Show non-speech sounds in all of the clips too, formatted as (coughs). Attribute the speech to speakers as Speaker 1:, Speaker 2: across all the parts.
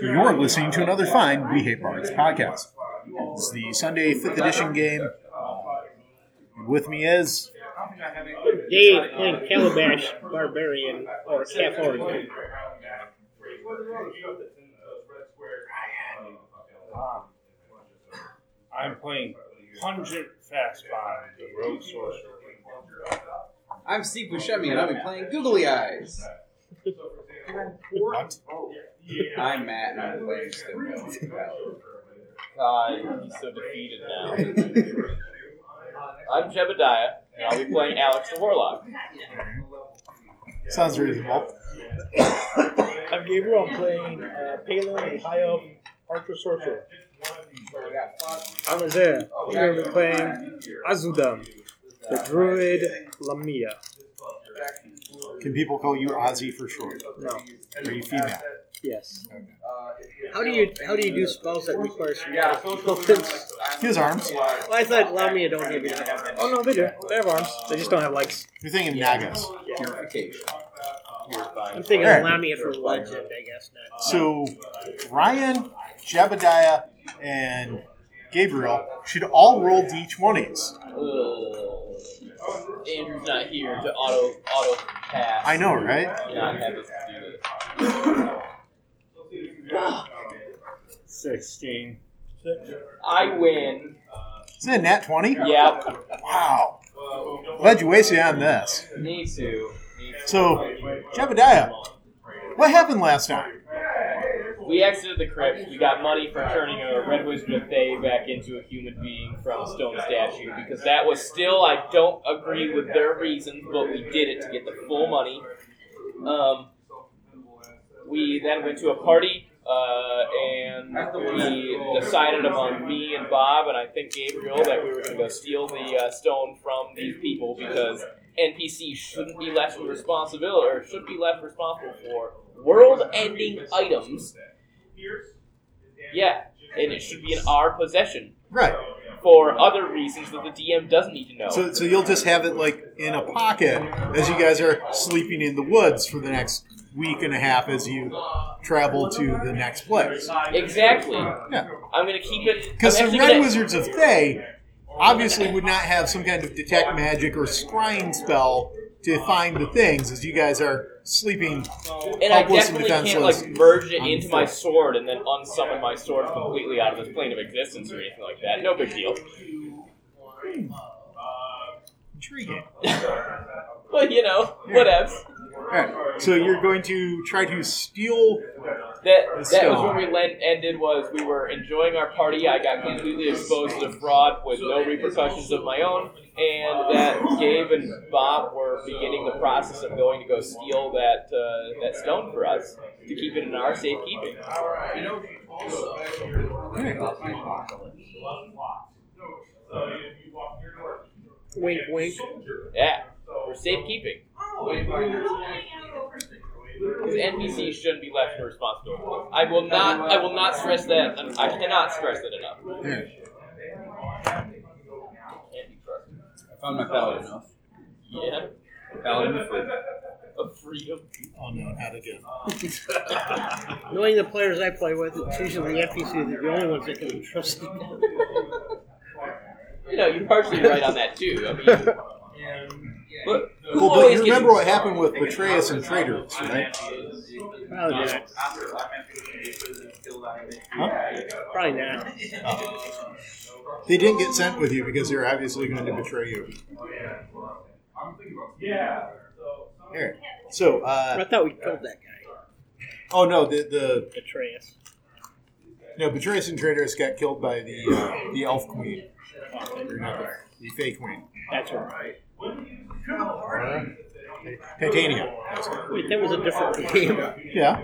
Speaker 1: You're listening to another fine We Hate Barnes podcast. It's the Sunday 5th edition game. With me is
Speaker 2: Dave playing Calabash Barbarian
Speaker 1: Oh,
Speaker 2: or Half Orc.
Speaker 3: I'm playing Pungent Fastbond, the Rogue Sorcerer.
Speaker 4: I'm Steve Buscemi, and I'll be playing Googly Eyes.
Speaker 1: what?
Speaker 4: I'm Matt, and I'm playing Stimbo.
Speaker 5: God, he's so defeated now. I'm Jebediah, and I'll be playing Alex the Warlock.
Speaker 1: Sounds reasonable.
Speaker 2: I'm Gabriel. I'm playing uh, Palin, High Elf, Archer Sorcerer. I'm Isaiah. I'm going to be playing Azudam, the Druid Lamia.
Speaker 1: Can people call you Ozzy for short?
Speaker 2: No,
Speaker 1: Are you female?
Speaker 2: yes. How do you how do you do spells that require some (laughs) components?
Speaker 1: His arms.
Speaker 2: Well, I thought Lamia don't have any arms. Oh no, they do. They have arms. They just don't have legs.
Speaker 1: You're thinking Nagas.
Speaker 4: (laughs) Purification.
Speaker 2: I'm thinking
Speaker 1: Alright.
Speaker 2: Lamia for legend, I guess. Not.
Speaker 1: So Ryan, Jebediah, and Gabriel should all roll d20s.
Speaker 5: Ugh. Andrew's not here to auto auto pass.
Speaker 1: I know, right?
Speaker 5: and Not have us do this.
Speaker 3: 16.
Speaker 5: I win.
Speaker 1: Is it a nat 20?
Speaker 5: Yep.
Speaker 1: Wow. Glad you wasted on this.
Speaker 5: Me too. Me too.
Speaker 1: So, Jebediah, what happened last time?
Speaker 5: We exited the crypt. We got money for turning a red wizard of Thay back into a human being from a stone statue because that was still, I don't agree with their reasons, but we did it to get the full money. Um, we then went to a party uh, and we decided among me and Bob and I think Gabriel that we were going to go steal the uh, stone from these people because NPCs shouldn't be left with responsibility or should be left responsible for world-ending items. Yeah, and it should be in our possession
Speaker 1: Right.
Speaker 5: for other reasons that the DM doesn't need to know.
Speaker 1: So, so you'll just have it like in a pocket as you guys are sleeping in the woods for the next week and a half as you travel to the next place.
Speaker 5: exactly.
Speaker 1: Yeah.
Speaker 5: I'm gonna keep it
Speaker 1: Because the
Speaker 5: I'm actually
Speaker 1: Red
Speaker 5: gonna-
Speaker 1: Wizards of Thay obviously would not have some kind of detect magic or scrying spell to find the things as you guys are sleeping.
Speaker 5: and I
Speaker 1: helpless and
Speaker 5: definitely can't
Speaker 1: defenseless.
Speaker 5: like merge it
Speaker 1: I'm
Speaker 5: into my
Speaker 1: full.
Speaker 5: sword and then unsummon my sword completely out of this plane of existence or anything like that. No big deal.
Speaker 1: Intriguing.
Speaker 5: But you know, whatevs.
Speaker 1: Alright, so you're going to try to steal.
Speaker 5: That
Speaker 1: Let's
Speaker 5: that
Speaker 1: go.
Speaker 5: was where we len- ended. Was we were enjoying our party. I got completely exposed to fraud with no repercussions of my own, and that Gabe and Bob were beginning the process of going to go steal that uh, that stone for us to keep it in our safekeeping.
Speaker 2: Wink, wink.
Speaker 5: Yeah, for safekeeping. Because NPCs shouldn't be left responsible. I will not. I will not stress that. I cannot stress that enough.
Speaker 1: Alright.
Speaker 5: Can't be trusted.
Speaker 4: I found my paladin enough.
Speaker 5: Yeah,
Speaker 4: Paladin food.
Speaker 5: of freedom.
Speaker 1: I'll know uh, how to do it.
Speaker 2: Knowing the players I play with, it's usually the NPCs are the only ones that can be trusted.
Speaker 5: You know, you're partially right on that too.
Speaker 1: (laughs)
Speaker 5: I mean, but who
Speaker 1: Well, but
Speaker 5: always
Speaker 1: you
Speaker 5: gets-
Speaker 1: remember what happened with Betrayus and Traitors, right?
Speaker 2: Probably not.
Speaker 1: Huh?
Speaker 2: Probably not.
Speaker 1: They didn't get sent with you because they're obviously going to betray you.
Speaker 3: Yeah.
Speaker 1: Here. So,
Speaker 2: I
Speaker 1: uh,
Speaker 2: thought we killed that guy.
Speaker 1: oh no, the the
Speaker 2: Atreus.
Speaker 1: no Betrayus and Traitors got killed by the uh, the Elf Queen, Or not the- the Fey Queen,
Speaker 2: That's right.
Speaker 1: Uh, Titania.
Speaker 2: Wait, that was a different game. (laughs)
Speaker 1: Yeah,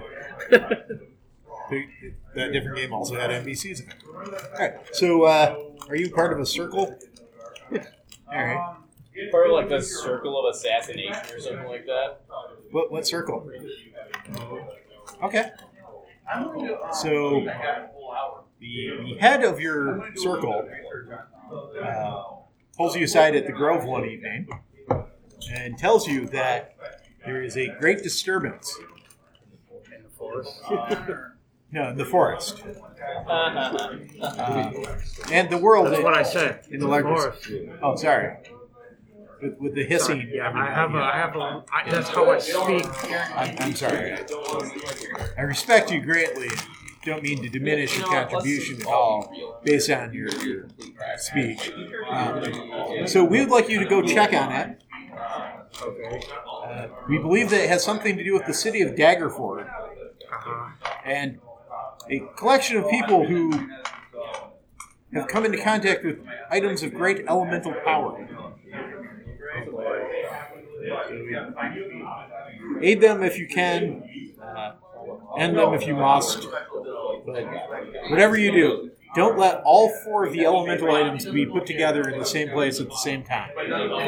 Speaker 1: They- that different game also had NPCs in it. All right. So, uh, are you part of a circle? All right.
Speaker 5: Part of like the circle of assassination or something like that.
Speaker 1: What what circle? Okay. So the, the head of your circle uh, pulls you aside at the Grove one evening and tells you that there is a great disturbance. (laughs) No, the forest.
Speaker 5: Uh-huh.
Speaker 1: Uh, and the world
Speaker 6: That's
Speaker 1: in,
Speaker 6: what I said.
Speaker 1: in the larger.
Speaker 6: Morris.
Speaker 1: Oh, sorry. With, with the hissing.
Speaker 6: Yeah, I have a, I have a, I, that's how I speak.
Speaker 1: I'm, I'm sorry. I respect you greatly. Don't mean to diminish your
Speaker 5: You know what, let's
Speaker 1: contribution at
Speaker 5: just
Speaker 1: all based on your, your speech. Um, so we would like you to go check on it. Uh, we believe that it has something to do with the city of Daggerford
Speaker 6: Uh-huh.
Speaker 1: and a collection of people who have come into contact with items of great elemental power. Aid them if you can, uh, end them if you must. But whatever you do, don't let all four of the elemental items be put together in the same place at the same time.
Speaker 5: Um,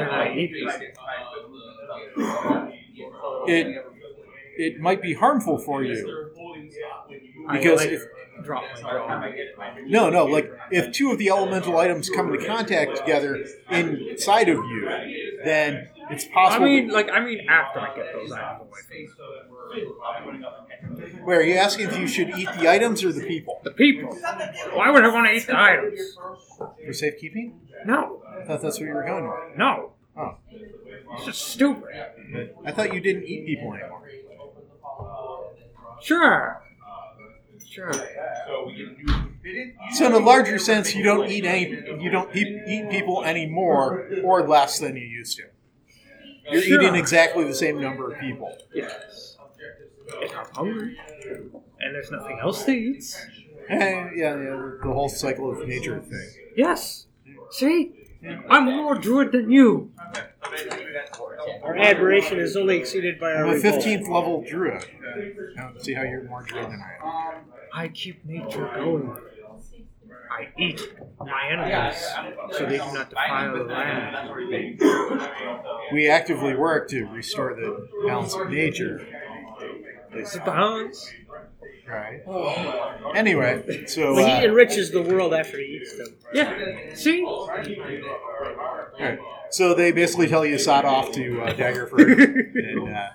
Speaker 1: It it might be harmful for you because if
Speaker 6: Drop my drop.
Speaker 1: no, no. Like if two of the elemental items come into contact together inside of you, then it's
Speaker 6: I
Speaker 1: possible.
Speaker 6: mean, like, I mean, after I get those out of the way.
Speaker 1: where are you asking if you should eat the items or the people
Speaker 6: The people. Why would I want to eat the items?
Speaker 1: for safekeeping?
Speaker 6: No,
Speaker 1: I thought that's what you were going with.
Speaker 6: no.
Speaker 1: Oh,
Speaker 6: It's just stupid.
Speaker 1: I thought you didn't eat people anymore.
Speaker 6: Sure. Sure.
Speaker 1: So in a larger sense, you don't eat any, you don't eat, eat people anymore or less than you used to. You're
Speaker 6: Sure.
Speaker 1: eating exactly the same number of people. (laughs)
Speaker 6: Yes. If I'm hungry and there's nothing else to eat.
Speaker 1: Eh, yeah, yeah, the whole cycle of nature thing.
Speaker 6: Yes. See? I'm more druid than you.
Speaker 2: Our aberration is only exceeded by our
Speaker 1: I'm a
Speaker 2: revolt.
Speaker 1: 15th level druid. Now, see how you're more druid than I am.
Speaker 6: I keep nature going. I eat my enemies so they do not defile the land.
Speaker 1: We actively work to restore the balance of nature.
Speaker 6: Is it balance?
Speaker 1: Right. Anyway, so
Speaker 2: But he
Speaker 1: uh,
Speaker 2: enriches the world after he eats them. (laughs)
Speaker 6: Yeah. See? Oh,
Speaker 1: alright. so they basically tell you to sod off to uh, Daggerford and uh,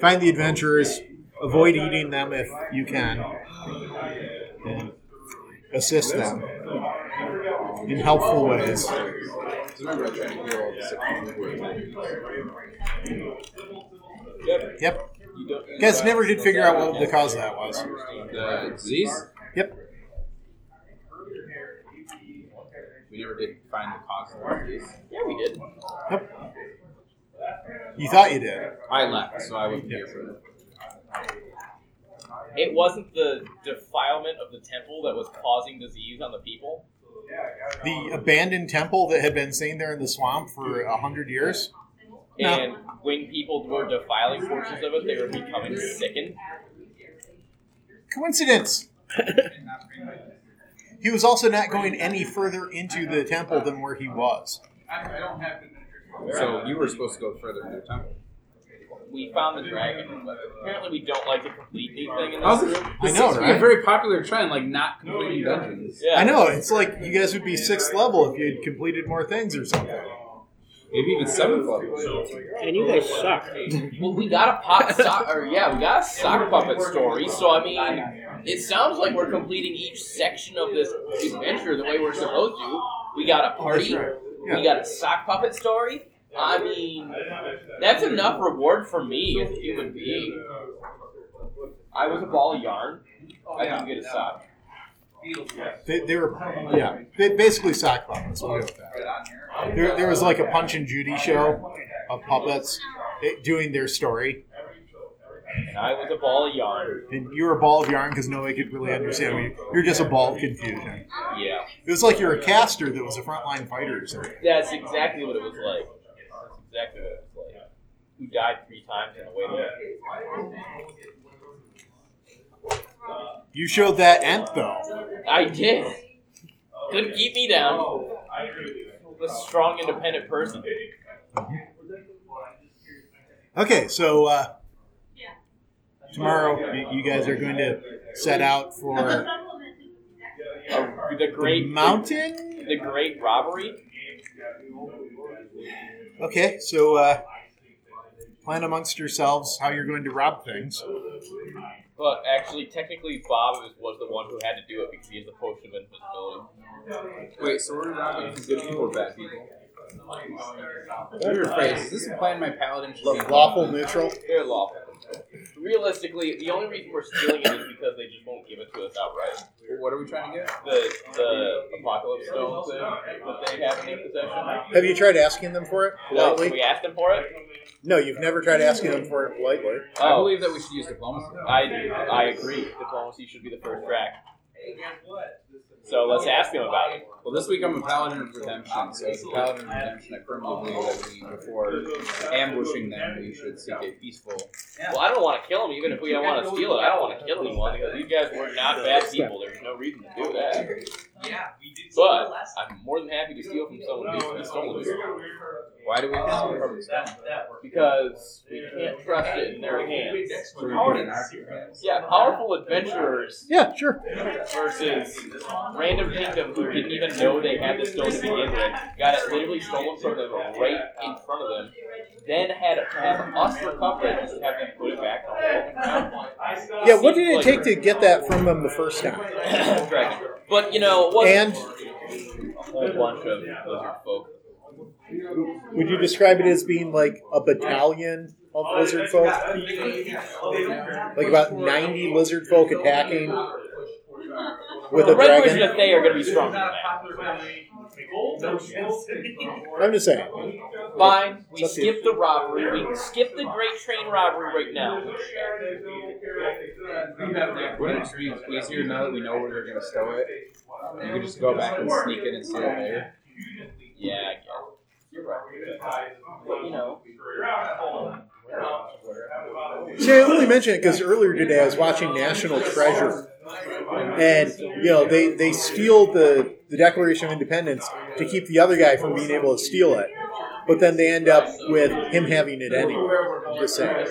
Speaker 1: find the adventurers. Avoid eating them if you can. And assist them in helpful ways.
Speaker 4: Remember, I tried to hear all the sick
Speaker 5: Yep.
Speaker 1: Yep.
Speaker 5: You don't- you
Speaker 1: Guess
Speaker 5: don't-
Speaker 1: never did figure out what the cause of that was.
Speaker 4: The disease?
Speaker 1: Yep.
Speaker 4: We never did find the cause of the disease.
Speaker 5: Yeah, we did.
Speaker 1: Yep. You thought you did.
Speaker 4: I left, so I wouldn't hear from them.
Speaker 5: It wasn't the defilement of the temple that was causing disease on the people.
Speaker 1: The abandoned temple that had been sitting there in the swamp for a hundred years. No.
Speaker 5: And when people were defiling portions of it, they were becoming sickened.
Speaker 1: Coincidence. he was also not going any further into the temple than where he was.
Speaker 4: So you were supposed to go further into the temple.
Speaker 5: We found the dragon, but apparently we don't like to complete anything in
Speaker 4: How's
Speaker 5: this
Speaker 4: this
Speaker 5: room.
Speaker 1: I
Speaker 4: this
Speaker 1: know,
Speaker 4: seems to be
Speaker 1: right?
Speaker 4: a very popular trend, like not completing dungeons.
Speaker 5: Yeah.
Speaker 1: I know it's like you guys would be sixth level if you had completed more things or something.
Speaker 4: Maybe even seventh level.
Speaker 2: And you guys suck.
Speaker 5: Well, we got a pop sock, or yeah, we got a sock puppet story. So I mean, it sounds like we're completing each section of this adventure the way we're supposed to. We got a party.
Speaker 1: Yeah.
Speaker 5: We got a sock puppet story. I mean, that's enough reward for me as a human being. I was a ball of yarn. I didn't get a sock.
Speaker 1: They, they were, yeah, they basically sock puppets. We'll go with that. There, there was like a Punch and Judy show of puppets eh, doing their story,
Speaker 5: And I was a ball of yarn.
Speaker 1: and you were a ball of yarn because nobody could really understand. what you- You're just a ball of confusion.
Speaker 5: Yeah,
Speaker 1: It was like you're a caster that was a frontline fighter or something.
Speaker 5: that's exactly what it was like. That's exactly what it was like. Who died three times in a way?
Speaker 1: You showed that Ent though.
Speaker 5: I did. Couldn't keep me down. a strong, independent person.
Speaker 1: Okay, so uh, tomorrow you- you guys are going to set out for
Speaker 5: A, the
Speaker 1: the
Speaker 5: great
Speaker 1: mountain.
Speaker 5: the great robbery.
Speaker 1: Okay, so uh, plan amongst yourselves how you're going to rob things.
Speaker 5: But actually, technically, Bob was, was the one who had to do it because he has the potion of invisibility.
Speaker 4: Wait, so we're not looking for good people or bad people? Weird phrase. Is this implying my paladin should be
Speaker 1: Lawful neutral.
Speaker 5: They're lawful. Realistically, the only reason we're stealing it is because they just won't give it to us outright.
Speaker 4: What are we trying to get?
Speaker 5: The the apocalypse stone thing that they have in their possession.
Speaker 1: Have you tried asking them for it
Speaker 5: No,
Speaker 1: politely?
Speaker 5: we asked them for it.
Speaker 1: No, you've never tried asking them for it politely.
Speaker 5: Oh,
Speaker 4: I believe that we should use diplomacy.
Speaker 5: I I agree. Diplomacy should be the first track. So let's ask them about it.
Speaker 4: Well, this week I'm a paladin of redemption, so as a paladin of redemption, I firmly believe that we, before ambushing them, we should seek a peaceful.
Speaker 5: Well, I don't want to kill him, even if we don't want to steal it. I don't want to kill anyone because these guys were not bad people. There's no reason to do that.
Speaker 7: Yeah, we did.
Speaker 5: But I'm more than happy to steal from someone who's stolen it.
Speaker 4: Why do we have to cover this?
Speaker 5: because we can't trust it in their hands.
Speaker 4: So we put it in our hands.
Speaker 5: Yeah, powerful adventurers
Speaker 1: Yeah, sure.
Speaker 5: versus random kingdom who didn't even know they had the stone to begin with, got it literally stolen from them right in front of them, then had have us recover it just to have them put it back on (coughs) the open ground.
Speaker 1: Yeah, what did it take to get that from them the first time?
Speaker 5: Dragon. But you know, it wasn't
Speaker 1: And
Speaker 5: a whole bunch of lizard folk.
Speaker 1: would you describe it as being like a battalion of lizard folk? Like about 90 lizard folk attacking with
Speaker 5: the
Speaker 1: a
Speaker 5: Red Wizard
Speaker 1: dragon?
Speaker 5: of Thay are going to be stronger than that.
Speaker 1: I'm just saying.
Speaker 5: Fine, we
Speaker 1: It's up to
Speaker 5: skip the robbery. We skip the Great Train robbery right now.
Speaker 4: Wouldn't it be easier now that we know where they're going to stow it? You could just go back and sneak it and steal it later.
Speaker 5: Yeah, I guess. You're right. But, you know,
Speaker 1: See, I only mention it because earlier today I was watching National Treasure, and you know they they steal the the Declaration of Independence to keep the other guy from being able to steal it, but then they end up with him having it anyway. I'm just saying.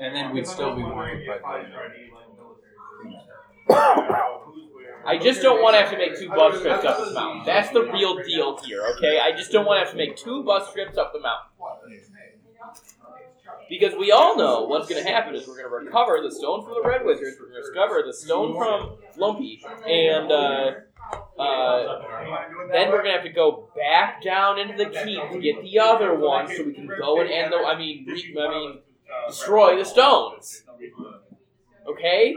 Speaker 4: And then we'd still be worried by the
Speaker 5: I just don't want to have to make two bus trips up this mountain. That's the real deal here, okay? I just don't want to have to make two bus trips up the mountain. Because we all know what's going to happen is we're going to recover the stone from the Red Wizards, we're going to discover the stone from Lumpy, and uh, uh, then we're going to have to go back down into the keep to get the other one so we can go and end the. I mean, re- I mean, destroy the stones. Okay?
Speaker 3: Okay.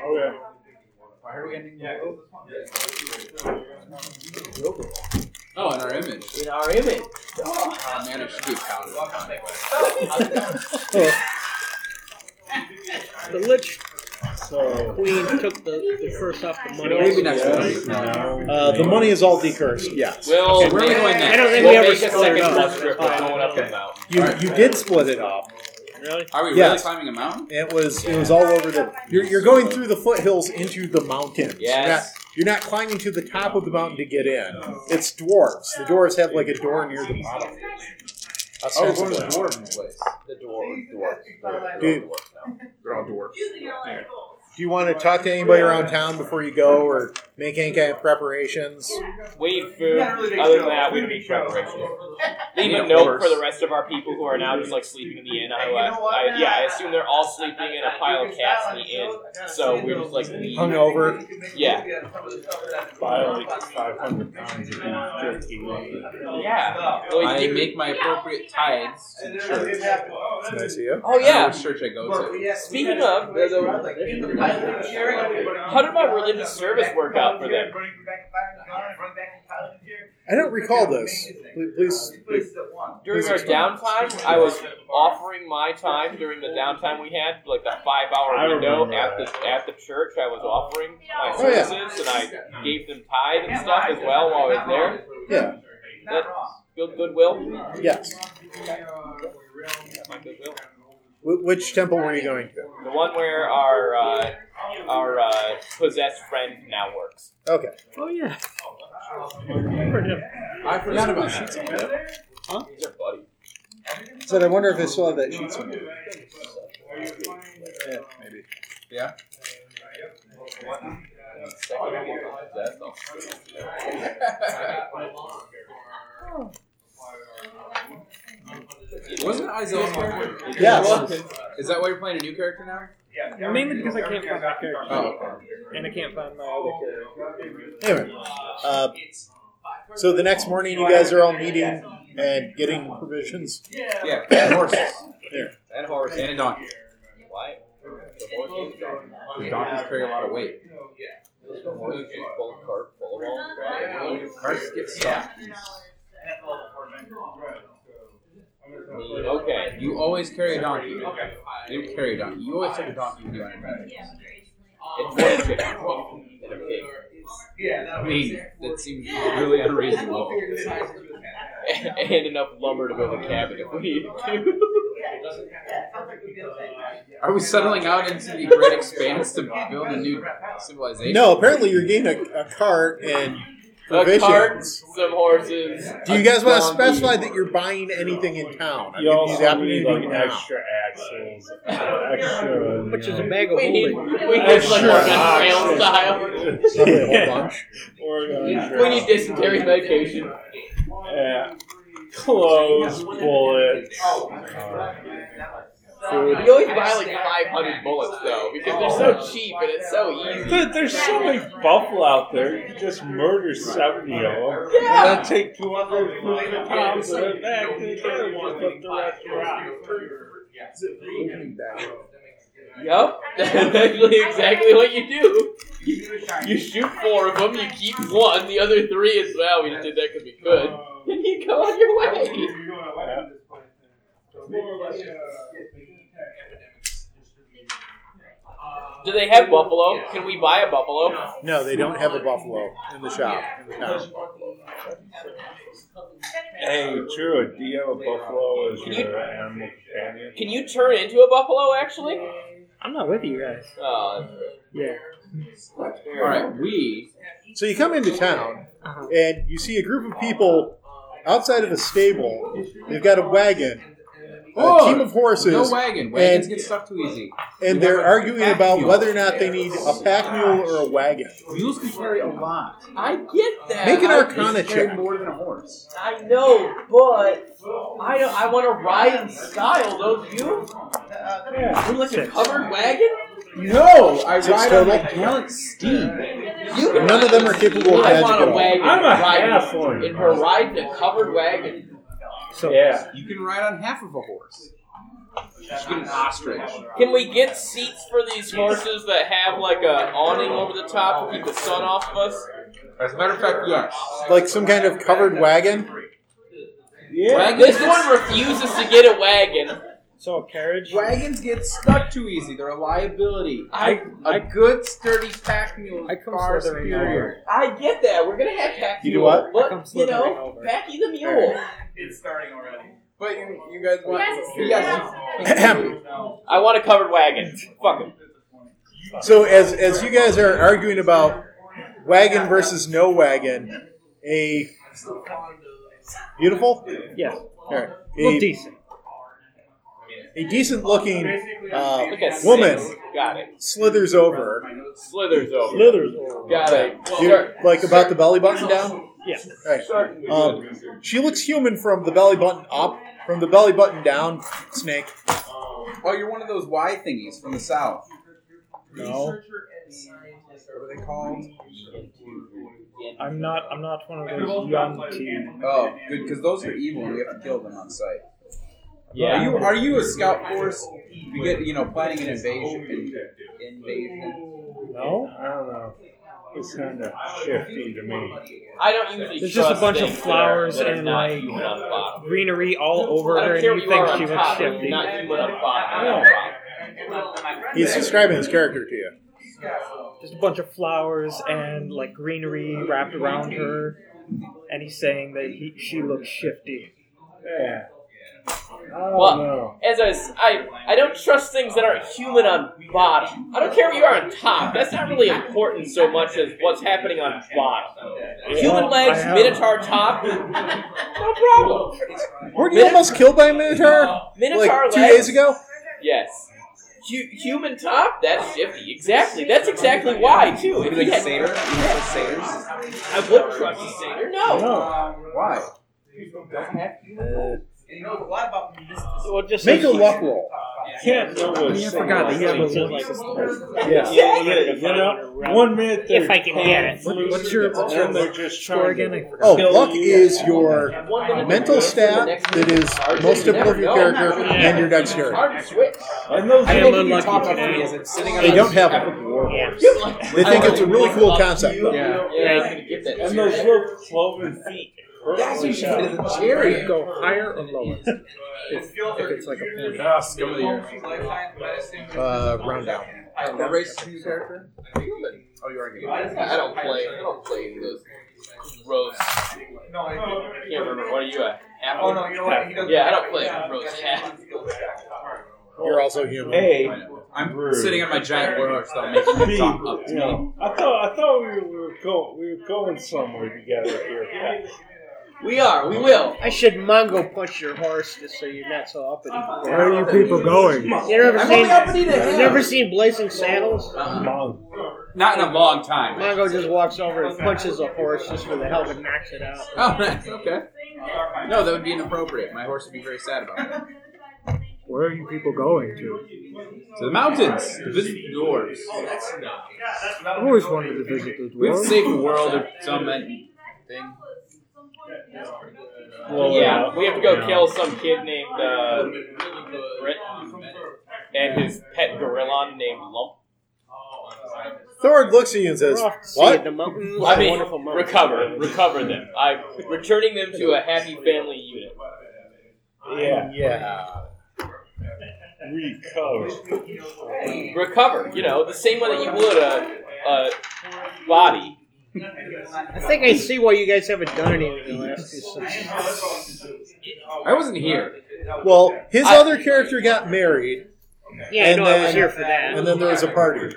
Speaker 1: Oh,
Speaker 4: Why are we ending the world? Oh, in our image.
Speaker 5: In our image.
Speaker 4: Oh man, it should be counted.
Speaker 2: Oh.
Speaker 6: The Lich
Speaker 2: So
Speaker 6: Queen took the, the curse off the money.
Speaker 4: Maybe next
Speaker 2: Yeah.
Speaker 4: week.
Speaker 1: Uh, the money is all decursed. Yes.
Speaker 5: We'll
Speaker 4: Okay, where are we going next?
Speaker 6: I don't think
Speaker 5: we'll
Speaker 6: we ever
Speaker 5: make a
Speaker 6: split it
Speaker 5: second
Speaker 6: up.
Speaker 5: bus trip. We're going up the mountain.
Speaker 1: You you did split it up.
Speaker 6: Really?
Speaker 4: Are we
Speaker 1: Yes.
Speaker 4: really climbing a mountain?
Speaker 1: It was it was all over the. You're, you're going through the foothills into the mountains. You're not,
Speaker 5: Yes.
Speaker 1: you're not climbing to the top of the mountain to get in. It's dwarves. The dwarves have like a door near the bottom.
Speaker 4: Oh, we're going
Speaker 1: Ostensibly.
Speaker 4: to the dwarven place.
Speaker 5: The dwarf, dwarf, dwarf,
Speaker 1: Dude.
Speaker 5: dwarf now.
Speaker 1: Do you want to talk to anybody around town before you go, or make any kind of preparations?
Speaker 5: We eat food. Other than that, we make preparation. Leave
Speaker 4: Yeah,
Speaker 5: a
Speaker 4: of
Speaker 5: note
Speaker 4: course.
Speaker 5: for the rest of our people who are now just like sleeping in the inn. I
Speaker 7: Hey, you
Speaker 5: left.
Speaker 7: know what,
Speaker 5: I,
Speaker 7: man?
Speaker 5: yeah, I assume they're all sleeping in a pile of cats in the inn. So we're just like we-
Speaker 1: Hungover.
Speaker 5: Yeah.
Speaker 3: Buy like 500 pounds of beef jerky.
Speaker 5: Yeah. Well,
Speaker 4: I
Speaker 5: you-
Speaker 4: make my appropriate tithes to the church.
Speaker 1: Can I see you?
Speaker 5: oh yeah.
Speaker 4: Which church I go to.
Speaker 5: Speaking of, the- the- how did my religious service work out for them?
Speaker 1: I don't recall this. Please, please, please.
Speaker 5: During our downtime, I was offering my time during the downtime we had, like the five
Speaker 3: I
Speaker 5: hour window
Speaker 3: remember
Speaker 5: at the
Speaker 3: that.
Speaker 5: at the church. I was offering my
Speaker 1: Oh, yeah.
Speaker 5: services, and I gave them tithe and stuff as well while I was there.
Speaker 1: Yeah.
Speaker 5: That built goodwill.
Speaker 1: yes.
Speaker 5: My goodwill.
Speaker 1: Wh- which temple were you going to?
Speaker 5: The one where our uh, our uh, possessed friend now works.
Speaker 1: Okay.
Speaker 6: Oh yeah. Remember him.
Speaker 4: I forgot about that.
Speaker 5: He's our buddy.
Speaker 1: So I wonder if I still have that sheet somewhere.
Speaker 4: Yeah.
Speaker 5: Yeah,
Speaker 4: (laughs) Wasn't Izal a character?
Speaker 1: Yes.
Speaker 4: Is that why you're playing a new character now?
Speaker 2: Mainly because I can't find my character.
Speaker 4: Oh, okay.
Speaker 2: And I can't find my other character.
Speaker 1: Anyway, uh, so the next morning you guys are all meeting and getting provisions.
Speaker 4: (coughs) Yeah.
Speaker 1: and horses. There.
Speaker 4: And horse. And a donkey.
Speaker 5: Why?
Speaker 4: The donkeys carry a lot of weight.
Speaker 5: Full cart, full of all-
Speaker 4: Carts get stuck.
Speaker 5: Okay.
Speaker 4: You always carry a donkey. You don't carry a donkey. You always take a donkey with you on your back.
Speaker 5: It's one chicken and a pig.
Speaker 4: I mean, that seems really unreasonable.
Speaker 5: (laughs) and enough lumber to build a cabin if we needed to.
Speaker 4: Are we settling out into the great expanse to build a new civilization?
Speaker 1: No, apparently you're getting a, a cart and
Speaker 5: A cart,
Speaker 1: provisions.
Speaker 5: some horses.
Speaker 1: Do you guys want to
Speaker 5: donkey.
Speaker 1: specify that you're buying anything in town? I
Speaker 3: You
Speaker 1: give you the
Speaker 3: also need
Speaker 1: opportunity
Speaker 3: like
Speaker 1: now.
Speaker 3: extra axles, extra.
Speaker 6: Which is
Speaker 3: you
Speaker 6: a
Speaker 3: know,
Speaker 6: bag of
Speaker 5: We need,
Speaker 6: holding.
Speaker 5: we need
Speaker 3: Sure.
Speaker 5: like a rail style.
Speaker 1: (laughs) Yeah.
Speaker 3: organized
Speaker 5: We need dysentery medication.
Speaker 3: Yeah. Clothes, bullets. Uh, food.
Speaker 5: You always buy like 500 bullets though, because they're so cheap and it's so easy.
Speaker 3: Dude, there's so many buffalo out there. You could just murder 70 of them.
Speaker 5: Yeah.
Speaker 3: And then take 250 pounds of it back to the trailer and put the rest around.
Speaker 5: Yup, (laughs) that's actually exactly what you do. You, you shoot four of them, you keep one, the other three is, well, we just did that because we could. (laughs) And you go on your way. Do they have buffalo? Can we buy a buffalo?
Speaker 1: No, they don't have a buffalo in the shop. in the town.
Speaker 3: Hey, true. Do you have a buffalo as your animal companion?
Speaker 5: Can you turn into a buffalo, actually?
Speaker 6: I'm not with you guys.
Speaker 5: Oh, that's right.
Speaker 6: Yeah.
Speaker 4: All right, we.
Speaker 1: So you come into town
Speaker 6: Uh-huh.
Speaker 1: and you see a group of people outside of a stable. They've got a wagon, a team of horses,
Speaker 4: Oh, No wagon. Wagons
Speaker 1: and-
Speaker 4: get stuck too easy.
Speaker 1: and they're arguing about whether or not they need a pack mule or a wagon.
Speaker 4: Mules can carry a lot.
Speaker 5: I get that.
Speaker 1: Make an
Speaker 5: I-
Speaker 1: arcana
Speaker 4: They can carry
Speaker 1: check.
Speaker 4: more than a horse.
Speaker 5: I know, but I don't, I want to ride in style, don't you? We're like a covered wagon.
Speaker 4: No, I
Speaker 1: Six
Speaker 4: ride on
Speaker 1: total?
Speaker 4: my gallant steed.
Speaker 5: You
Speaker 1: But none of them are capable of
Speaker 5: I
Speaker 1: magic at
Speaker 5: want a
Speaker 1: all.
Speaker 5: wagon.
Speaker 3: I'm a
Speaker 5: riding
Speaker 3: halfling.
Speaker 5: In her ride in a covered wagon.
Speaker 6: So
Speaker 3: Yeah.
Speaker 4: You can ride on half of a horse. You should get an ostrich.
Speaker 5: Can we get seats for these horses that have like a awning over the top to keep the sun off of us?
Speaker 4: As a matter of fact, yes.
Speaker 1: Like some kind of covered wagon.
Speaker 3: Yeah.
Speaker 4: Wagons,
Speaker 5: This
Speaker 4: get-
Speaker 5: one refuses to get a wagon.
Speaker 2: So a carriage.
Speaker 4: wagons get stuck too easy. They're a liability.
Speaker 5: I
Speaker 4: A good, sturdy pack mule
Speaker 6: I
Speaker 4: is
Speaker 6: come
Speaker 4: far
Speaker 6: slithering
Speaker 4: superior.
Speaker 5: I get that. We're gonna have pack
Speaker 1: You do
Speaker 5: mule,
Speaker 1: what?
Speaker 6: I'm
Speaker 5: But you
Speaker 6: slithering
Speaker 5: know,
Speaker 6: over.
Speaker 5: Packy the mule.
Speaker 4: But you, you guys
Speaker 1: (clears throat)
Speaker 4: want.
Speaker 7: You
Speaker 4: Yes,
Speaker 7: guys-
Speaker 4: you can.
Speaker 5: I want a covered wagon. Fuck him.
Speaker 1: So as as you guys are arguing about wagon versus no wagon, a beautiful,
Speaker 6: yeah,
Speaker 1: Alright.
Speaker 6: well,
Speaker 1: a,
Speaker 6: decent.
Speaker 1: a decent looking uh,
Speaker 5: Look at
Speaker 1: woman
Speaker 5: six. Got it.
Speaker 1: slithers over,
Speaker 5: Slithers over.
Speaker 2: Slithers over.
Speaker 5: Got it.
Speaker 1: You- like about the belly button down.
Speaker 6: Yeah.
Speaker 1: Right. Um, she looks human from the belly button up. From the belly button down, snake.
Speaker 4: Oh, you're one of those Y thingies from the south.
Speaker 1: No.
Speaker 4: What are they called?
Speaker 2: I'm not. I'm not one of those young team.
Speaker 4: Oh, good, because those are evil, and we have to kill them on sight. Are
Speaker 5: Yeah.
Speaker 4: you are you a scout force? You get you know planning an invasion. in- invasion.
Speaker 2: No.
Speaker 3: I don't know. It's kind of shifty to me.
Speaker 5: I don't usually.
Speaker 6: There's just a
Speaker 5: trust
Speaker 6: bunch of
Speaker 5: things that are-
Speaker 6: flowers
Speaker 5: that are
Speaker 6: and,
Speaker 5: not
Speaker 6: like,
Speaker 5: human on the bottom.
Speaker 6: Greenery all over
Speaker 5: I
Speaker 6: her,
Speaker 5: don't
Speaker 6: and
Speaker 5: care
Speaker 6: you
Speaker 5: what you are
Speaker 6: think
Speaker 5: on
Speaker 6: she was
Speaker 5: top.
Speaker 6: shifty.
Speaker 5: Not human on the bottom.
Speaker 3: No.
Speaker 5: on the bottom.
Speaker 1: He's describing his character to you.
Speaker 6: Just a bunch of flowers and like greenery wrapped around her, and he's saying that he, she looks shifty.
Speaker 3: Yeah.
Speaker 5: Well,
Speaker 3: Oh, no.
Speaker 5: As I, s- I, I don't trust things that aren't human on bottom. I don't care what you are on top. That's not really important so much as what's happening on bottom. Human
Speaker 2: Well,
Speaker 5: legs,
Speaker 2: I have-
Speaker 5: minotaur top, no problem.
Speaker 1: Weren't you almost killed by a minotaur?
Speaker 5: Minotaur
Speaker 1: Like two
Speaker 5: legs,
Speaker 1: days ago?
Speaker 5: Yes. Hu- human top, that's shifty. Exactly. That's exactly why too. If
Speaker 4: Maybe
Speaker 5: we
Speaker 4: like a
Speaker 5: had-
Speaker 4: satyr. You know, the satyrs.
Speaker 5: I wouldn't trust a satyr. No.
Speaker 3: No.
Speaker 4: Why?
Speaker 3: Well, just
Speaker 8: Make a
Speaker 3: like-
Speaker 8: luck roll.
Speaker 3: Can't know what
Speaker 9: Yeah, I forgot that he had
Speaker 3: someone
Speaker 9: a
Speaker 3: said,
Speaker 9: luck.
Speaker 8: Yeah.
Speaker 3: Yeah, yeah, you know, one minute they're
Speaker 6: If I can get it.
Speaker 9: What, what's your what's your
Speaker 3: and they're just
Speaker 9: score
Speaker 3: trying
Speaker 9: again?
Speaker 3: to
Speaker 9: I forgot.
Speaker 1: Oh, luck is your mental stat that is most typical of your character and your dexterity.
Speaker 3: And those
Speaker 9: I
Speaker 3: are
Speaker 9: am
Speaker 4: think you
Speaker 9: unlucky
Speaker 4: top up
Speaker 9: today.
Speaker 4: three is it's sitting on
Speaker 1: They
Speaker 4: a-
Speaker 1: don't have it.
Speaker 6: Yeah.
Speaker 1: They think it's a really cool concept. though.
Speaker 9: Yeah.
Speaker 4: Yeah, get that.
Speaker 3: and those little cloven feet. hurt
Speaker 4: That's what you
Speaker 3: like
Speaker 4: should
Speaker 3: hell.
Speaker 4: put in the
Speaker 9: Where
Speaker 4: cherry.
Speaker 9: you go higher or lower? If, if it's like a point.
Speaker 4: Ah, scum of the earth.
Speaker 1: Uh, round down.
Speaker 4: What race is your character? Oh, you are getting
Speaker 5: I don't play. I don't play those gross. I can't remember. What are you at? Apple?
Speaker 10: Oh no, you know what? He doesn't.
Speaker 5: Yeah, I don't play roast cat.
Speaker 1: You're also human.
Speaker 3: Hey,
Speaker 4: I'm
Speaker 3: Rude.
Speaker 4: sitting on my giant warhorse, though, making you talk up to
Speaker 3: you
Speaker 4: me.
Speaker 3: know, I thought I thought we were going we were going somewhere together here.
Speaker 5: We are. We will.
Speaker 6: I should mongo punch your horse just so you're not so uppity.
Speaker 9: Where are you people going?
Speaker 6: You ever
Speaker 4: I'm
Speaker 6: seen?
Speaker 4: only uppity to
Speaker 6: You
Speaker 4: him.
Speaker 5: Uh-huh.
Speaker 6: ever seen Blazing Saddles?
Speaker 4: Uh-uh.
Speaker 3: Mom,
Speaker 4: Not in a long time.
Speaker 6: Mongo just walks over and punches a horse just for the hell of it, knocks it out.
Speaker 4: Oh, nice. Okay. No, that would be inappropriate. My horse would be very sad about that.
Speaker 9: Where are you people going to?
Speaker 4: To the mountains, to visit the dwarves.
Speaker 9: I've always wanted to visit the
Speaker 4: We have to save
Speaker 9: dwarves.
Speaker 4: the world or some thing.
Speaker 3: blow it
Speaker 5: yeah,
Speaker 7: uh,
Speaker 3: up.
Speaker 5: we have to go kill some kid named uh, Britt and his pet gorilla named Lump.
Speaker 1: Thorg looks at you and says,
Speaker 6: We're off to see
Speaker 1: What?
Speaker 6: The mountains,
Speaker 5: I
Speaker 6: the
Speaker 5: mean,
Speaker 6: wonderful mountains.
Speaker 5: recover, recover them. I'm returning them to a happy family unit.
Speaker 3: Yeah,
Speaker 1: Yeah.
Speaker 3: recover.
Speaker 5: Recover, you know, the same way that you would a, a body.
Speaker 6: I think I see why you guys haven't done anything in the last few sessions.
Speaker 4: I wasn't here.
Speaker 1: Well, his
Speaker 5: I-
Speaker 1: other character got married,
Speaker 6: Yeah, I
Speaker 1: And
Speaker 6: know I
Speaker 1: then-
Speaker 6: was here for
Speaker 1: and
Speaker 6: that.
Speaker 1: then there was a party.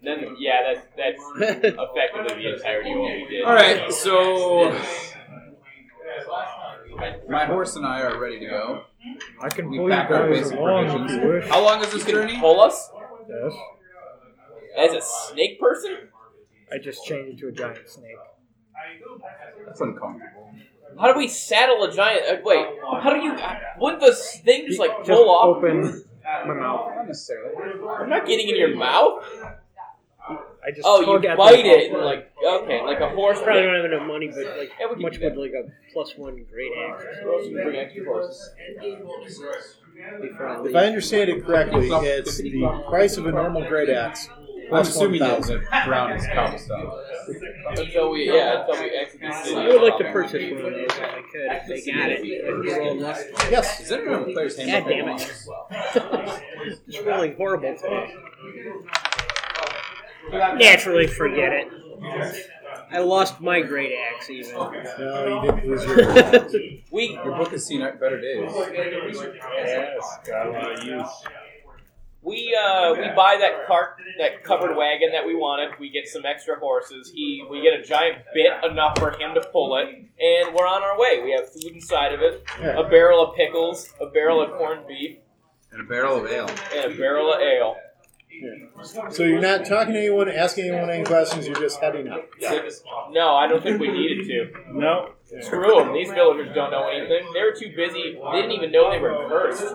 Speaker 5: Then, yeah, that's that's
Speaker 6: (laughs)
Speaker 5: effectively the entirety of what we did.
Speaker 4: Alright, so. My horse and I are ready to go.
Speaker 9: I can
Speaker 4: We
Speaker 9: pull you
Speaker 4: pack our
Speaker 9: guys
Speaker 4: basic
Speaker 9: along if
Speaker 4: provisions.
Speaker 9: you wish.
Speaker 4: How long is this
Speaker 5: You
Speaker 4: journey?
Speaker 5: can pull us
Speaker 9: Yes.
Speaker 5: as a snake person?
Speaker 9: I just changed to a giant snake.
Speaker 4: That's uncomfortable.
Speaker 5: How do we saddle a giant? Uh, wait, how do you? Uh, wouldn't the thing just like
Speaker 9: Just
Speaker 5: pull off?
Speaker 9: open my mouth.
Speaker 4: Not necessarily.
Speaker 5: I'm not getting in your mouth.
Speaker 9: I just
Speaker 5: Oh,
Speaker 9: tug
Speaker 5: you
Speaker 9: at
Speaker 5: bite
Speaker 9: the
Speaker 5: it
Speaker 9: hole.
Speaker 5: and like okay, like a horse.
Speaker 6: I probably don't have enough money, but like,
Speaker 5: Yeah, we
Speaker 6: how
Speaker 5: can
Speaker 6: much
Speaker 5: do that.
Speaker 6: would like a plus one great axe
Speaker 5: You bring extra horses.
Speaker 6: be for a
Speaker 1: If
Speaker 6: leap?
Speaker 1: I understand it correctly, it's the price of a normal great axe.
Speaker 4: I'm
Speaker 1: Plus
Speaker 4: assuming that
Speaker 1: 1,000.
Speaker 4: the ground is cobblestone.
Speaker 5: Until we yeah, until we exit the city.
Speaker 6: I would like to purchase one of those if I could, if they got it.
Speaker 1: Yes.
Speaker 4: Is that a player's handbook?
Speaker 6: God damn it. it's really horrible today. Naturally, forget it. I lost my great axe even.
Speaker 1: No, you didn't lose your.
Speaker 5: We
Speaker 4: Your book has seen better days.
Speaker 3: Yes, got a lot of use.
Speaker 5: we uh we buy that cart that covered wagon that we wanted. We get some extra horses. He we get a giant bit enough for him to pull it, and we're on our way. We have food inside of it, a barrel of pickles, a barrel of corned beef,
Speaker 4: And a barrel of ale.
Speaker 5: and a barrel of ale.
Speaker 1: So you're not talking to anyone, asking anyone any questions. You're just heading out.
Speaker 5: No, I don't think we needed to.
Speaker 3: No,
Speaker 5: Screw them. These villagers don't know anything. They were too busy. They didn't even know they were cursed.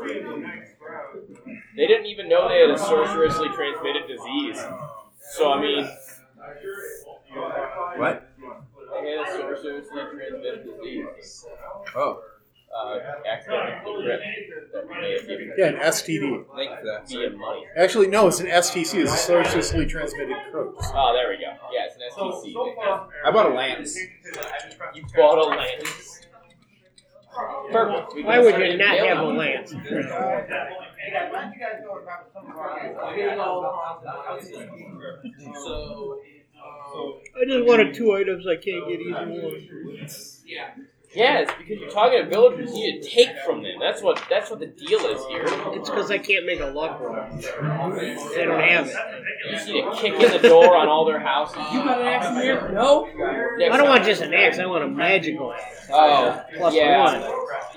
Speaker 5: They didn't even know they had a sorcerously transmitted disease. So, I mean,
Speaker 4: What?
Speaker 5: they had a sorcerously transmitted disease.
Speaker 4: Oh,
Speaker 5: Uh, accidental grip that may have given
Speaker 1: Yeah, an STD.
Speaker 4: thank you for that.
Speaker 5: me and money.
Speaker 1: Actually, no, it's an STC. It's a surgically transmitted curse.
Speaker 5: Oh, there we go. Yeah, it's an STC. thing.
Speaker 4: I bought a lance.
Speaker 5: You bought a lance. Perfect. We can
Speaker 6: Why would
Speaker 5: start
Speaker 6: you not
Speaker 5: nailing
Speaker 6: have a
Speaker 5: them.
Speaker 6: lance?
Speaker 3: (laughs)
Speaker 6: I just wanted two items I can't get either one.
Speaker 5: Yeah, it's because you're talking to villagers. You need to take from them. That's what. That's what the deal is here.
Speaker 6: It's because I can't make a luck roll. I don't have it.
Speaker 5: You just need to kick in the door on all their houses. You got an axe in here? No.
Speaker 6: I don't want just an axe. I want a magical axe.
Speaker 5: Oh,
Speaker 6: Plus
Speaker 5: yeah,
Speaker 6: one.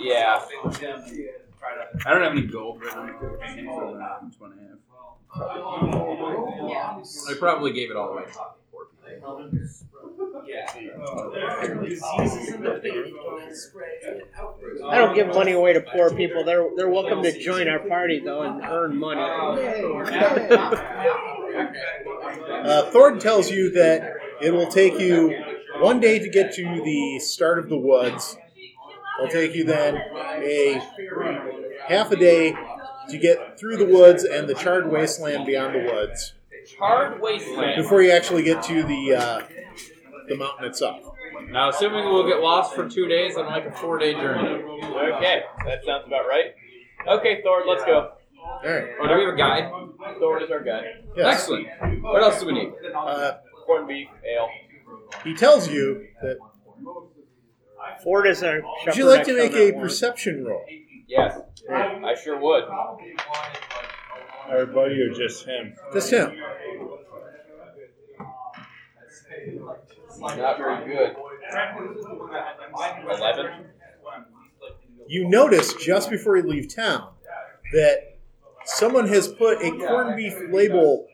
Speaker 5: yeah.
Speaker 4: I don't have any gold right now. Which one I have? I probably gave it all away.
Speaker 7: I don't give money away to poor people. They're they're welcome to join our party though and earn money.
Speaker 1: Uh, Thornton tells you that it will take you one day to get to the start of the woods. It'll take you then a half a day to get through the woods and the charred wasteland beyond the woods
Speaker 5: Hard wasteland.
Speaker 1: before you actually get to the uh, the mountain itself.
Speaker 4: Now, assuming we'll get lost for two days on like a four day journey. Oh,
Speaker 5: Okay, that sounds about right. Okay, Thor, let's go.
Speaker 1: All right.
Speaker 4: Oh, do we have a guide?
Speaker 5: Thor is our guy.
Speaker 1: Yes.
Speaker 4: Excellent. What else do we need?
Speaker 1: Uh,
Speaker 5: Corned beef, ale.
Speaker 1: he tells you that.
Speaker 7: Ford is our.
Speaker 1: Would you
Speaker 7: shepherd
Speaker 1: like to
Speaker 7: next
Speaker 1: make
Speaker 7: on that
Speaker 1: a
Speaker 7: one.
Speaker 1: perception roll?
Speaker 5: Yes, I sure would.
Speaker 3: Everybody or just him?
Speaker 1: Just him.
Speaker 5: Not very good. Eleven.
Speaker 1: You notice just before you leave town that someone has put a corned beef label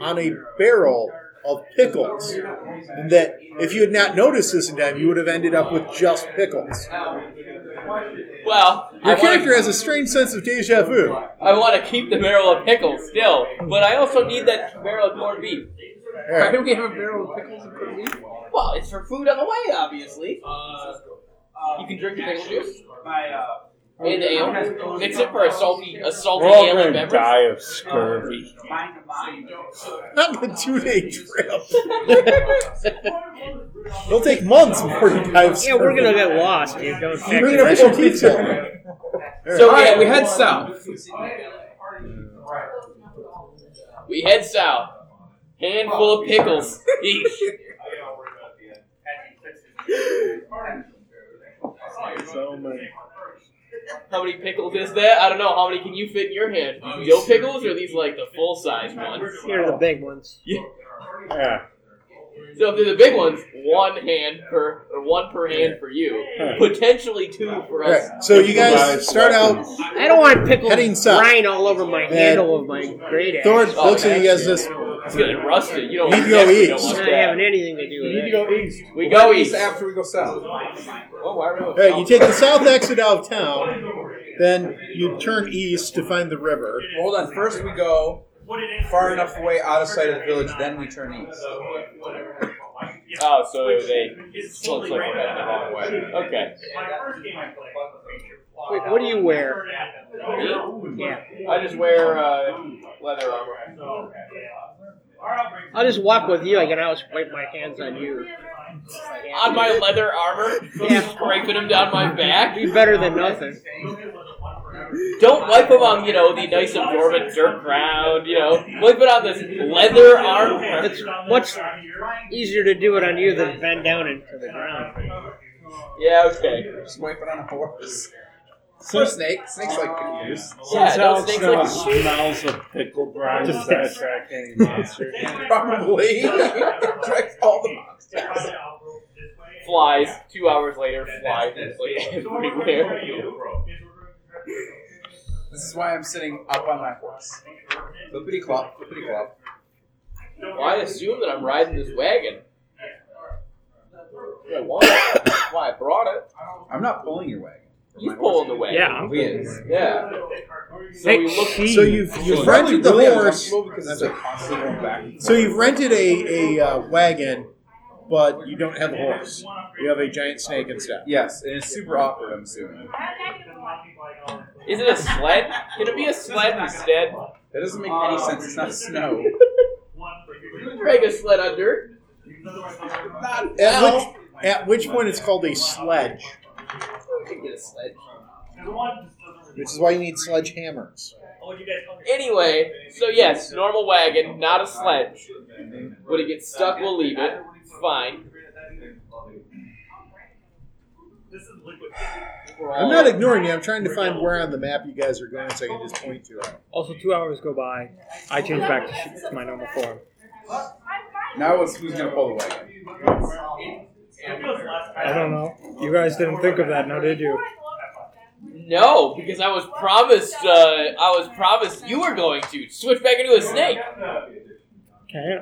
Speaker 1: on a barrel of pickles. And that if you had not noticed this in time, you would have ended up with just pickles.
Speaker 5: Well, I
Speaker 1: Your
Speaker 5: wanna-
Speaker 1: character has a strange sense of deja vu.
Speaker 5: I want to keep the barrel of pickles still, but I also need that barrel of corned beef.
Speaker 4: Why
Speaker 1: Alright.
Speaker 4: do we have a barrel of pickles and corned beef?
Speaker 5: Well, it's for food on the way, obviously. You can drink the pickle juice and ale. Mix it for a salty, a salty
Speaker 3: We're all
Speaker 5: ale and
Speaker 3: gonna
Speaker 5: beverage.
Speaker 3: die of scurvy.
Speaker 1: Not the two day trip. It'll take months before you dive
Speaker 7: Yeah, we're gonna get lost. You don't.
Speaker 1: You bring up more detail.
Speaker 5: So
Speaker 4: All
Speaker 5: we,
Speaker 4: right,
Speaker 5: we,
Speaker 4: we head south.
Speaker 5: we head south. Handful of pickles each.
Speaker 3: So many.
Speaker 5: How many pickles is that? I don't know. How many can you fit in your hand? Dill pickles or are these like the full size ones?
Speaker 7: Here are the big ones.
Speaker 3: Yeah.
Speaker 5: So if they're the big ones, one hand per or one per hand for you. Potentially two for us.
Speaker 1: Alright, so you guys start out.
Speaker 7: I don't want pickles
Speaker 1: Heading south.
Speaker 7: grind all over my handle of my great axe.
Speaker 1: Thor looks at you guys and says,
Speaker 5: It's gonna rust it. You don't
Speaker 1: Need to go
Speaker 5: definitely don't
Speaker 1: eat.
Speaker 7: It's
Speaker 5: want
Speaker 7: not
Speaker 5: that.
Speaker 7: having anything to do with it.
Speaker 3: east.
Speaker 5: We go east.
Speaker 4: after we go south. Oh, why are we
Speaker 1: All right, you take the
Speaker 4: (laughs)
Speaker 1: south exit out of town, then you turn east to find the river.
Speaker 4: Hold on. First, we go far enough away out of sight of the village, then we turn east.
Speaker 5: Oh, so they looks like we're heading the wrong way. Okay.
Speaker 7: Wait, what do you wear?
Speaker 5: Yeah. I just wear uh, leather armor.
Speaker 7: I'll just walk with you. I can always wipe my hands on you.
Speaker 5: On my leather armor,
Speaker 7: Yeah.
Speaker 5: scraping them down my back.
Speaker 7: Be better than nothing.
Speaker 5: Don't wipe them on, you know, the nice absorbent dirt ground, you know. Wipe it on this leather (laughs) armor.
Speaker 7: It's much easier to do it on you than bend down into the ground.
Speaker 5: Yeah, okay.
Speaker 4: Just wipe it on a horse. Or snake. Snakes like confused.
Speaker 5: Yeah,
Speaker 3: Since Alex
Speaker 5: those things
Speaker 3: now
Speaker 5: like-
Speaker 3: smells of pickle brine, does
Speaker 5: (laughs)
Speaker 3: that attract any monsters?
Speaker 4: Probably. (laughs) Attracts all the monsters.
Speaker 5: Flies. Two hours later, flies. It's like everywhere.
Speaker 4: This is why I'm sitting up on my horse. Flippity clop, flippity clop.
Speaker 5: Well, I assume that I'm riding this wagon. I want it. Why (coughs) I brought it.
Speaker 4: I'm not pulling your wagon.
Speaker 5: He's pulling the wagon.
Speaker 6: Yeah. I'm
Speaker 4: He is.
Speaker 5: Yeah. So
Speaker 6: Hey,
Speaker 5: we look.
Speaker 6: she-
Speaker 1: So you've
Speaker 4: It's
Speaker 1: you've
Speaker 4: probably
Speaker 1: rented the
Speaker 4: really
Speaker 1: horse.
Speaker 4: uncomfortable because it's like constantly going back. and
Speaker 1: So you've rented a a uh, wagon, but you don't have a horse. You have a giant snake instead.
Speaker 4: forth. Yes, and it's super awkward, I'm assuming.
Speaker 5: Is it a sled? Can it be a sled instead?
Speaker 4: That doesn't make any sense. It's not snow.
Speaker 5: Drag a sled on dirt.
Speaker 4: not
Speaker 1: At which at which point it's called a sledge,
Speaker 5: We could get a sled.
Speaker 1: which is why you need sledgehammers.
Speaker 5: Anyway, so yes, normal wagon, not a sledge. When it gets stuck, we'll leave it. Fine. We're all-
Speaker 1: I'm not ignoring you. I'm trying to find where on the map you guys are going, so I can just point to it.
Speaker 6: Also, two hours go by. I change back to sh- to my normal form.
Speaker 4: Now it's who's gonna pull the wagon.
Speaker 6: I don't know. You guys didn't think of that, now did you?
Speaker 5: No, because I was promised. Uh, I was promised you were going to switch back into a snake.
Speaker 6: Okay.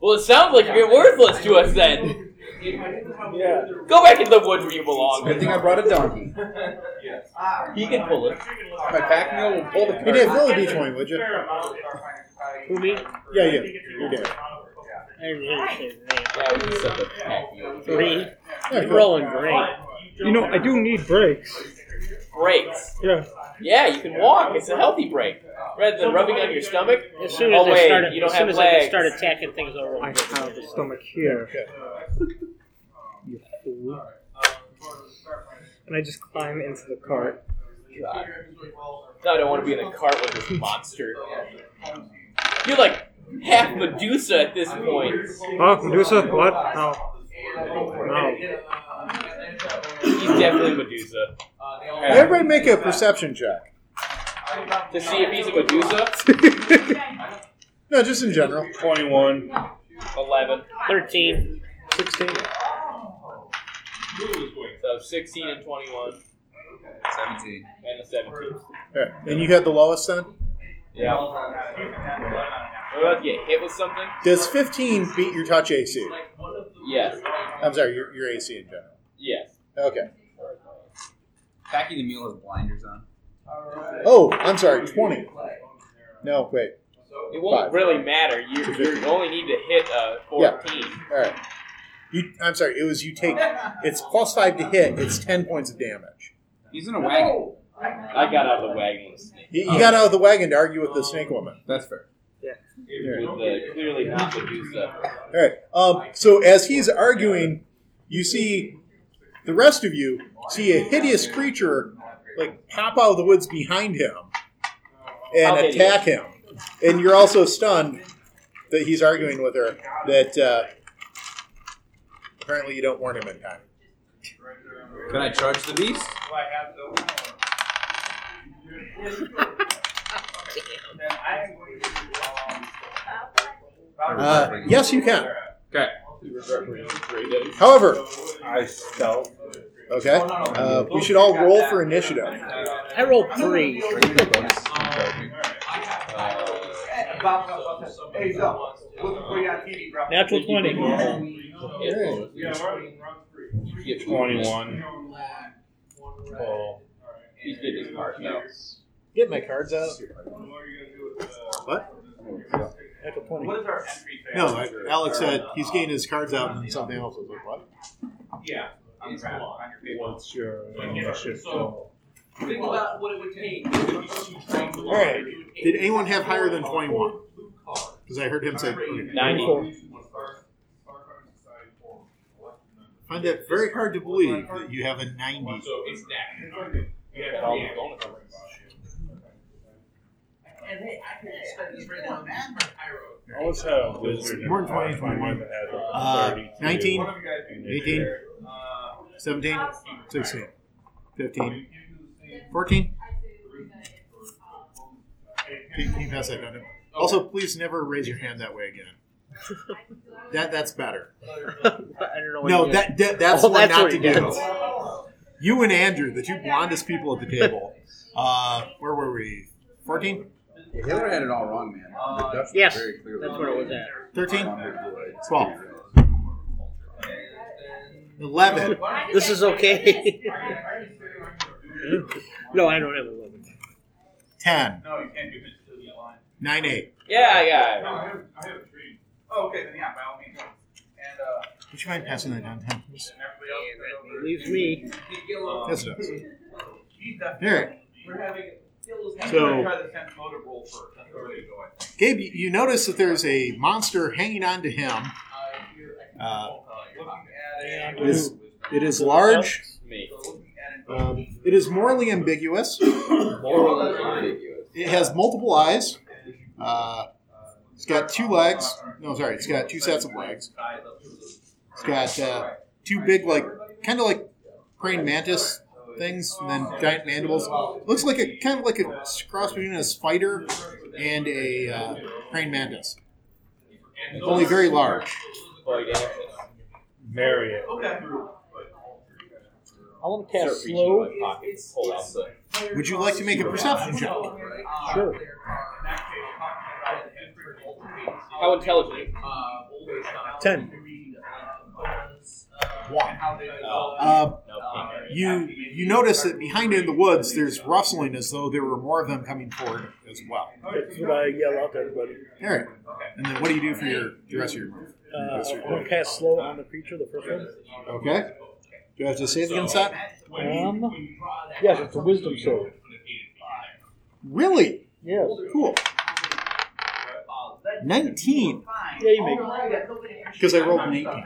Speaker 5: Well, it sounds like you're worthless to us then.
Speaker 2: Yeah.
Speaker 5: Go back in the woods where you belong.
Speaker 4: Good thing I brought a donkey.
Speaker 5: He can pull it.
Speaker 4: My pack mule will pull the
Speaker 1: You
Speaker 4: cart.
Speaker 1: did roll a d20, would you?
Speaker 7: Who me?
Speaker 1: Yeah, yeah. You did.
Speaker 7: I didn't hear you say his name.
Speaker 5: Yeah, we just set the pack mule.
Speaker 7: Three.
Speaker 1: Yeah,
Speaker 7: You're
Speaker 1: cool.
Speaker 7: rolling great.
Speaker 6: You know, I do need breaks.
Speaker 5: Brakes.
Speaker 6: Yeah.
Speaker 5: Yeah, you can walk. It's a healthy break. Rather than rubbing on your stomach.
Speaker 7: As soon as
Speaker 5: Oh,
Speaker 7: I
Speaker 5: wait,
Speaker 7: started,
Speaker 5: you don't
Speaker 7: as soon
Speaker 5: have
Speaker 7: as I
Speaker 5: legs.
Speaker 7: could start attacking things over,
Speaker 6: I
Speaker 7: I
Speaker 6: have a stomach here. you fool. And I just climb into the cart.
Speaker 5: God. No, I don't want to be in a cart with this monster. You're like half Medusa at this point.
Speaker 6: Oh, Medusa, what? No. No.
Speaker 5: He's definitely Medusa.
Speaker 1: Everybody make a perception
Speaker 4: (laughs)
Speaker 1: check.
Speaker 5: To see if he's a Medusa,
Speaker 1: No, just in general.
Speaker 3: 21.
Speaker 5: 11.
Speaker 7: thirteen.
Speaker 6: 16.
Speaker 5: So 16 and 21
Speaker 4: Seventeen.
Speaker 5: and a 17.
Speaker 1: Yeah. And you had the lowest then?
Speaker 5: Yeah. We're about to get hit with something?
Speaker 1: Does 15 beat your touch AC?
Speaker 5: Yes.
Speaker 1: I'm sorry, your, your AC in general.
Speaker 5: Yes.
Speaker 1: Okay.
Speaker 4: Packing the mule has blinders on.
Speaker 1: Oh, I'm sorry, 20. No, wait.
Speaker 5: It won't
Speaker 1: Five.
Speaker 5: really matter. You, you only need to hit a 14.
Speaker 1: All right. You, I'm sorry, it was you take. It's plus 5 to hit, it's 10 points of damage.
Speaker 4: He's in a wagon.
Speaker 5: I got out of the wagon with, snake,
Speaker 1: You, you got out of the wagon to argue with the snake woman.
Speaker 4: That's fair.
Speaker 1: Yeah.
Speaker 5: with the clearly not Medusa.
Speaker 1: All right. Um, so as he's arguing, you see the rest of you see a hideous creature like pop out of the woods behind him and
Speaker 5: How hideous?
Speaker 1: attack him, and you're also stunned that he's arguing with her that uh, apparently you don't warn him in time.
Speaker 4: Can I charge the beast?
Speaker 1: Uh, yes, you can.
Speaker 4: Okay.
Speaker 1: However,
Speaker 3: I stealth.
Speaker 1: okay, uh, we should all roll for initiative.
Speaker 7: I rolled three.
Speaker 4: Regular bonus is invoking. Uh,
Speaker 7: Natural twenty.
Speaker 1: Alright.
Speaker 5: Get
Speaker 3: 21. Oh.
Speaker 5: He did his part, no.
Speaker 1: Get my cards out. What? No, I- Alex said he's getting his cards out, and then something else was like, "What?"
Speaker 11: Yeah. I'm proud.
Speaker 3: What's your initiative?
Speaker 11: So- Think about what it would take. All
Speaker 1: right. Did anyone have higher than 21? Because I heard him say, okay.
Speaker 5: 90.
Speaker 1: I find that very hard to believe that you have a 90.
Speaker 11: So it's that.
Speaker 5: Got all the bonus numbers.
Speaker 11: And hey, I can spend this right now.
Speaker 3: I always have a wizard.
Speaker 1: More than 20,
Speaker 3: in my
Speaker 1: 21.
Speaker 3: mind that has a
Speaker 1: Uh,
Speaker 3: 32.
Speaker 1: 19,
Speaker 11: One of you guys
Speaker 1: 18, 17, 16, 15, 14. Can can you pass that down to him? Also, please never raise your hand that way again. That that's better.
Speaker 7: I don't know. What
Speaker 1: No,
Speaker 7: you did.
Speaker 1: that, that that's
Speaker 7: Oh,
Speaker 1: what
Speaker 7: that's
Speaker 1: not
Speaker 7: what
Speaker 1: to
Speaker 7: he did.
Speaker 1: do. You and Andrew, the two blondest people at the table. Uh, where were we? 14?
Speaker 4: Taylor had it all wrong, man. The Dutch was
Speaker 7: Yes,
Speaker 4: very clearly
Speaker 7: that's where it was at.
Speaker 1: 13?
Speaker 4: Blonde-haired
Speaker 1: 12.
Speaker 4: boy.
Speaker 1: 11.
Speaker 7: This is okay. (laughs) no, I don't have eleven.
Speaker 1: 10.
Speaker 11: No, you can't do this to the line.
Speaker 1: 9, 8.
Speaker 5: Yeah, I got it.
Speaker 11: I have, I have a dream. Oh, okay, then yeah, by all means. And, uh,
Speaker 1: Would you mind passing that down to him?
Speaker 11: and everybody else.
Speaker 7: And
Speaker 11: is
Speaker 7: that
Speaker 11: over.
Speaker 7: leaves me.
Speaker 1: Yes, it does.
Speaker 11: He's definitely.
Speaker 1: All right.
Speaker 11: We're having.
Speaker 1: So-
Speaker 11: try the tenth motor roll first. That's where they go.
Speaker 1: Gabe, you- you notice that there's a monster hanging on to him. Uh,
Speaker 11: Looking
Speaker 1: it, is, it is large.
Speaker 5: Me.
Speaker 1: Um, it is morally ambiguous.
Speaker 4: Morally ambiguous.
Speaker 1: It has multiple eyes. Uh, it's got two legs. No, sorry. It's got two sets of legs. It's got uh, two big, like, kind of like praying mantis things, and then giant mandibles. Looks like a kind of like a cross between a spider and a uh, praying mantis. Only very large.
Speaker 5: Boy, damn it.
Speaker 3: Marry it.
Speaker 2: I want to cast
Speaker 5: Start reaching
Speaker 2: slow.
Speaker 5: in my pockets, pull out the-
Speaker 1: Would you like to make a perception check?
Speaker 2: Sure.
Speaker 5: How intelligent?
Speaker 2: Ten.
Speaker 1: one.
Speaker 5: Oh,
Speaker 1: Uh,
Speaker 5: no, can't carry it.
Speaker 1: you you notice that behind it in the woods, there's rustling as though there were more of them coming forward as well.
Speaker 2: That's what I yell out to everybody.
Speaker 1: All right. And then what do you do for your the rest of your move?
Speaker 2: Uh, I'm gonna cast slow on the creature, the first one.
Speaker 1: Okay. Do I have to save against that?
Speaker 2: Um, yes, it's a wisdom sword.
Speaker 1: Really?
Speaker 2: Yes.
Speaker 1: Cool. Nineteen.
Speaker 6: Ah,
Speaker 2: Yeah, you make it.
Speaker 1: Because I rolled an eighteen.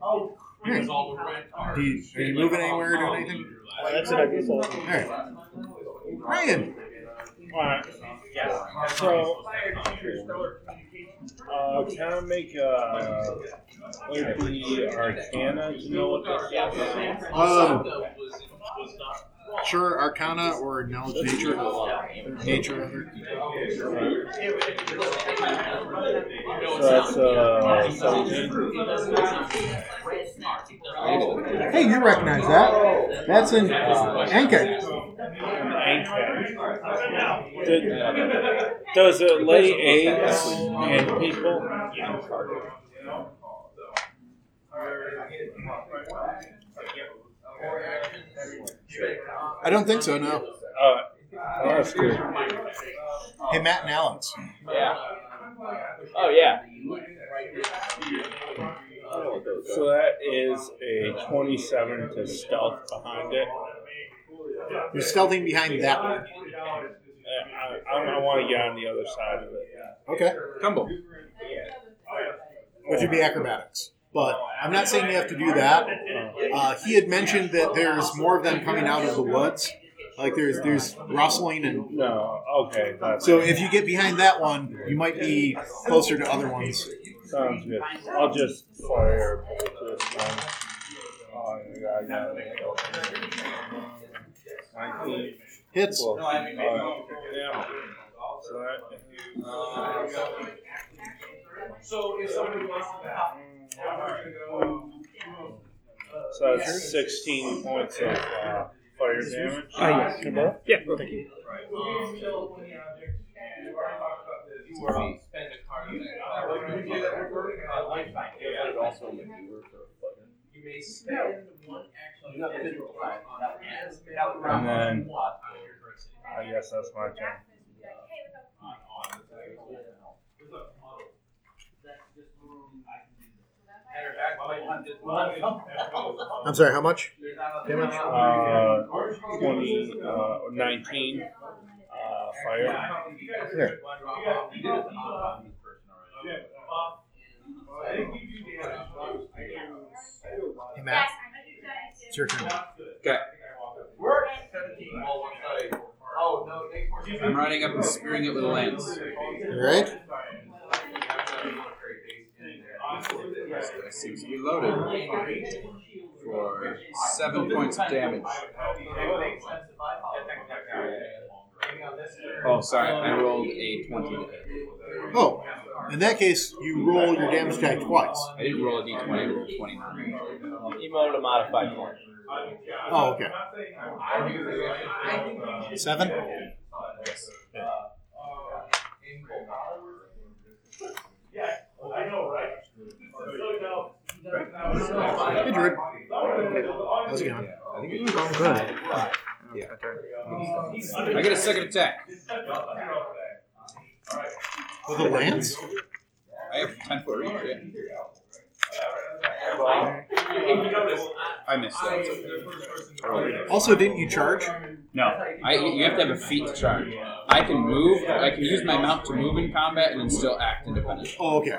Speaker 11: Oh,
Speaker 1: All right. Do you, are you moving anywhere or doing anything?
Speaker 2: Uh, That's an idea. So,
Speaker 1: All right. Ryan.
Speaker 3: Alright, so, uh, can I make, uh, like the arcana to know what this is?
Speaker 1: Um, sure, Arcana or Knowledge Nature. Nature. rather.
Speaker 3: So that's, uh, seventeen.
Speaker 1: Hey, you recognize that? That's in uh, Anka.
Speaker 3: Did- Does it lay eggs in people?
Speaker 1: I don't think so. No.
Speaker 3: Uh, that's cool.
Speaker 1: Hey, Matt and Alex.
Speaker 5: yeah. Oh yeah.
Speaker 3: So that is a twenty-seven to stealth behind it. Uh,
Speaker 1: You're stealthing behind that one.
Speaker 3: I, I, I want to get on the other side of it.
Speaker 1: Okay.
Speaker 4: Tumble.
Speaker 1: Which would be acrobatics. But I'm not saying you have to do that. Uh, he had mentioned that there's more of them coming out of the woods. Like there's there's rustling and
Speaker 3: No, okay, that
Speaker 1: so if you get behind that one, you might be closer to other ones.
Speaker 3: sounds good. I'll just fire a bolt this time. Oh, yeah, yeah. Nineteen.
Speaker 1: Hits.
Speaker 3: Well, alright. Yeah. So that-
Speaker 11: So if somebody wants to help,
Speaker 3: Mm. So that's 16 points of uh, fire damage.
Speaker 6: Ah, yes. Yeah, thank you.
Speaker 11: you may spend one action.
Speaker 3: And then I guess that's my turn.
Speaker 1: I'm sorry, how much?
Speaker 3: Uh, 20, uh, 19 uh, fire.
Speaker 1: Here. Hey Matt, it's your turn.
Speaker 4: I'm riding up and spearing it with a lance.
Speaker 1: You right?
Speaker 4: That seems to be loaded for seven points of damage. Oh, sorry, I rolled a 20 to hit.
Speaker 1: Oh, in that case, you roll your damage die twice.
Speaker 4: I didn't roll a d20, I rolled 29.
Speaker 5: He rolled a modified point.
Speaker 1: Oh, okay. Seven? Hey, Drew. How's it going?
Speaker 4: I think it-
Speaker 6: I'm good.
Speaker 4: Yeah.
Speaker 6: My turn.
Speaker 4: I get a second attack.
Speaker 1: With a lance?
Speaker 4: I have 10 foot reach. Yeah. I missed that. it's okay. I rolled it.
Speaker 1: Also, didn't you charge?
Speaker 4: No, I, you have to have a feat to charge. I can move. I can use my mount to move in combat and then still act independently.
Speaker 1: Oh, okay.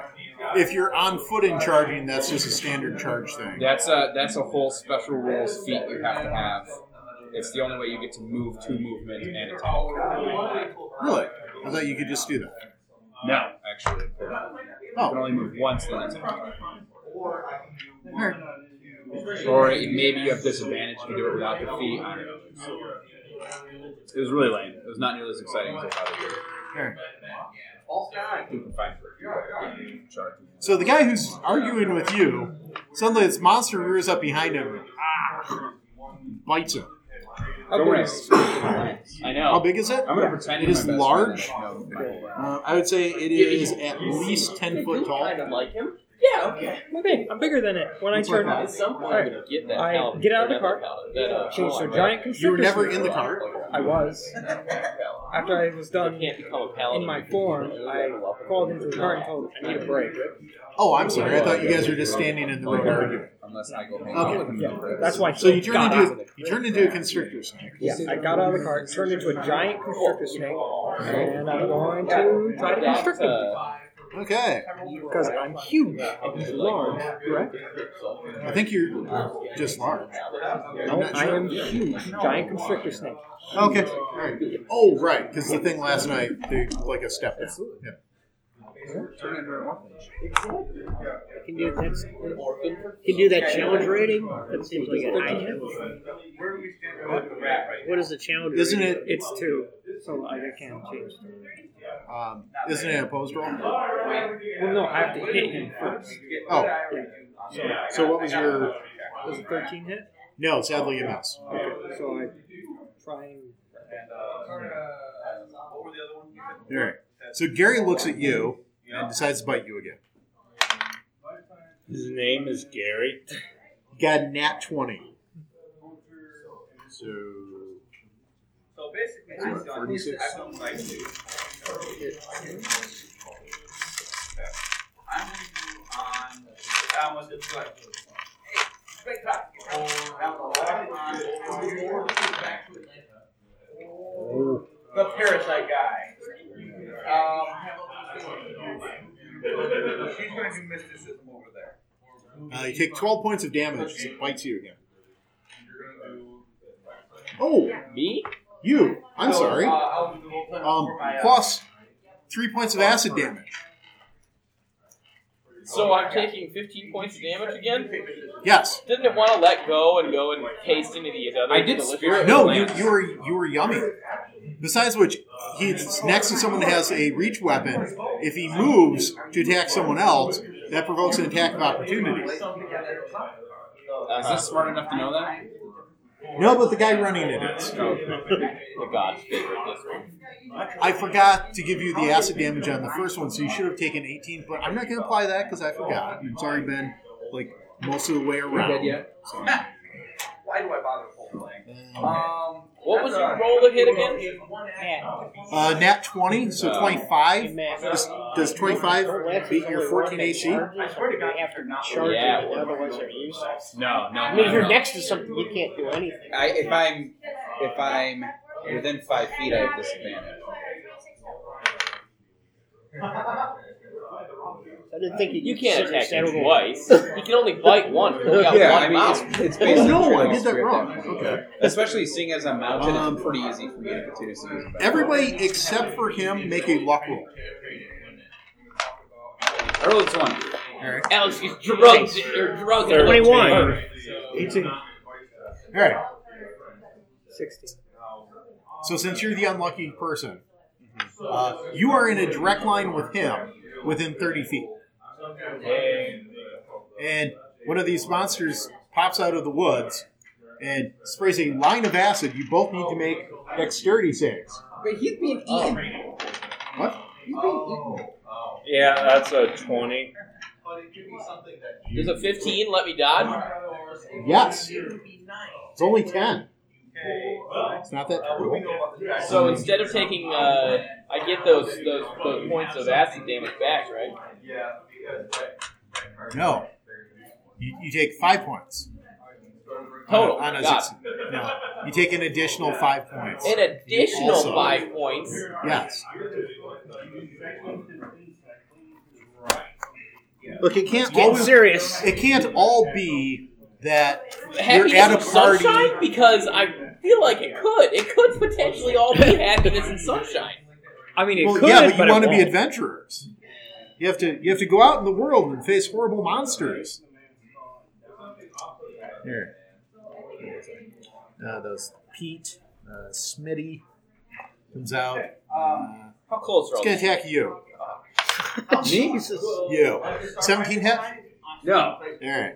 Speaker 1: If you're on foot in charging, that's just a standard charge thing.
Speaker 4: That's a that's a whole special rules feat you have to have. It's the only way you get to move two movement and attack.
Speaker 1: Really? I thought you could just do that.
Speaker 4: No, actually, you can
Speaker 1: Oh,
Speaker 4: only move once then attack.
Speaker 1: alright.
Speaker 4: Or it- maybe you have disadvantage if you do it without the feat. I don't know. It was really lame. It was not nearly as exciting as I thought it would.
Speaker 1: Sure.
Speaker 4: You can find for charge.
Speaker 1: So the guy who's arguing with you, suddenly this monster rears up behind him and ah, bites him.
Speaker 4: Don't worry. I'm
Speaker 5: I
Speaker 1: How
Speaker 5: know.
Speaker 1: big is it?
Speaker 4: gonna pretend
Speaker 1: It
Speaker 4: I'm
Speaker 1: is
Speaker 4: my best
Speaker 1: large.
Speaker 4: friend and I know my whole life.
Speaker 1: Uh, I would say it is at least 10 foot tall.
Speaker 5: Kind of like him. Yeah, okay.
Speaker 6: Okay, I'm bigger than it. When I turn,
Speaker 5: At some point, I'm gonna get that.
Speaker 6: I
Speaker 5: paladin,
Speaker 6: get out of the
Speaker 5: another
Speaker 6: cart,
Speaker 5: paladin, that, uh,
Speaker 6: change to a
Speaker 5: paladin.
Speaker 6: giant
Speaker 1: You
Speaker 6: constrictor.
Speaker 1: were never in
Speaker 6: suit.
Speaker 1: the cart.
Speaker 11: (laughs)
Speaker 6: I was. After I was
Speaker 5: You
Speaker 6: done
Speaker 5: can't become a paladin
Speaker 6: in my form, I crawled into the cart and told I need a break.
Speaker 1: Oh, I'm sorry. I thought you guys were just standing in the road arguing.
Speaker 4: Unless I go hang
Speaker 1: Okay.
Speaker 4: out with him.
Speaker 6: Yeah, that's why.
Speaker 1: So you
Speaker 6: got
Speaker 1: turned
Speaker 6: out.
Speaker 1: into you turned into a constrictor snake.
Speaker 6: Yeah, I got out of the cart, turned into a giant constrictor snake, and I'm going to try to constrict him
Speaker 5: Uh,
Speaker 1: Okay,
Speaker 6: because I'm huge.
Speaker 5: large,
Speaker 6: correct?
Speaker 1: I think you're just large.
Speaker 6: No, I am huge. Giant constrictor snake.
Speaker 1: Okay, all right. Oh, right, because the thing last night they like a step down. Yeah.
Speaker 7: I can do that's can do that challenge rating. That seems like an high challenge. What is the challenge?
Speaker 1: Isn't
Speaker 7: rating?
Speaker 1: it?
Speaker 6: It's two, so I can't change.
Speaker 1: Um, isn't it an opposed roll?
Speaker 6: Well, no, I have to hit him first.
Speaker 1: Oh, so what was your?
Speaker 6: Does a 13 hit?
Speaker 1: No, sadly you miss.
Speaker 6: Okay, so I try and.
Speaker 1: All right. So Gary looks at you and decides to bite you again.
Speaker 3: His name is Gary.
Speaker 1: Got a nat twenty. So
Speaker 11: So basically, I
Speaker 1: (laughs) What,
Speaker 11: still-
Speaker 1: 46?
Speaker 11: I don't like to. I'm with you on. I almost did like. Great talk. I'm on- The parasite guy. Um, she's gonna do mysticism over there.
Speaker 1: uh, you take twelve points of damage as it bites you again. Oh,
Speaker 5: me?
Speaker 1: you! I'm
Speaker 11: So,
Speaker 1: sorry.
Speaker 11: Uh, I'll do the whole thing
Speaker 1: Um,
Speaker 11: for my, uh,
Speaker 1: plus three points of acid damage.
Speaker 5: So I'm taking 15 points of damage again.
Speaker 1: Yes.
Speaker 5: Didn't it want to let go and go and taste into the other?
Speaker 4: I did
Speaker 5: delicious-
Speaker 4: spirit-
Speaker 1: No, you, you were you were yummy. Besides which, he's next to someone that has a reach weapon. If he moves to attack someone else, that provokes an attack of opportunity.
Speaker 4: Is this smart enough to know that? Oh.
Speaker 1: No, but the guy running it is.
Speaker 5: The god's favorite. This one.
Speaker 1: I forgot to give you the acid damage on the first one, so you should have taken 18. But I'm not going to apply that because I forgot. It's already been like most of the way around.
Speaker 4: Dead yet?
Speaker 11: Why do I bother full playing? Um,
Speaker 5: What was your roll to hit again?
Speaker 1: Uh, nat 20, so
Speaker 4: Uh,
Speaker 1: 25.
Speaker 7: Matt,
Speaker 1: Does, does 25 beat your 14 AC?
Speaker 11: I swear to God,
Speaker 7: They have to
Speaker 11: not
Speaker 7: charge
Speaker 5: Yeah,
Speaker 7: it,
Speaker 5: well.
Speaker 7: otherwise they're useless.
Speaker 4: No,
Speaker 7: I
Speaker 4: no.
Speaker 7: mean, if you're
Speaker 4: no.
Speaker 7: next to something, you can't do anything.
Speaker 4: I, if I'm if I'm within five feet, I have disadvantage.
Speaker 7: I didn't think you
Speaker 5: You
Speaker 7: could
Speaker 5: can't
Speaker 7: consider
Speaker 5: attack him
Speaker 7: settle-
Speaker 5: twice. You can only bite once.
Speaker 4: (laughs)
Speaker 5: You only got
Speaker 4: Yeah,
Speaker 5: one
Speaker 4: I mean,
Speaker 5: mouth.
Speaker 4: it's, it's
Speaker 1: Oh,
Speaker 4: basically
Speaker 1: no, I
Speaker 4: trivial
Speaker 1: did that
Speaker 4: spirit at
Speaker 1: wrong.
Speaker 4: point.
Speaker 1: Okay.
Speaker 4: Especially seeing as I'm mounted,
Speaker 1: Um,
Speaker 4: it's pretty easy for me to continue to use.
Speaker 1: Everybody except for him make a luck roll.
Speaker 4: I rolled one.
Speaker 5: Alex is drugged. Or drugged. at
Speaker 7: 21.
Speaker 5: her.
Speaker 1: 18. All right.
Speaker 6: 60.
Speaker 1: So since you're the unlucky person, uh, you are in a direct line with him within 30 feet. And one of these monsters pops out of the woods and sprays a line of acid. You both need to make dexterity saves.
Speaker 4: But he's being eaten.
Speaker 1: What?
Speaker 3: Yeah, that's a twenty.
Speaker 5: Does a 15 let me dodge?
Speaker 1: Yes. It's only 10. It's not that terrible.
Speaker 5: So instead of taking, uh, I get those those those points of acid damage back, right?
Speaker 1: No. You, you take five points.
Speaker 5: Total.
Speaker 1: On a
Speaker 5: God.
Speaker 1: six- no. You take an additional five points.
Speaker 5: An additional
Speaker 1: Also-
Speaker 5: five points.
Speaker 1: Yes. Look, it can't
Speaker 7: Getting
Speaker 1: always,
Speaker 7: serious.
Speaker 1: it can't all be that
Speaker 5: Happiness
Speaker 1: you're at
Speaker 5: and
Speaker 1: a party.
Speaker 5: sunshine because I feel like it could. It could potentially all
Speaker 1: (laughs)
Speaker 5: be happiness and sunshine.
Speaker 6: I mean, it
Speaker 1: Well,
Speaker 6: could,
Speaker 1: yeah, but you
Speaker 6: it
Speaker 1: want to be
Speaker 6: won't.
Speaker 1: adventurers. You have to you have to go out in the world and face horrible monsters. Here, uh, those Pete, uh, Smitty comes out. Uh,
Speaker 5: How close
Speaker 1: it's
Speaker 5: are all
Speaker 1: gonna
Speaker 5: these?
Speaker 1: attack you.
Speaker 7: Jesus.
Speaker 1: You. Seventeen hit.
Speaker 4: No,
Speaker 1: All right.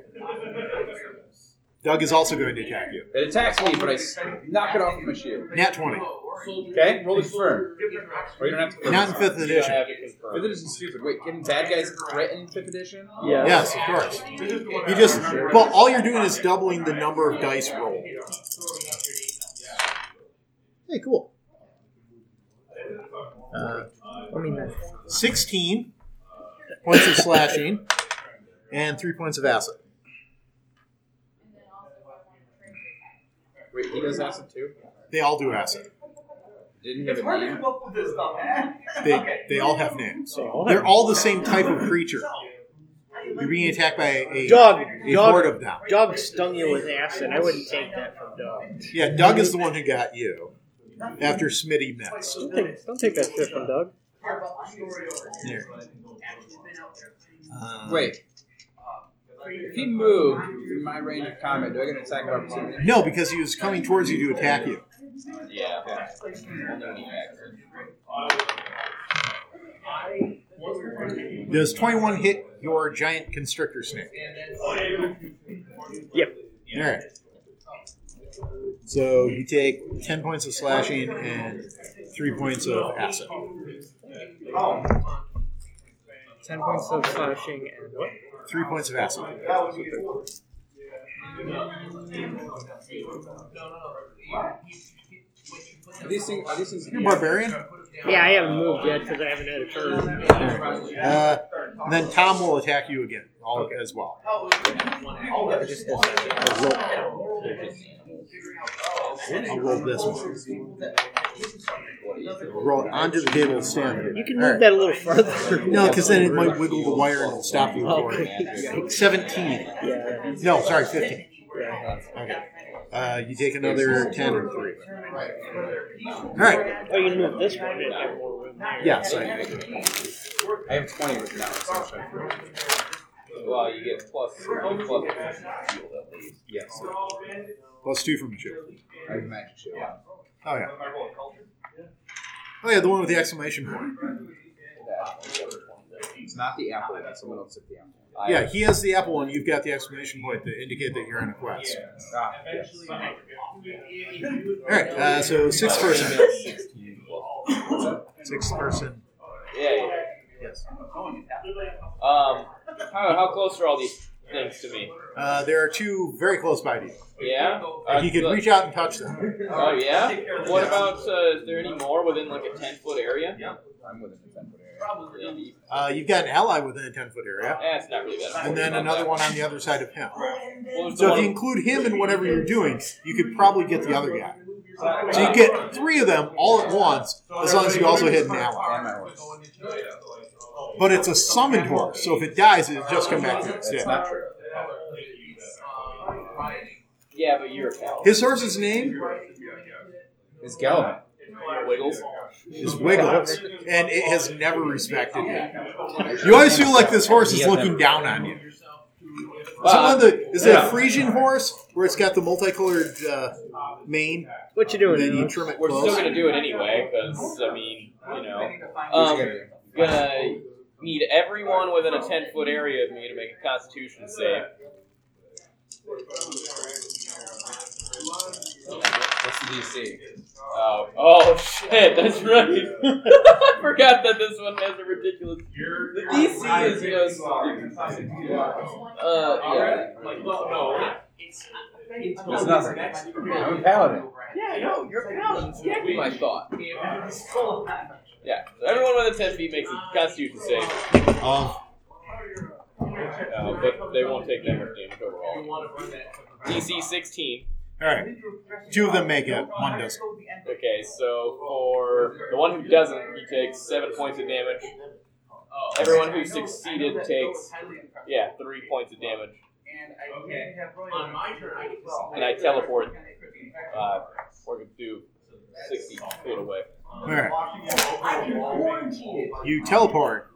Speaker 1: Doug is also going to attack you.
Speaker 4: it attacks me, but I s- knock it off from my shield.
Speaker 1: Nat 20.
Speaker 4: Okay, roll to confirm. Or you don't have to.
Speaker 1: Not in fifth
Speaker 5: You don't
Speaker 1: edition.
Speaker 5: have it confirmed.
Speaker 4: Fifth edition is stupid. Wait, can bad guys threaten fifth edition?
Speaker 2: Yeah.
Speaker 1: Yes, of course. You just well, all you're doing is doubling the number of dice rolled. Hey, cool. Uh,
Speaker 6: I mean, that's
Speaker 1: Sixteen points of slashing and three points of acid.
Speaker 4: Wait, he does acid too.
Speaker 1: They all do acid.
Speaker 4: Didn't he have
Speaker 11: It's
Speaker 4: a
Speaker 11: hard to
Speaker 4: name?
Speaker 11: come up with this stuff, man.
Speaker 1: They
Speaker 11: okay.
Speaker 1: they all have names.
Speaker 2: So,
Speaker 1: They're all the same type of creature. You're being attacked by a,
Speaker 6: Dog.
Speaker 1: a
Speaker 6: Dog.
Speaker 1: horde of them.
Speaker 6: Doug stung you with acid. I wouldn't take that from Doug.
Speaker 1: Yeah, Doug is the one who got you after Smitty missed.
Speaker 2: don't take, don't take that shit from Doug.
Speaker 1: There. Uh,
Speaker 4: Wait. If he moved in my range of combat, do I get an attack of opportunity?
Speaker 1: No, because he was coming towards you to attack you.
Speaker 5: Yeah.
Speaker 1: Does 21 hit your giant constrictor snake?
Speaker 2: Yep.
Speaker 1: All right. So you take 10 points of slashing and 3 points of acid.
Speaker 6: Ten points of slashing and what?
Speaker 1: 3 points of acid.
Speaker 4: Are these things? Are these things?
Speaker 1: You're a barbarian?
Speaker 6: Yeah, I haven't moved yet because I haven't had a turn.
Speaker 1: Uh, and then Tom will attack you again all, as well. I'll roll this one. Roll it onto the table and stand it.
Speaker 6: You can move that a
Speaker 1: (laughs)
Speaker 6: little further.
Speaker 1: No, because then it might wiggle the wire and it'll stop you.
Speaker 6: Okay.
Speaker 1: recording. 17.
Speaker 6: Yeah.
Speaker 1: No, sorry, 15. Okay. Uh, you take another 10 or 3. All right.
Speaker 6: Oh, you can move this one. It'd have more room.
Speaker 1: Yes. I,
Speaker 4: I have twenty written down. So I'm trying to-
Speaker 5: Well, you get plus plus plus shield at least.
Speaker 4: yes,
Speaker 1: plus 2 from the shield.
Speaker 4: I have a magic shield.
Speaker 1: Oh, yeah. Oh, yeah, the one with the exclamation point.
Speaker 4: It's not the apple. That's someone else took the apple.
Speaker 1: Yeah, he has the apple one. You've got the exclamation point to indicate that you're on a quest.
Speaker 4: Ah, yes.
Speaker 1: All right. Uh, so, sixth person. Sixth person.
Speaker 5: Yeah. yeah.
Speaker 1: Yes.
Speaker 5: Um, how, how close are all these things to me?
Speaker 1: Uh, there are two very close by to you.
Speaker 5: Yeah. Uh,
Speaker 1: He could
Speaker 5: look-
Speaker 1: reach out and touch them.
Speaker 5: Oh yeah. What about? Uh, is there any more within like a ten foot area?
Speaker 4: I'm within the ten foot area.
Speaker 1: Uh, you've got an ally within a 10 foot area,
Speaker 5: That's not really bad.
Speaker 1: and then another one on the other side of him.
Speaker 5: Well, there's the
Speaker 1: So if
Speaker 5: one-
Speaker 1: you include him in whatever you're doing, you could probably get the other guy. So you get three of them all at once, as long as you also hit an ally.
Speaker 4: And my horse.
Speaker 1: But it's a summoned horse, so if it dies, it'll just come back to its
Speaker 4: That's
Speaker 1: death.
Speaker 4: not true.
Speaker 5: yeah, but you're a cow.
Speaker 1: His horse's name
Speaker 4: It's Galvin.
Speaker 5: Wiggles.
Speaker 1: is Wiggles, and it has never respected you. You always feel like this horse is looking down on you. Is it, one
Speaker 5: Uh,
Speaker 1: of the, is it a Frisian horse where it's got the multicolored uh, mane,
Speaker 6: What you
Speaker 1: and
Speaker 6: doing?
Speaker 1: then you
Speaker 6: Alan?
Speaker 1: trim it
Speaker 5: We're still
Speaker 1: close?
Speaker 5: gonna do it anyway, because I mean, you know,
Speaker 4: Who's he
Speaker 5: um,
Speaker 4: gonna be?
Speaker 5: gonna need everyone within a ten foot area of me to make a Constitution save.
Speaker 4: What's the DC?
Speaker 5: Oh, oh shit, that's right. (laughs) I forgot that this one has a ridiculous. The DC is just. Uh, yeah.
Speaker 4: It's nothing. I'm a paladin.
Speaker 5: Yeah, no, you're a paladin. That's exactly my thought. Yeah, so everyone within 10 feet makes a constitution save.
Speaker 1: Oh,
Speaker 5: Uh, but they won't take that much damage overall. DC 16.
Speaker 1: all right. Two of them make it, one doesn't.
Speaker 5: Okay, so for the one who doesn't, he takes 7 points of damage. Everyone who succeeded takes, yeah, 3 points of damage.
Speaker 11: On my turn, I get to-
Speaker 5: And I teleport. Uh, or could do 60 feet away.
Speaker 1: All right. You teleport,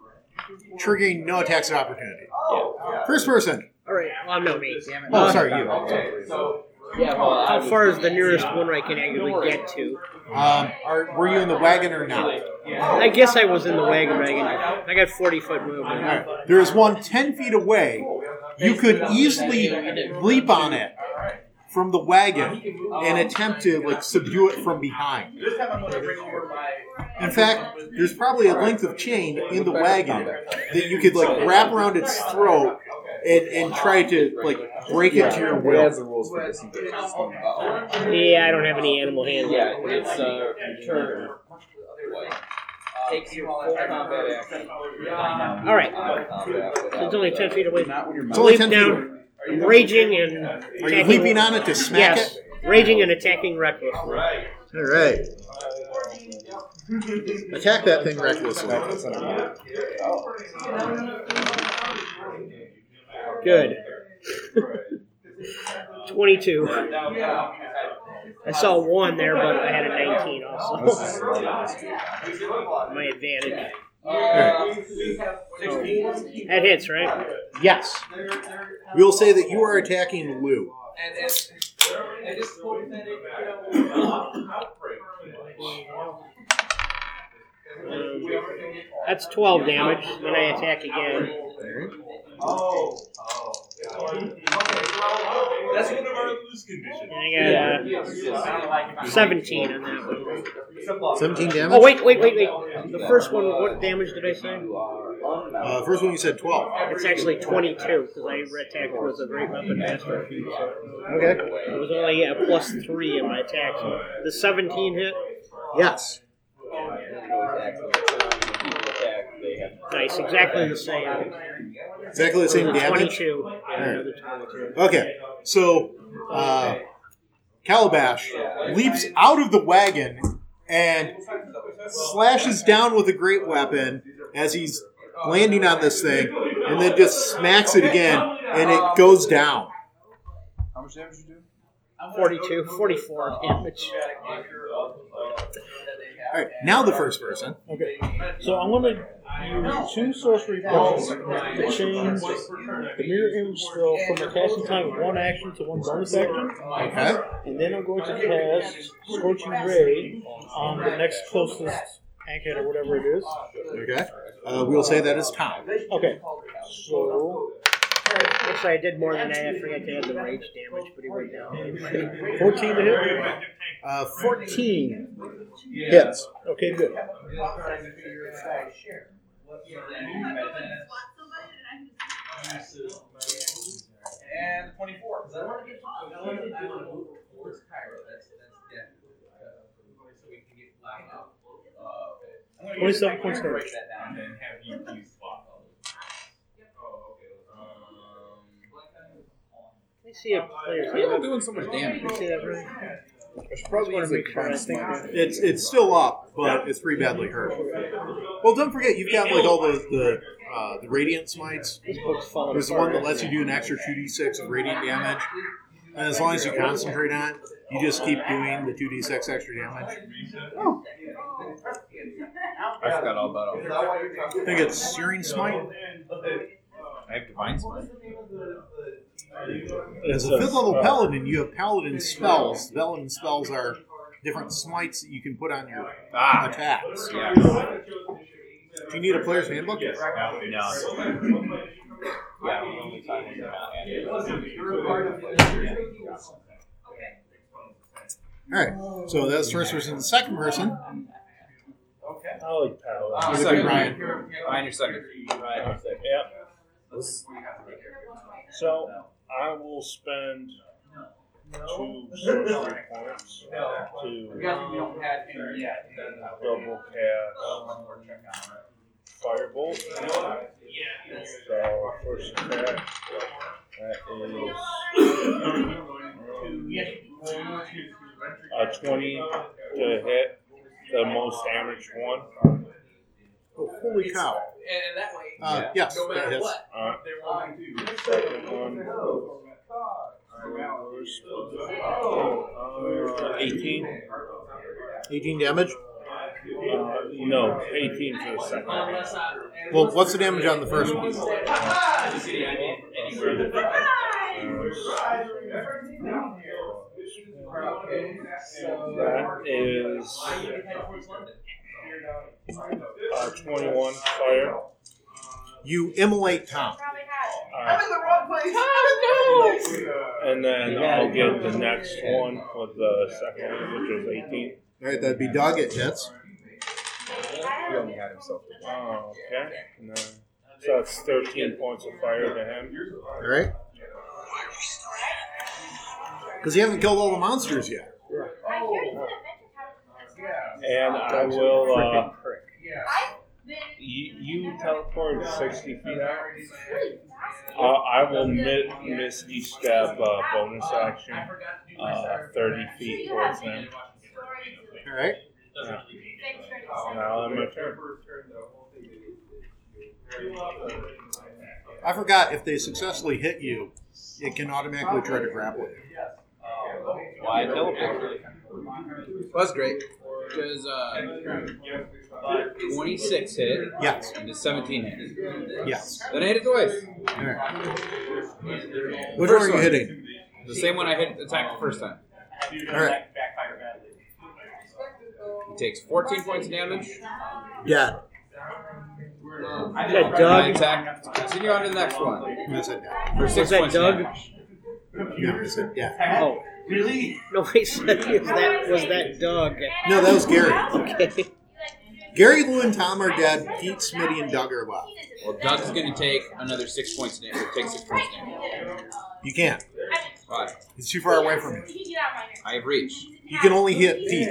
Speaker 1: triggering no attacks of opportunity.
Speaker 5: Yeah.
Speaker 1: First person.
Speaker 6: All right. Well, no, me.
Speaker 4: Damn it.
Speaker 1: Oh, sorry, you.
Speaker 5: Yeah, well, I
Speaker 6: How
Speaker 5: was-
Speaker 6: far is the nearest one I can actually get to?
Speaker 1: Um, are, were you in the wagon or not?
Speaker 6: I guess I was in the wagon wagon. I got 40 foot
Speaker 1: All
Speaker 6: movement.
Speaker 1: right. There is one 10 feet away. You could easily leap on it from the wagon and attempt to like subdue it from behind.
Speaker 9: This time I'm going to bring over my.
Speaker 1: In fact, there's probably a length of chain in the wagon that you could like wrap around its throat and, and try to like break it to your
Speaker 12: What
Speaker 1: will.
Speaker 12: has the rules for this? in case it's not-
Speaker 6: Yeah, I don't have any animal handling.
Speaker 4: Yeah, it's uh, turn. Takes your full combat action.
Speaker 6: All right, so it's only ten feet away.
Speaker 1: It's only
Speaker 6: Leap
Speaker 1: 10 feet
Speaker 6: down.
Speaker 1: away.
Speaker 6: I'm raging and
Speaker 1: Are you
Speaker 6: attacking.
Speaker 1: leaping on it to smack
Speaker 6: Yes,
Speaker 1: it?
Speaker 6: raging and attacking recklessly.
Speaker 1: All right. Attack that thing recklessly.
Speaker 6: Good. Twenty-two. I saw one there, but I had a nineteen
Speaker 12: This
Speaker 6: also. (laughs)
Speaker 12: is not on this dude.
Speaker 6: My advantage.
Speaker 9: Sixteen.
Speaker 6: That hits, right?
Speaker 1: Yes. We'll say that you are attacking Lou.
Speaker 6: That's twelve damage. Then I attack again.
Speaker 9: Oh. That's one of our loose conditions.
Speaker 6: And I got uh, seventeen on that one.
Speaker 1: 17
Speaker 6: Oh
Speaker 1: damage?
Speaker 6: wait, wait, wait, wait. The first one. What damage did I say?
Speaker 1: Uh, first one you said 12.
Speaker 6: It's actually 22 because I attacked with a great weapon master.
Speaker 1: Okay.
Speaker 6: It was only a plus three in my attack. So the 17 hit.
Speaker 1: Yes.
Speaker 6: Nice, exactly the same.
Speaker 1: Exactly the same damage?
Speaker 6: 22. Yeah,
Speaker 1: Alright.
Speaker 6: another 22.
Speaker 1: Okay. So, uh, Calabash leaps out of the wagon and slashes down with a great weapon as he's landing on this thing and then just smacks it again and it goes down.
Speaker 12: How much damage you do?
Speaker 6: 42, 44 damage.
Speaker 1: All right. Now the first person.
Speaker 3: Okay. So I'm going to use two sorcery points to change the mirror image spell from a casting time of one action to one bonus action,
Speaker 1: Okay.
Speaker 3: and then I'm going to cast Scorching Ray on the next closest anchor or whatever it is.
Speaker 1: Okay. Uh, we'll say that is Tom.
Speaker 3: Okay. So
Speaker 6: Actually, I did more than that. I forgot to add the rage damage, but he went down.
Speaker 3: 14 to hit.
Speaker 1: Uh, 14 hits.
Speaker 3: Okay, good.
Speaker 9: And 24. Because I want to get uh, Oh,
Speaker 5: Um,
Speaker 6: I see a player's
Speaker 5: Why are
Speaker 6: hand.
Speaker 5: you doing so much damage?
Speaker 6: You see that, really?
Speaker 12: I should probably use
Speaker 3: Just wanna
Speaker 12: a
Speaker 3: make sure I
Speaker 12: crime
Speaker 3: think
Speaker 12: sniper.
Speaker 1: It's it's still up, but it's pretty badly hurt. Well, don't forget you've got like all the the, uh, the radiant smites.
Speaker 6: These books fall
Speaker 1: There's the one that lets you do an extra two d six of radiant damage, and as long as you concentrate on it, you just keep doing the two d six extra damage.
Speaker 5: I forgot all about all that.
Speaker 1: I think it's searing smite.
Speaker 5: I have divine smite.
Speaker 1: As a fifth level paladin, you have paladin spells. Paladin spells are different smites that you can put on your
Speaker 5: Ah,
Speaker 1: attacks.
Speaker 5: yeah.
Speaker 1: Do you need a player's handbook?
Speaker 5: No.
Speaker 1: All right. So that's first person. The second person
Speaker 3: Oh, pal.
Speaker 1: is
Speaker 5: Second.
Speaker 1: Ryan.
Speaker 5: Ryan, you're second.
Speaker 3: Yeah. So I will spend two sorcery points to double cast Firebolt. So first attack, that is a 20 uh, to hit, the most damaged one.
Speaker 1: Oh, holy cow! Uh, yes, that hits.
Speaker 3: Uh, second one.
Speaker 9: Oh,
Speaker 3: Uh, 18?
Speaker 1: 18 damage.
Speaker 3: Uh, no, 18 for the second one.
Speaker 1: Well, what's the damage on the first one?
Speaker 3: That is uh, 21 fire.
Speaker 1: You immolate Tom.
Speaker 3: Uh,
Speaker 5: Oh, no!
Speaker 3: And then I'll get the next one with the second one, which is 18.
Speaker 1: All right, that'd be dog it, Jets.
Speaker 4: He only had himself.
Speaker 3: Oh, okay. And then, so that's 13 points of fire to him.
Speaker 1: All right. Because you haven't killed all the monsters yet.
Speaker 3: And I will. Uh,
Speaker 13: Then
Speaker 3: you, you teleport 60 feet out. Uh, I will mid, misty step uh, bonus action uh, 30 feet towards them.
Speaker 1: All right.
Speaker 3: And I'll end my turn.
Speaker 1: I forgot if they successfully hit you, it can automatically try to grapple you.
Speaker 5: Why teleport?
Speaker 1: Well, that's great.
Speaker 4: Does uh, 26 hit?
Speaker 1: Yes.
Speaker 4: And does 17 hit?
Speaker 1: Yes.
Speaker 4: Then I hit it twice.
Speaker 1: All right. Which one are you hitting?
Speaker 4: The same one I hit attacked the first time.
Speaker 1: All right.
Speaker 4: He takes 14 points of damage.
Speaker 1: Yeah.
Speaker 4: My
Speaker 6: Doug?
Speaker 4: attack. Continue on to the next one.
Speaker 1: I said
Speaker 4: For six
Speaker 6: Was that
Speaker 4: points of
Speaker 6: Doug?
Speaker 4: damage.
Speaker 1: no. I said yeah.
Speaker 6: Oh.
Speaker 14: Really?
Speaker 6: No, I said it was that was that dog.
Speaker 1: No, that was Gary.
Speaker 6: Okay.
Speaker 1: Gary, Lou, and Tom are dead. Pete, Smitty, and Doug are left.
Speaker 4: Well, Doug's going to take another six points of damage. Take six points of damage.
Speaker 1: You can't.
Speaker 4: Five.
Speaker 1: He's too far away from you.
Speaker 4: I have reach.
Speaker 1: You can only hit Pete.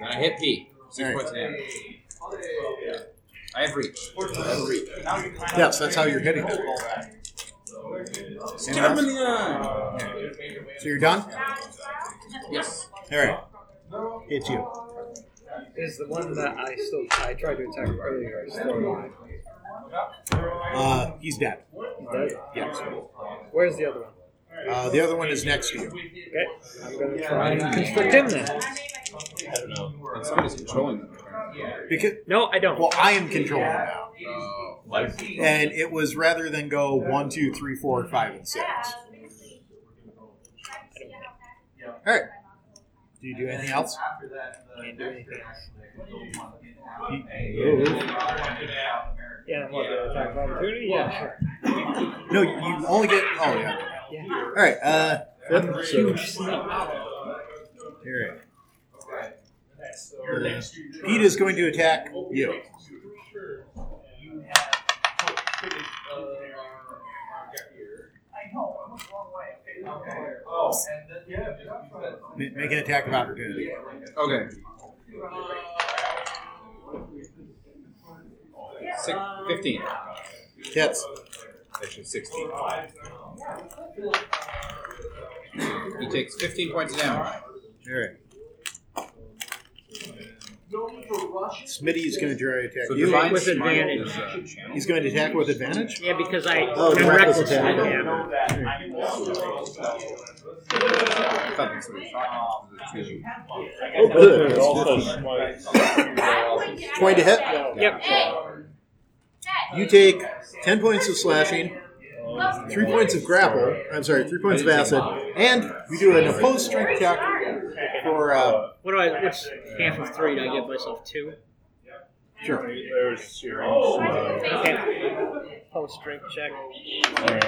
Speaker 4: Then I hit P. Six
Speaker 1: Alright.
Speaker 4: points of damage. I have reach.
Speaker 1: Yes, that's how you're hitting them. Anything else? So you're done?
Speaker 4: Yes.
Speaker 1: All right. It's you.
Speaker 9: Is the one that I still I tried to attack earlier. I still alive.
Speaker 1: Uh, he's dead.
Speaker 9: Is that-
Speaker 1: Yes.
Speaker 9: Where's the other one?
Speaker 1: Uh, the other one is next to you.
Speaker 9: Okay. I'm gonna try and constrict him then.
Speaker 4: And somebody's controlling them.
Speaker 1: Because
Speaker 6: No, I don't.
Speaker 1: well, I am controlling now,
Speaker 4: Oh.
Speaker 1: and it was rather than go one, two, three, four, five, and six. All right. Do you do anything else?
Speaker 9: Yeah, what the attack of opportunity? Yeah, sure.
Speaker 1: No, you only get. Oh yeah. All right. Uh, I'm huge. Here. Uh, Pete is going to attack you. Ma- Make an attack of opportunity.
Speaker 4: Okay. Six, 15.
Speaker 1: Hits.
Speaker 4: Actually, 16. He takes 15 points of damage.
Speaker 1: All right. Smitty is going to try to attack
Speaker 4: So
Speaker 1: you.
Speaker 4: divine
Speaker 6: with
Speaker 4: smite
Speaker 6: advantage.
Speaker 4: is, uh, channel.
Speaker 1: He's going to attack with advantage.
Speaker 6: Yeah, because I
Speaker 1: Oh,
Speaker 6: I'm
Speaker 1: reckless
Speaker 6: reckless.
Speaker 1: attack.
Speaker 6: Yeah.
Speaker 4: I thought that's what he thought. It was a two.
Speaker 1: Oh,
Speaker 3: Those are also smites.
Speaker 1: Twenty to hit.
Speaker 6: Yep.
Speaker 1: You take ten points of slashing,
Speaker 3: Um,
Speaker 1: three points of grapple. I'm sorry, three points of acid, and you do an opposed strength check for. Uh,
Speaker 6: What do I? Which half of three do I give myself? Two.
Speaker 1: sure.
Speaker 3: There's your own smite.
Speaker 6: Okay. Post strength check.
Speaker 3: And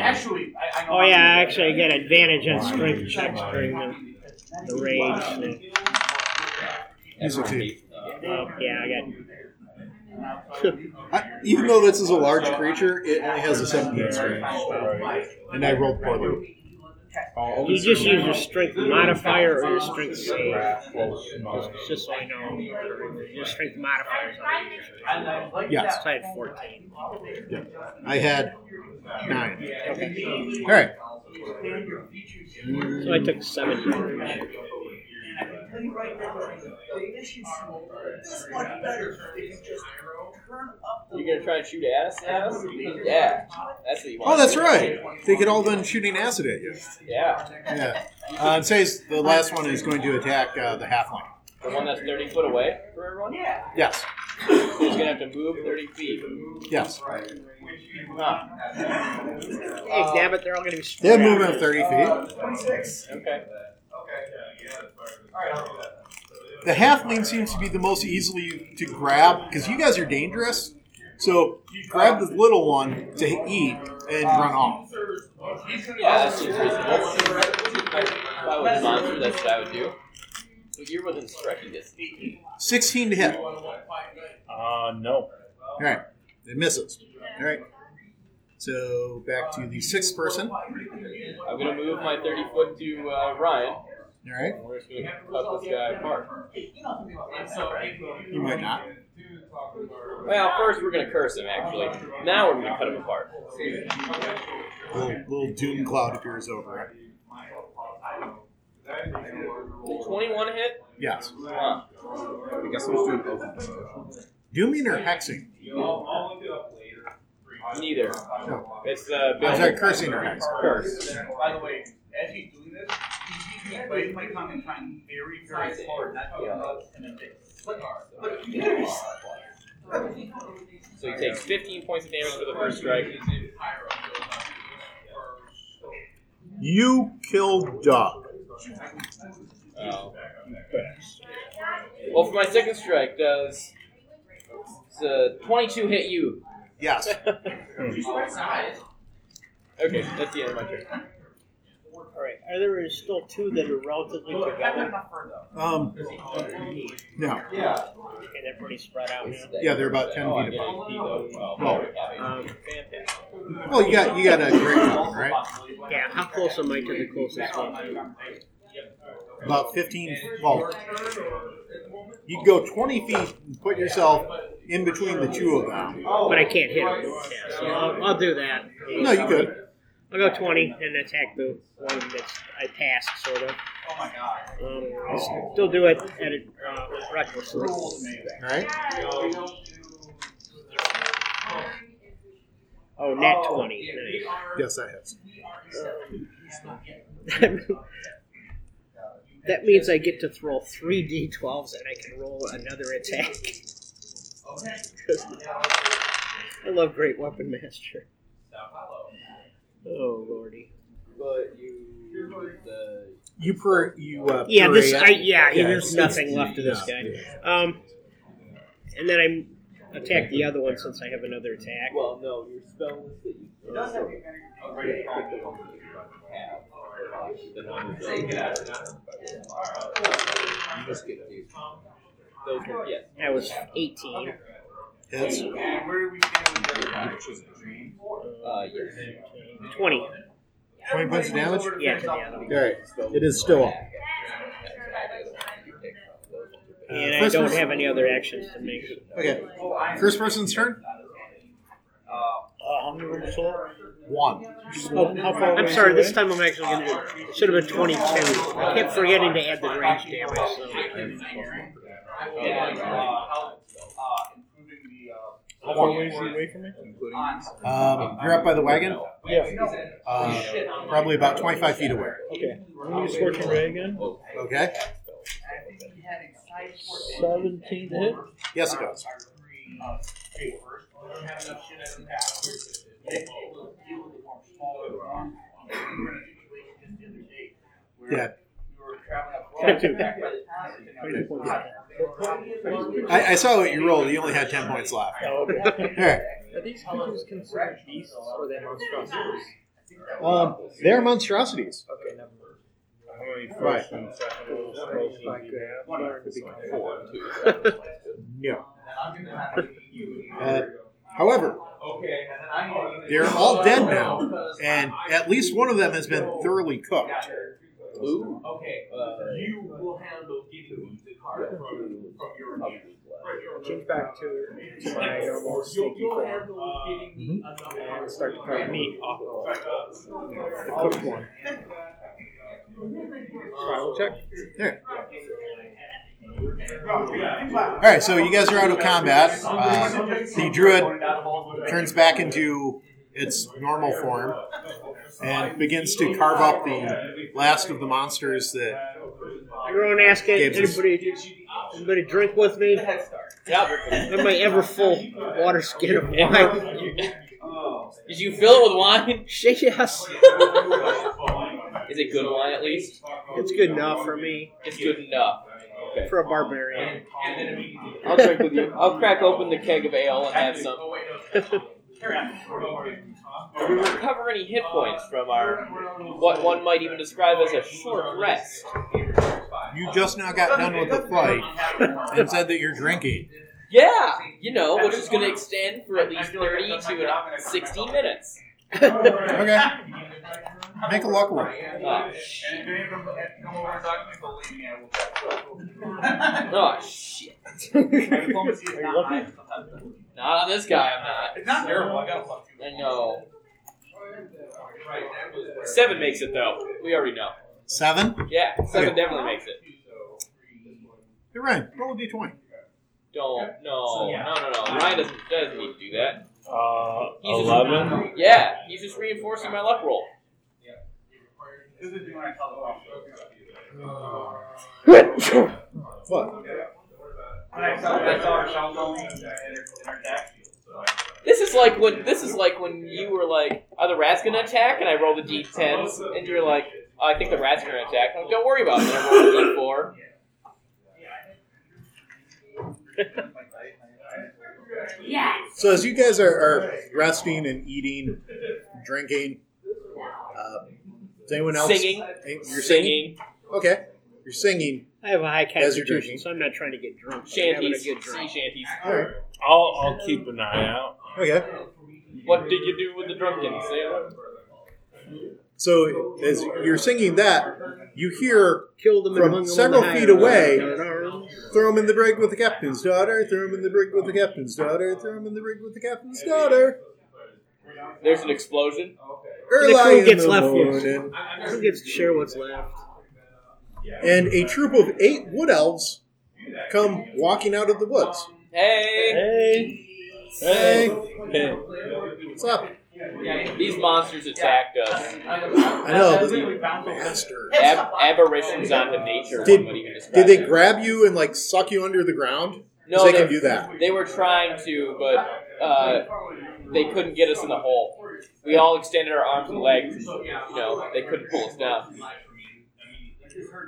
Speaker 14: Actually, I, I know
Speaker 6: Oh yeah, I actually get advantage on strength checks during the, the rage.
Speaker 1: Use a two.
Speaker 6: Oh yeah, I
Speaker 1: I, even though this is a large creature, it only has a seventeen strength,
Speaker 3: Alright.
Speaker 1: and I rolled poorly.
Speaker 6: got. You just use your strength modifier or your strength save.
Speaker 3: Uh,
Speaker 6: Just- Just so I know, your strength modifier is on it.
Speaker 1: Yes,
Speaker 6: So I had fourteen.
Speaker 1: I had nine. All right.
Speaker 6: So I took seven damage.
Speaker 5: You're gonna try and shoot at us now? Yeah, that's what you want.
Speaker 1: Oh, that's right. They could all done shooting acid at you.
Speaker 5: Yeah,
Speaker 1: Yeah. Uh, and says the last one is going to attack uh, the halfling.
Speaker 5: the one that's 30 foot away for everyone. Yeah.
Speaker 1: Yes.
Speaker 5: So he's gonna have to move 30 feet.
Speaker 1: Yes.
Speaker 6: Hey, damn it, they're all gonna be
Speaker 1: They have
Speaker 6: spread
Speaker 1: movement
Speaker 6: out.
Speaker 1: of thirty feet.
Speaker 5: Okay.
Speaker 1: The halfling seems to be the most easily to grab because you guys are dangerous. So you grab the little one to eat and run off.
Speaker 5: Yeah, that seems reasonable. If I was a monster, that's what I would do. But you're within striking distance.
Speaker 1: 16 to hit.
Speaker 3: Uh, no.
Speaker 1: All right. It misses. All right. So back to the sixth person. All
Speaker 5: I'm gonna move my 30 foot to uh, Ryan.
Speaker 1: right.
Speaker 5: We're just gonna cut this guy apart.
Speaker 1: You might not.
Speaker 5: Well, first we're gonna curse him. Actually, now we're gonna cut him apart.
Speaker 1: Little, little doom cloud appears over it.
Speaker 5: Did 21 hit?
Speaker 1: Yes.
Speaker 5: Huh.
Speaker 4: I guess I'm just doing both of them.
Speaker 1: Dooming or hexing?
Speaker 5: Neither.
Speaker 1: No.
Speaker 5: It's uh,
Speaker 1: I'm sorry,
Speaker 5: building.
Speaker 1: Oh, cursing or hexing.
Speaker 5: Curse.
Speaker 11: By the way, as he's doing this, he sees me wave my tongue and trying very, very hard not to get up and then it's like, look,
Speaker 5: So he takes 15 points of damage for the first strike.
Speaker 9: You killed Doc.
Speaker 5: Oh. Well, for my second strike, does does, uh, 22 hit you?
Speaker 1: Yes.
Speaker 5: Okay, that's the end of my turn.
Speaker 6: All right. Are there still two that are relatively together?
Speaker 1: Um, no.
Speaker 6: Okay, they're pretty spread out now.
Speaker 1: Yeah, they're about 10
Speaker 5: Oh, I
Speaker 1: feet
Speaker 5: get
Speaker 1: apart. Oh.
Speaker 5: it. Well,
Speaker 1: Well,
Speaker 6: um,
Speaker 5: fantastic.
Speaker 1: Well, you got you got a great one, right?
Speaker 6: Yeah. How close am I to the closest one?
Speaker 1: About 15. Well, you can go 20 feet and put yourself in between the two of them.
Speaker 6: But I can't hit him. Yeah, so I'll, I'll do that.
Speaker 1: No, you could.
Speaker 6: I'll go 20 and attack the one that's I passed, sort of. Oh my god. Um, I'll still do it at a, uh, recklessly.
Speaker 1: All right.
Speaker 6: Oh, nat 20. Nice.
Speaker 1: Yes, that hits.
Speaker 6: (laughs) that means I get to throw three d12s and I can roll another attack. (laughs) I love Great Weapon Master. Oh lordy!
Speaker 5: But you. The,
Speaker 1: You per you. Uh,
Speaker 6: Yeah, this
Speaker 1: parade-
Speaker 6: I yeah.
Speaker 1: Yeah,
Speaker 6: there's
Speaker 1: it's-
Speaker 6: nothing
Speaker 1: it's-
Speaker 6: left of this
Speaker 1: no.
Speaker 6: guy. Um, and then I attack the other one since I have another attack.
Speaker 5: well, no, your spell list that you.
Speaker 11: Oh, uh,
Speaker 5: The one that's- You just get these. Those were, yes.
Speaker 6: That was 18.
Speaker 1: Hits.
Speaker 11: and where do we stand with the other guy?
Speaker 5: Uh, yes.
Speaker 6: 20.
Speaker 1: 20 points of damage.
Speaker 6: Yeah, to the other
Speaker 1: All
Speaker 6: one.
Speaker 1: right. It is still up. Uh,
Speaker 6: And I
Speaker 1: first
Speaker 6: don't
Speaker 1: person-
Speaker 6: have any other actions to make.
Speaker 1: Okay. First person's turn.
Speaker 2: Uh, how many rooms are
Speaker 1: One.
Speaker 2: Oh, how far
Speaker 6: I'm
Speaker 2: away
Speaker 6: sorry,
Speaker 2: is
Speaker 6: this
Speaker 2: it?
Speaker 6: time I'm actually going to. Should have been 22. I kept forgetting to add the range damage. So.
Speaker 2: How far away is he away from me?
Speaker 1: Um, you're up by the wagon.
Speaker 2: Yeah.
Speaker 1: Uh, probably about 25 feet away.
Speaker 2: Okay. I'm going to use Scorching Ray again.
Speaker 1: Okay.
Speaker 2: 17 to hit.
Speaker 1: Yes, it does. Yeah. I, I saw what you rolled. You only had 10 points left.
Speaker 2: Oh,
Speaker 1: All
Speaker 2: okay.
Speaker 1: right.
Speaker 7: Are these creatures considered beasts or are they monstrosities?
Speaker 1: Um, they're monstrosities.
Speaker 7: Okay, never mind.
Speaker 3: How many
Speaker 1: Right.
Speaker 3: first and second rolls rolls do you have?
Speaker 1: No. Uh, however, they're all dead now, and at least one of them has been thoroughly cooked.
Speaker 5: Ooh.
Speaker 11: Okay.
Speaker 5: Uh,
Speaker 11: You will handle getting the card from, from your
Speaker 7: Change back to, to my normal
Speaker 11: You'll,
Speaker 7: sneaky
Speaker 11: you'll
Speaker 7: form.
Speaker 11: handle getting the enough
Speaker 7: And I'm going to
Speaker 11: cards.
Speaker 7: start to cut meat off of the cooked one. Survival check?
Speaker 1: There. All right, so you guys are out of combat. Uh, the druid turns back into its normal form and begins to carve up the last of the monsters that.
Speaker 6: Everyone asking,
Speaker 1: Gibbs is-
Speaker 6: anybody, anybody drink with me?
Speaker 5: Yep.
Speaker 6: Am I ever full water skin of wine?
Speaker 5: Did you fill it with wine?
Speaker 6: Shit, yes.
Speaker 5: Is it good wine at least?
Speaker 6: It's good enough for me,
Speaker 5: It's good enough. Okay.
Speaker 6: for a barbarian. (laughs)
Speaker 5: I'll drink
Speaker 3: Oh,
Speaker 5: with you. I'll crack open the keg of ale and have some. we recover any hit points from our what one might even describe as a short rest.
Speaker 1: You just now got done with the flight and said that you're drinking.
Speaker 5: Yeah, you know, which is going to extend for at least thirty to an- sixty minutes.
Speaker 1: Okay. Make a luck roll.
Speaker 5: Oh, shit. Oh, shit. Not on this guy, I'm not.
Speaker 11: It's not terrible. I got a fuck.
Speaker 5: I know. Seven makes it, though. We already know.
Speaker 1: Seven?
Speaker 5: Yeah, seven
Speaker 1: Okay.
Speaker 5: definitely makes it.
Speaker 1: Hey, Ryan, roll a d20.
Speaker 5: Don't. No, no, no, no. Ryan doesn't, doesn't need to do that.
Speaker 3: Uh,
Speaker 5: He's just-
Speaker 3: eleven.
Speaker 5: Yeah, he's just reinforcing my luck roll.
Speaker 11: Uh,
Speaker 1: What?
Speaker 11: uh,
Speaker 5: This is like when this is like when you were like, "Are the rats gonna attack?" And I roll the d10s, and you're like, oh, "I think the rats are gonna attack." I'm like, Don't worry about it. And I roll the
Speaker 1: So as you guys are, are resting and eating, drinking, uh, is anyone
Speaker 5: d4,
Speaker 1: else
Speaker 5: singing,
Speaker 1: Hey, You're singing. Okay, you're singing.
Speaker 6: I have a high
Speaker 1: As you're
Speaker 6: constitution,
Speaker 1: drinking.
Speaker 6: so I'm not trying to get drunk. but I'm having a
Speaker 5: shanties, sea
Speaker 6: good drink.
Speaker 5: shanties.
Speaker 1: All right.
Speaker 3: I'll I'll keep an eye out.
Speaker 1: Okay.
Speaker 5: What did you do with the drunken sailor?
Speaker 1: So as you're singing that, you hear
Speaker 6: Killed them
Speaker 1: From
Speaker 6: and hung them
Speaker 1: several
Speaker 6: on the high
Speaker 1: feet
Speaker 6: road.
Speaker 1: away.
Speaker 6: Got arms.
Speaker 1: "Throw him in the brig with the captain's daughter. Throw him in the brig with the captain's daughter. Throw him in the brig with the captain's daughter."
Speaker 5: There's an explosion.
Speaker 1: Early
Speaker 6: The crew
Speaker 1: in
Speaker 6: gets
Speaker 1: the
Speaker 6: left here.
Speaker 1: morning.
Speaker 6: Who gets to share what's left?
Speaker 1: and a troop of eight wood elves come walking out of the woods.
Speaker 5: Hey,
Speaker 3: Hey,
Speaker 1: Hey,
Speaker 3: hey.
Speaker 1: what's up?
Speaker 5: these monsters attacked us.
Speaker 1: I know, but you bastard.
Speaker 5: Ab- aberrations onto nature.
Speaker 1: Did-
Speaker 5: one would even describe
Speaker 1: Did they
Speaker 5: it.
Speaker 1: grab you and like suck you under the ground? 'Cause
Speaker 5: No,
Speaker 1: they can
Speaker 5: they're-
Speaker 1: do that.
Speaker 5: They were trying to, but uh, they couldn't get us in the hole. We all extended our arms and legs. You know, they couldn't pull us down.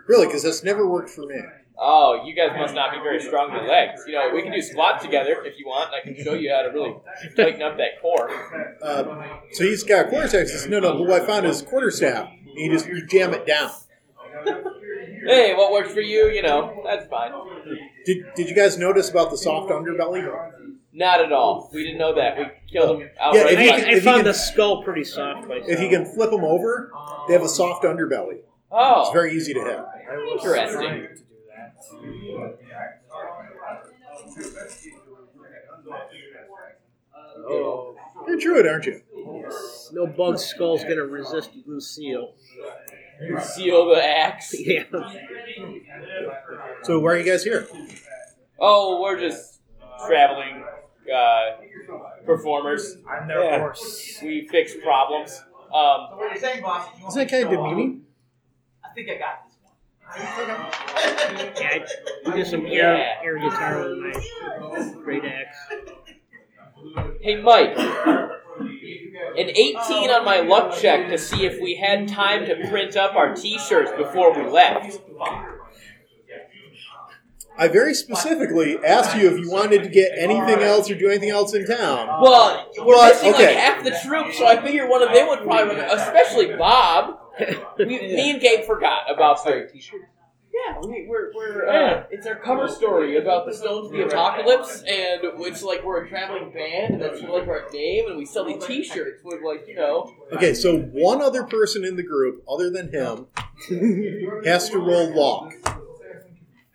Speaker 1: Really, because that's never worked for me.
Speaker 5: Oh, you guys must not be very strong in the legs. You know, we can do squats together if you want. and I can show you how to really tighten up that core.
Speaker 1: Uh, so he's got a quarterstaff. He says, "No, no, what I found is quarterstaff." And you just you jam it down.
Speaker 5: Hey, what works for you? You know, that's fine.
Speaker 1: Did, did you guys notice about the soft underbelly?
Speaker 5: Not at all. We didn't know that. We killed him
Speaker 1: Yeah,
Speaker 6: I,
Speaker 1: if
Speaker 5: outright.
Speaker 1: you
Speaker 5: by-
Speaker 1: can-
Speaker 6: I
Speaker 1: if you
Speaker 6: found
Speaker 1: can-
Speaker 6: the skull pretty soft. Myself.
Speaker 1: If you can flip them over, they have a soft underbelly. It's
Speaker 5: oh,
Speaker 1: very easy to hit.
Speaker 5: interesting.
Speaker 6: oh,
Speaker 1: You're a druid, aren't you?
Speaker 6: no bug skull's gonna resist Lucille. (laughs)
Speaker 5: Seal the axe.
Speaker 6: Yeah,
Speaker 1: So why are you guys here?
Speaker 5: Oh, we're just traveling uh, performers.
Speaker 2: I'm
Speaker 3: their Yeah.
Speaker 2: horse.
Speaker 5: We fix problems. Um,
Speaker 11: What are you saying, boss? You want
Speaker 1: Isn't that kind of
Speaker 11: to go on?
Speaker 1: demeaning?
Speaker 11: I think I got this one. (laughs)
Speaker 6: (laughs) yeah I do some air, air guitar with my great axe.
Speaker 5: hey, Mike. An 18 on my luck check to see if we had time to print up our T-shirts before we left.
Speaker 1: I very specifically asked you if you wanted to get anything else or do anything else in town.
Speaker 5: Well, we're
Speaker 1: Well,
Speaker 5: missing
Speaker 1: okay.
Speaker 5: like half the troop, so I figure one of them would probably, especially
Speaker 1: (laughs)
Speaker 5: Bob. We, Me and Gabe forgot about the T-shirt. Yeah, we, we're, we're uh, it's our cover story about the Stones of the Apocalypse, and it's like we're a traveling band, and that's like our name, and we sell these T-shirts with like you know. (laughs)
Speaker 1: Okay, so one other person in the group, other than him, has to roll luck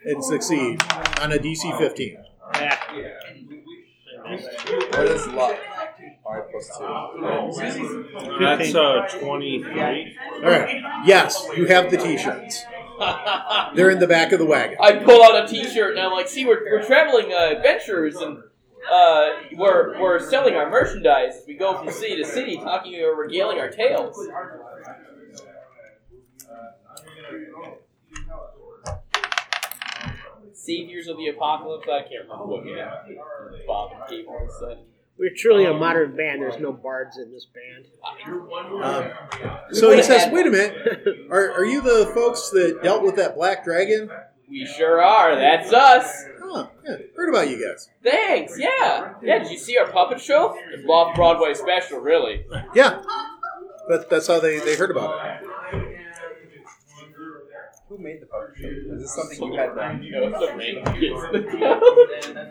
Speaker 1: and succeed on a DC 15.
Speaker 6: Yeah.
Speaker 4: What is luck? Five plus two.
Speaker 3: That's uh twenty-three.
Speaker 1: All right. Yes, you have the T-shirts.
Speaker 5: I
Speaker 1: They're in the back of the wagon.
Speaker 5: pull out a T-shirt and I'm like, see, we're, we're traveling uh, adventurers and. Uh, we're, we're selling our merchandise. We go from city to city, talking or regaling our tales. Saviors of the Apocalypse. I can't remember what we had. Bob and Gabe all said.
Speaker 6: We're truly a modern band. There's no bards in this band. (laughs)
Speaker 1: Um, so he says, "Wait a minute, are, are you the folks that dealt with that black dragon
Speaker 5: We sure are. That's us.
Speaker 1: Huh, yeah. Heard about you guys.
Speaker 5: Thanks. Yeah. Yeah. Did you see our puppet show? It's off Broadway special, really.
Speaker 1: Yeah. That, that's how they, they heard about it.
Speaker 15: Who made the puppet show? Is this something you had done?
Speaker 5: No, it's a random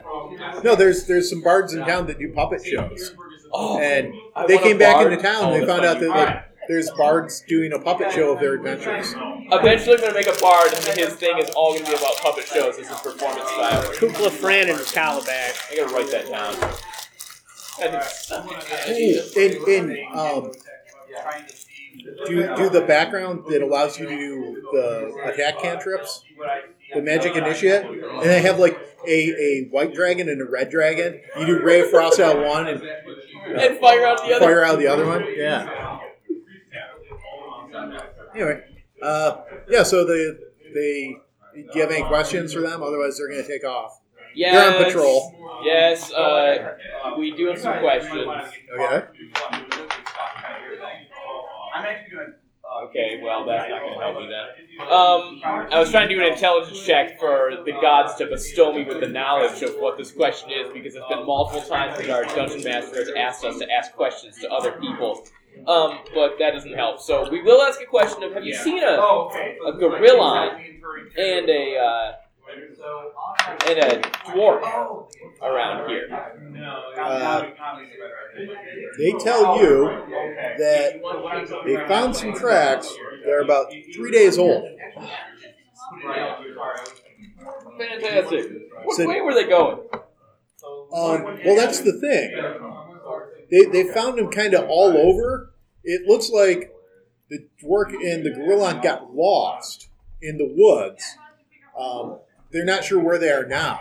Speaker 5: (laughs) kids.
Speaker 1: No, there's there's some bards in town that do puppet shows.
Speaker 5: Oh,
Speaker 1: and
Speaker 5: I
Speaker 1: they
Speaker 5: want a
Speaker 1: came back
Speaker 5: bard. Oh,
Speaker 1: into town and they found out that like, there's bards doing a puppet show of their adventures.
Speaker 5: Eventually, I'm gonna make a bard, and his thing is all gonna be about puppet shows. It's his performance style.
Speaker 6: Kukla Fran and Calabash.
Speaker 5: (laughs) I gotta write that down. I think-
Speaker 1: And, and um, do, do the background that allows you to do the attack cantrips, the magic initiate, and they have like a, a white dragon and a red dragon. You do Ray of Frost out one and
Speaker 5: and fire out the other.
Speaker 1: fire out the other one. Yeah. Anyway, uh, yeah. So the they do you have any questions for them? Otherwise, they're going to take off.
Speaker 5: Yes.
Speaker 1: You're on patrol.
Speaker 5: Yes. Uh, we do have some questions.
Speaker 1: Okay.
Speaker 3: I'm actually doing.
Speaker 5: Okay, well, that's not going to help me then. Um, I was trying to do an intelligence check for the gods to bestow me with the knowledge of what this question is because it's been multiple times that our dungeon master has asked us to ask questions to other people. Um, but that doesn't help. So we will ask a question of Have you seen a,
Speaker 3: Oh, okay.
Speaker 5: a gorilla and a uh, and a dwarf around here?
Speaker 1: Uh, they tell you that they found some tracks that are about three days old.
Speaker 5: Fantastic. What
Speaker 1: So-
Speaker 5: way were they going?
Speaker 1: Um, well, that's the thing. They, they found them kind of all over. It looks like the dwarf and the gorilla got lost in the woods. Um, they're not sure where they are now.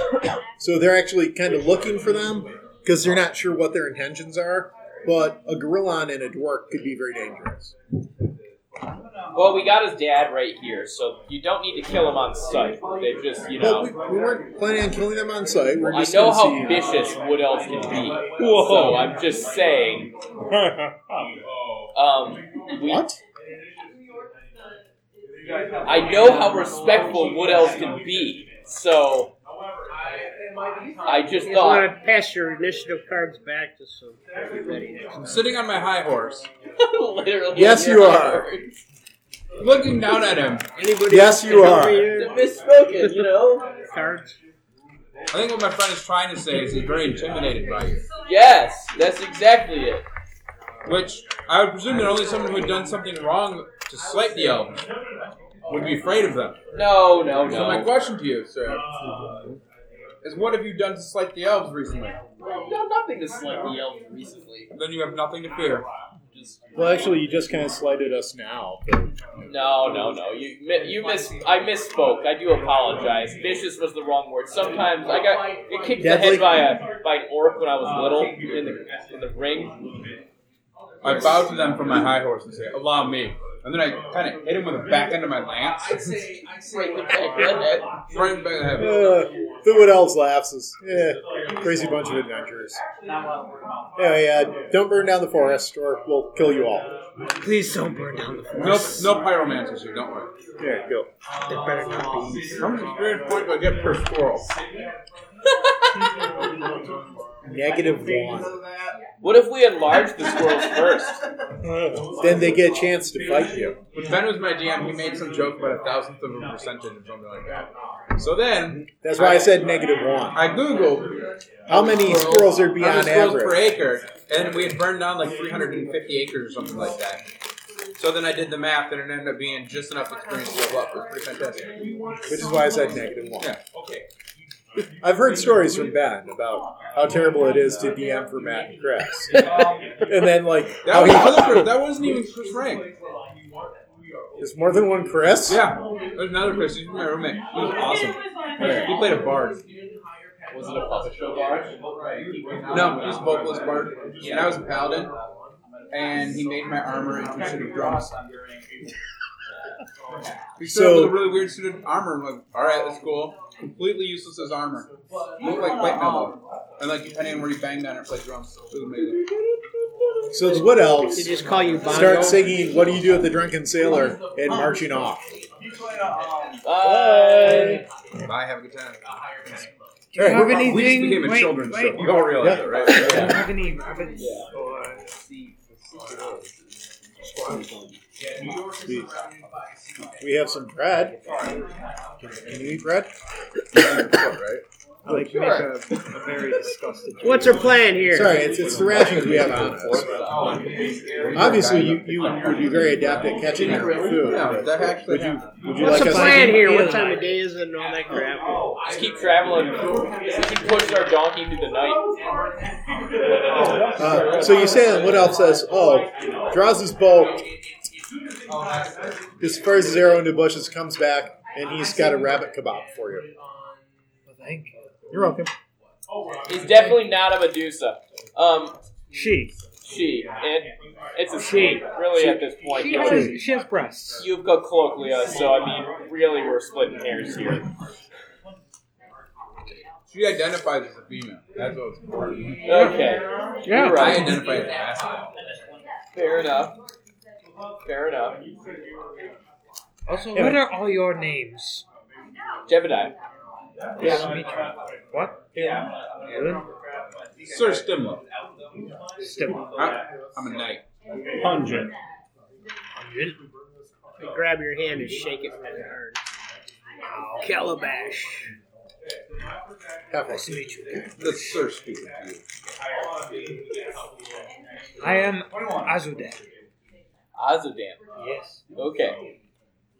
Speaker 1: (coughs) so they're actually kind of looking for them because they're not sure what their intentions are. But a gorilla and a dwarf could be very dangerous.
Speaker 5: Well, we got his dad right here, so you don't need to kill him on sight. They just, you know.
Speaker 1: But we, we weren't planning on killing them on sight. We're
Speaker 5: I
Speaker 1: just
Speaker 5: know
Speaker 1: going to
Speaker 5: how
Speaker 1: see. uh,
Speaker 5: vicious wood elves can be.
Speaker 16: Whoa.
Speaker 5: So I'm just saying. Um, we,
Speaker 1: What?
Speaker 5: I know how respectful wood elves can be. So I just
Speaker 6: You want
Speaker 5: thought.
Speaker 6: to pass your initiative cards back just so you're ready next
Speaker 4: I'm
Speaker 6: time.
Speaker 4: sitting on my high horse,
Speaker 5: (laughs) literally,
Speaker 1: Yes, you are.
Speaker 4: looking down at him.
Speaker 6: Anybody
Speaker 1: Yes,
Speaker 6: else
Speaker 5: (laughs)
Speaker 1: you
Speaker 6: can help
Speaker 1: are.
Speaker 6: me
Speaker 5: The
Speaker 6: here?
Speaker 5: misspoken, you know.
Speaker 6: Cards.
Speaker 4: I think what my friend is trying to say is he's very intimidated by you.
Speaker 5: Yes, that's exactly it.
Speaker 4: Which I would presume that only someone who had done something wrong to slight the elves would be afraid of them.
Speaker 5: No, no,
Speaker 4: So my
Speaker 5: no.
Speaker 4: question to you, sir, is what have you done to slight the elves recently?
Speaker 5: I've done nothing to slight the elves recently.
Speaker 4: Then you have nothing to fear.
Speaker 5: Just
Speaker 1: Well, actually, you just kind of slighted us now.
Speaker 5: No, no, no. You mi- you miss. I misspoke. I do apologize. Vicious was the wrong word. Sometimes I got I kicked the
Speaker 1: Deadly?
Speaker 5: head by a by an orc when I was little in the in the ring.
Speaker 4: I bow to them from my high horse and say, "Allow me." And then I kind of hit him with the back end of my lance,
Speaker 5: Right in the back of the head.
Speaker 4: right in the back of the head.
Speaker 1: Uh, the Wood Elves laughs is yeah, crazy bunch of adventurers. Anyway, uh, don't burn down the forest, or we'll kill you all.
Speaker 6: Please don't burn down the
Speaker 4: No,
Speaker 6: forest.
Speaker 4: no pyromancers here. Don't worry.
Speaker 1: There you go.
Speaker 6: There better not be.
Speaker 4: How much experience point do I get per squirrel?
Speaker 1: Negative one.
Speaker 5: What if we enlarge the squirrels first?
Speaker 1: Then they get a chance to fight you.
Speaker 4: When Ben was my DM, he made some joke about a thousandth of a percentage or something like that. So then
Speaker 1: That's why I said negative one.
Speaker 4: I googled
Speaker 1: How many squirrels are be
Speaker 4: how
Speaker 1: on
Speaker 4: many squirrels per
Speaker 1: average?
Speaker 4: acre, and we had burned down like 350 acres or something like that. So then I did the math, and it ended up being just enough experience to go up. It was pretty fantastic.
Speaker 1: Which is why I said negative one.
Speaker 4: Yeah.
Speaker 1: I've heard stories from Ben about how terrible it is to DM for Matt and
Speaker 4: (laughs)
Speaker 1: Chris, and then like
Speaker 4: That
Speaker 1: how
Speaker 4: was
Speaker 1: he
Speaker 4: another. That wasn't even Chris Rank.
Speaker 1: (laughs) there's more than one Chris.
Speaker 4: Yeah, there's another Chris. He's my roommate. He was awesome. He played a bard.
Speaker 5: Was it a puppet show large?
Speaker 4: No, he was a vocalist bard, and I was a paladin. And he made my armor into a suit of drums. He showed up
Speaker 1: So-
Speaker 4: with a really weird suit of armor. I'm like, all right, that's cool. Completely useless as armor. Looked like white metal. And like depending on where you banged on it, played drums. It was amazing.
Speaker 1: So what else?
Speaker 6: They just call you Bongo.
Speaker 1: Start singing "What Do You Do at the Drunken Sailor" and marching off.
Speaker 5: Bye.
Speaker 4: Bye. Have a good time.
Speaker 1: All right.
Speaker 4: We just became a children's show. You all realize
Speaker 1: Yeah.
Speaker 4: that, right?
Speaker 17: Do you have any rabbits or
Speaker 1: We, we have some bread. Can, can you eat bread?
Speaker 18: I like to make a, a very disgusted.
Speaker 6: What's her plan here?
Speaker 1: Sorry, it's, it's the rations we have on us. Obviously, you, you would be very adept at catching your food.
Speaker 4: That actually
Speaker 1: Would you would you
Speaker 6: What's
Speaker 1: like
Speaker 6: the
Speaker 1: us
Speaker 6: plan
Speaker 1: to
Speaker 6: here? What time of day is it and all that crap?
Speaker 5: Just keep traveling. We can push our donkey into the night.
Speaker 1: Uh, so you say that what else says? Oh, draws his bow, dispars his arrow into bushes, comes back, and he's got a rabbit kebab for you.
Speaker 18: Thank you.
Speaker 1: You're welcome.
Speaker 5: He's definitely not a Medusa. Um,
Speaker 18: She.
Speaker 5: she. And it's a she. Really, at this point,
Speaker 18: She
Speaker 5: you know,
Speaker 18: has, she has breasts.
Speaker 5: you've got colloquia, so I mean, really, we're splitting hairs here.
Speaker 4: She identifies as a female. That's what's important.
Speaker 5: Okay.
Speaker 18: Yeah.
Speaker 5: You're
Speaker 4: I
Speaker 5: right.
Speaker 4: identify as a masculine.
Speaker 5: Fair enough. Fair enough.
Speaker 17: Also, what are all your names?
Speaker 5: Jebediah.
Speaker 17: Nice to meet you. What? Alan?
Speaker 4: Sir Stimlow.
Speaker 17: Stim.
Speaker 4: I, I'm a knight.
Speaker 3: Pungent.
Speaker 6: Grab your hand and shake it really hard. Calabash.
Speaker 1: Have one.
Speaker 6: Nice to (laughs) meet you.
Speaker 4: That's Sir Stupid.
Speaker 17: I am Azude.
Speaker 5: Azudan.
Speaker 17: Yes.
Speaker 5: Okay.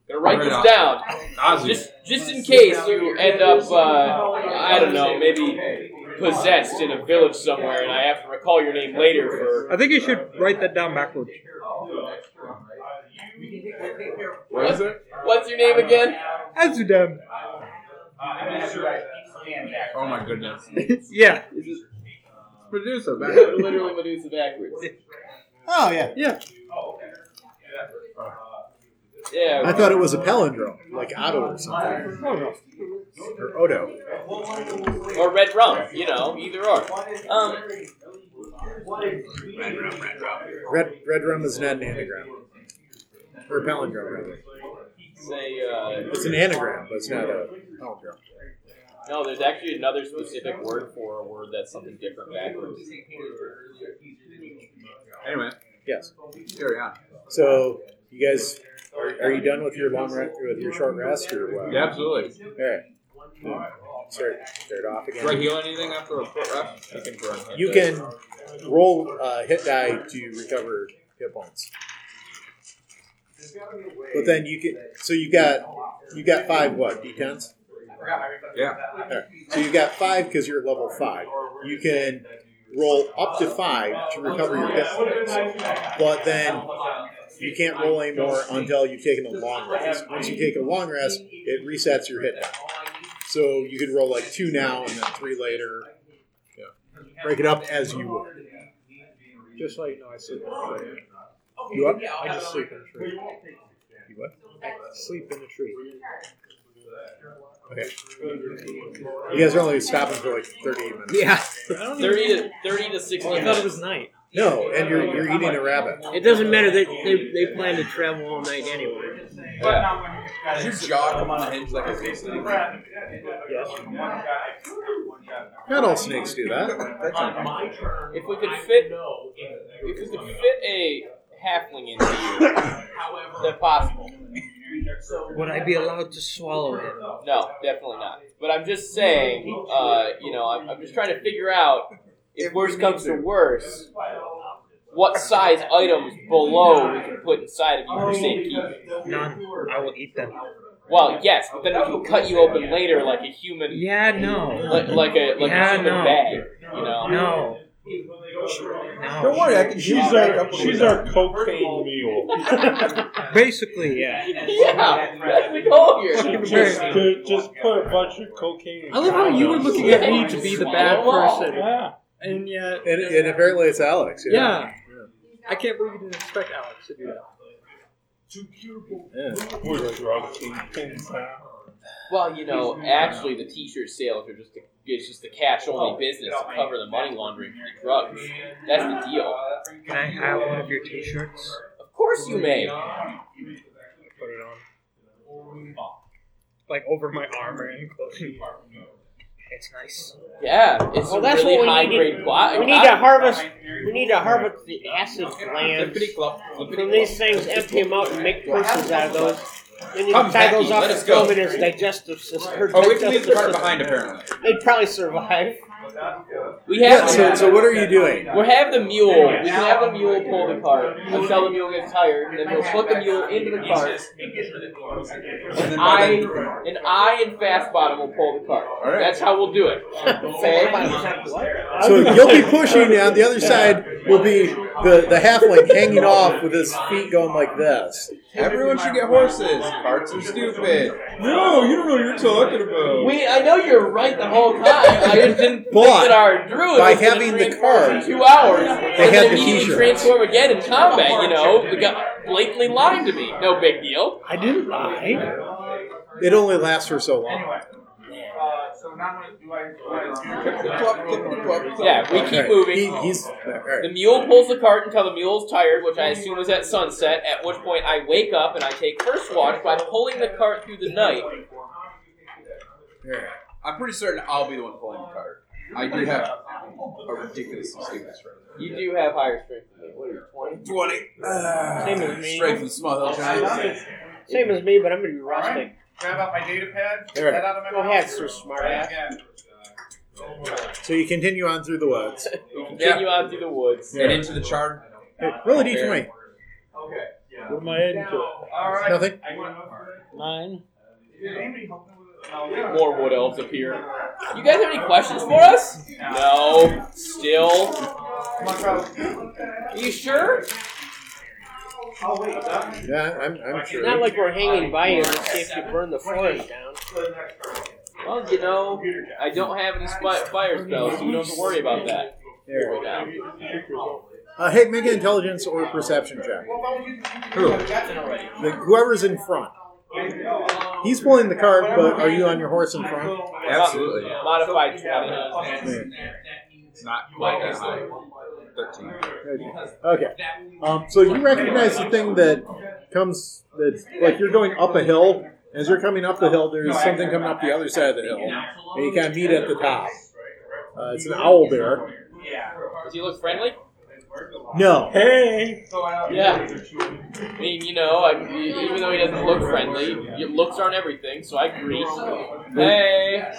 Speaker 5: Gonna write
Speaker 4: Right
Speaker 5: this
Speaker 4: on.
Speaker 5: down.
Speaker 4: Ozzy.
Speaker 5: Just, just in case you end up, uh, I don't know, maybe possessed in a village somewhere, and I have to recall your name later for.
Speaker 18: I think you should write that down backwards.
Speaker 4: What is it?
Speaker 5: What's your name again?
Speaker 18: Azudem.
Speaker 4: Oh my goodness.
Speaker 18: yeah.
Speaker 4: Producer, man.
Speaker 5: Literally Medusa backwards.
Speaker 19: Oh yeah.
Speaker 18: Yeah.
Speaker 5: Yeah.
Speaker 1: I thought it was a palindrome, like Otto or something,
Speaker 18: Oh, no.
Speaker 1: or Odo.
Speaker 5: Or red rum, you know, either or. Um,
Speaker 1: Red Red Rum is not an anagram, or a palindrome rather.
Speaker 5: say, uh,
Speaker 1: It's an anagram, but it's not a palindrome.
Speaker 5: no, there's actually another specific word for a word that's something different backwards.
Speaker 4: Anyway,
Speaker 1: Yes.
Speaker 4: carry on.
Speaker 1: So you guys, are you done with your long re- with your short rest or what?
Speaker 4: Yeah, absolutely.
Speaker 1: All right. Hmm. Start start off again.
Speaker 4: Do I heal anything after a foot rest? I can burn
Speaker 1: You can roll uh, hit die to recover hit points. But then you can so you got you got five what d10s?
Speaker 4: Yeah.
Speaker 1: So you got five because you're level five. You can roll up to five to recover your hit points, but then you can't roll anymore until you've taken a long rest. Once you take a long rest, it resets your hit die. So you could roll like two now and then three later. Break it up as you would.
Speaker 18: Just so you know, I sleep in a tree.
Speaker 1: You up?
Speaker 18: I just sleep in a tree.
Speaker 1: You what?
Speaker 18: Sleep in a tree.
Speaker 1: Okay. You guys are only stopping for like 38 minutes.
Speaker 6: Yeah.
Speaker 1: (laughs)
Speaker 18: I don't
Speaker 5: 30 to, 30 to 60
Speaker 18: I thought it
Speaker 5: minutes.
Speaker 18: was night.
Speaker 1: No, and you're, you're eating a rabbit.
Speaker 6: It doesn't matter. They, they, they plan to travel all night anyway.
Speaker 4: Does your jaw come on a hinge like a snake?
Speaker 1: Not all snakes do that.
Speaker 3: (laughs)
Speaker 4: That's uncomfortable.
Speaker 5: If we could fit, if we could fit a halfling into you, is that possible?
Speaker 17: Would I be allowed to swallow it?
Speaker 5: No, definitely not. But I'm just saying, uh, you know, I'm, I'm just trying to figure out if worse comes to worse, what size items below we can put inside of you for safekeeping.
Speaker 17: None. I will eat them.
Speaker 5: Well, yes, but then we can cut you open later like a human,
Speaker 17: Yeah, no.
Speaker 5: like, like a like
Speaker 17: Yeah,
Speaker 5: a human
Speaker 17: no.
Speaker 5: bag, you know.
Speaker 17: No.
Speaker 20: Don't
Speaker 17: (laughs) No.
Speaker 20: worry, I can
Speaker 3: She's our, she's our cocaine (laughs) mule.
Speaker 17: Basically, yeah.
Speaker 5: Yeah, that's the goal here.
Speaker 3: Just, put- just put a bunch of cocaine.
Speaker 17: I love how you were looking at me to be the bad person.
Speaker 3: Yeah.
Speaker 17: And yet,
Speaker 1: And, and apparently it's Alex.
Speaker 17: yeah. I can't believe you didn't expect Alex to do that.
Speaker 3: We're drug kingpins now.
Speaker 5: Well, you know, actually, the T-shirt sales are just a is just the cash only business to cover the money laundering for the drugs. That's the deal.
Speaker 6: Can I have one of your T-shirts?
Speaker 5: Of course you may.
Speaker 6: Put it on. Like over my arm or anything. It's nice.
Speaker 5: Yeah, it's
Speaker 6: Well,
Speaker 5: a
Speaker 6: that's
Speaker 5: really
Speaker 6: what we
Speaker 5: high
Speaker 6: need.
Speaker 5: grade cotton.
Speaker 6: We need to harvest. We need to harvest the acid glands
Speaker 5: Flippity clop, flippity
Speaker 6: from these things, empty them out, and make purses out of those. Then you can
Speaker 4: Come,
Speaker 6: tie
Speaker 4: Becky,
Speaker 6: those off
Speaker 4: let
Speaker 6: and
Speaker 4: us go.
Speaker 6: throw them in his digestive system. her
Speaker 4: Oh, we have to leave
Speaker 6: digestive
Speaker 4: the cart
Speaker 6: system.
Speaker 4: behind, apparently.
Speaker 6: They'd probably survive.
Speaker 5: We have
Speaker 1: so, so what are you doing?
Speaker 5: We'll have the mule. We can have the mule pull the cart until the mule gets tired, and then we'll put the mule into the cart. And I and I and Fastbottom will pull the cart.
Speaker 4: right.
Speaker 5: That's how we'll do it.
Speaker 6: (laughs)
Speaker 5: Okay.
Speaker 1: So you'll be pushing on the other side will be the, the halfling hanging off with his feet going like this.
Speaker 4: Everyone should get horses. Carts are stupid. No, you don't know what you're talking about.
Speaker 5: We, I know you're right the whole time. I just didn't think
Speaker 1: But
Speaker 5: that our druid
Speaker 1: by
Speaker 5: was gonna
Speaker 1: having the
Speaker 5: transform in
Speaker 1: card,
Speaker 5: two hours.
Speaker 1: they
Speaker 5: and
Speaker 1: had
Speaker 5: then
Speaker 1: the
Speaker 5: immediately
Speaker 1: t-shirts.
Speaker 5: transform again in combat. You know, they got blatantly lying to me. No big deal.
Speaker 6: I didn't lie.
Speaker 1: It only lasts for so long.
Speaker 5: Yeah, we keep moving.
Speaker 1: He, he's all right.
Speaker 5: The mule pulls the cart until the mule's tired, which I assume is at sunset, at which point I wake up and I take first watch by pulling the cart through the night.
Speaker 1: Yeah.
Speaker 4: I'm pretty certain I'll be the one pulling the cart. I do have a ridiculous stupid strength.
Speaker 5: You do have higher strength than me. What are you, 20?
Speaker 4: 20.
Speaker 6: Same as me.
Speaker 4: Strength from small hill giants.
Speaker 6: Same as me, but I'm gonna be rustic.
Speaker 3: Grab out my data pad.
Speaker 1: All right.
Speaker 3: Head out of my
Speaker 6: Go
Speaker 3: mouth.
Speaker 6: ahead, Sir Smartass.
Speaker 3: Yeah.
Speaker 1: So you continue on through the woods.
Speaker 5: We continue on through the woods.
Speaker 4: And into the charred.
Speaker 1: Hey, roll a d20.
Speaker 3: Okay. Yeah.
Speaker 17: What am I heading to?
Speaker 3: All right.
Speaker 1: Nothing.
Speaker 3: I want to
Speaker 17: Nine.
Speaker 5: More wood elves appear. You guys have any questions for us? No. Still. Are you sure?
Speaker 3: Oh, wait. That
Speaker 1: Yeah, I'm, I'm
Speaker 6: It's not
Speaker 1: sure.
Speaker 6: like we're hanging by you to see if you burn the forest down.
Speaker 5: Well, you know, I don't have any spi- fire spells, so you don't have to worry about that.
Speaker 1: There.
Speaker 5: Right now.
Speaker 1: Uh, hey, make an intelligence or perception check.
Speaker 3: Who?
Speaker 1: The, whoever's in front. He's pulling the cart, but are you on your horse in front?
Speaker 4: Absolutely.
Speaker 5: Modified 20.
Speaker 4: It's not quite that high. 13.
Speaker 1: Okay. Um, so you recognize the thing that comes that's like you're going up a hill. As you're coming up the hill, there's something coming up the other side of the hill, and you kind of meet at the top. Uh, it's an owl bear.
Speaker 5: Does he look friendly?
Speaker 1: No.
Speaker 17: Hey.
Speaker 5: Yeah. I mean, you know, I, even though he doesn't look friendly, y- looks aren't everything, so I greet. Hey!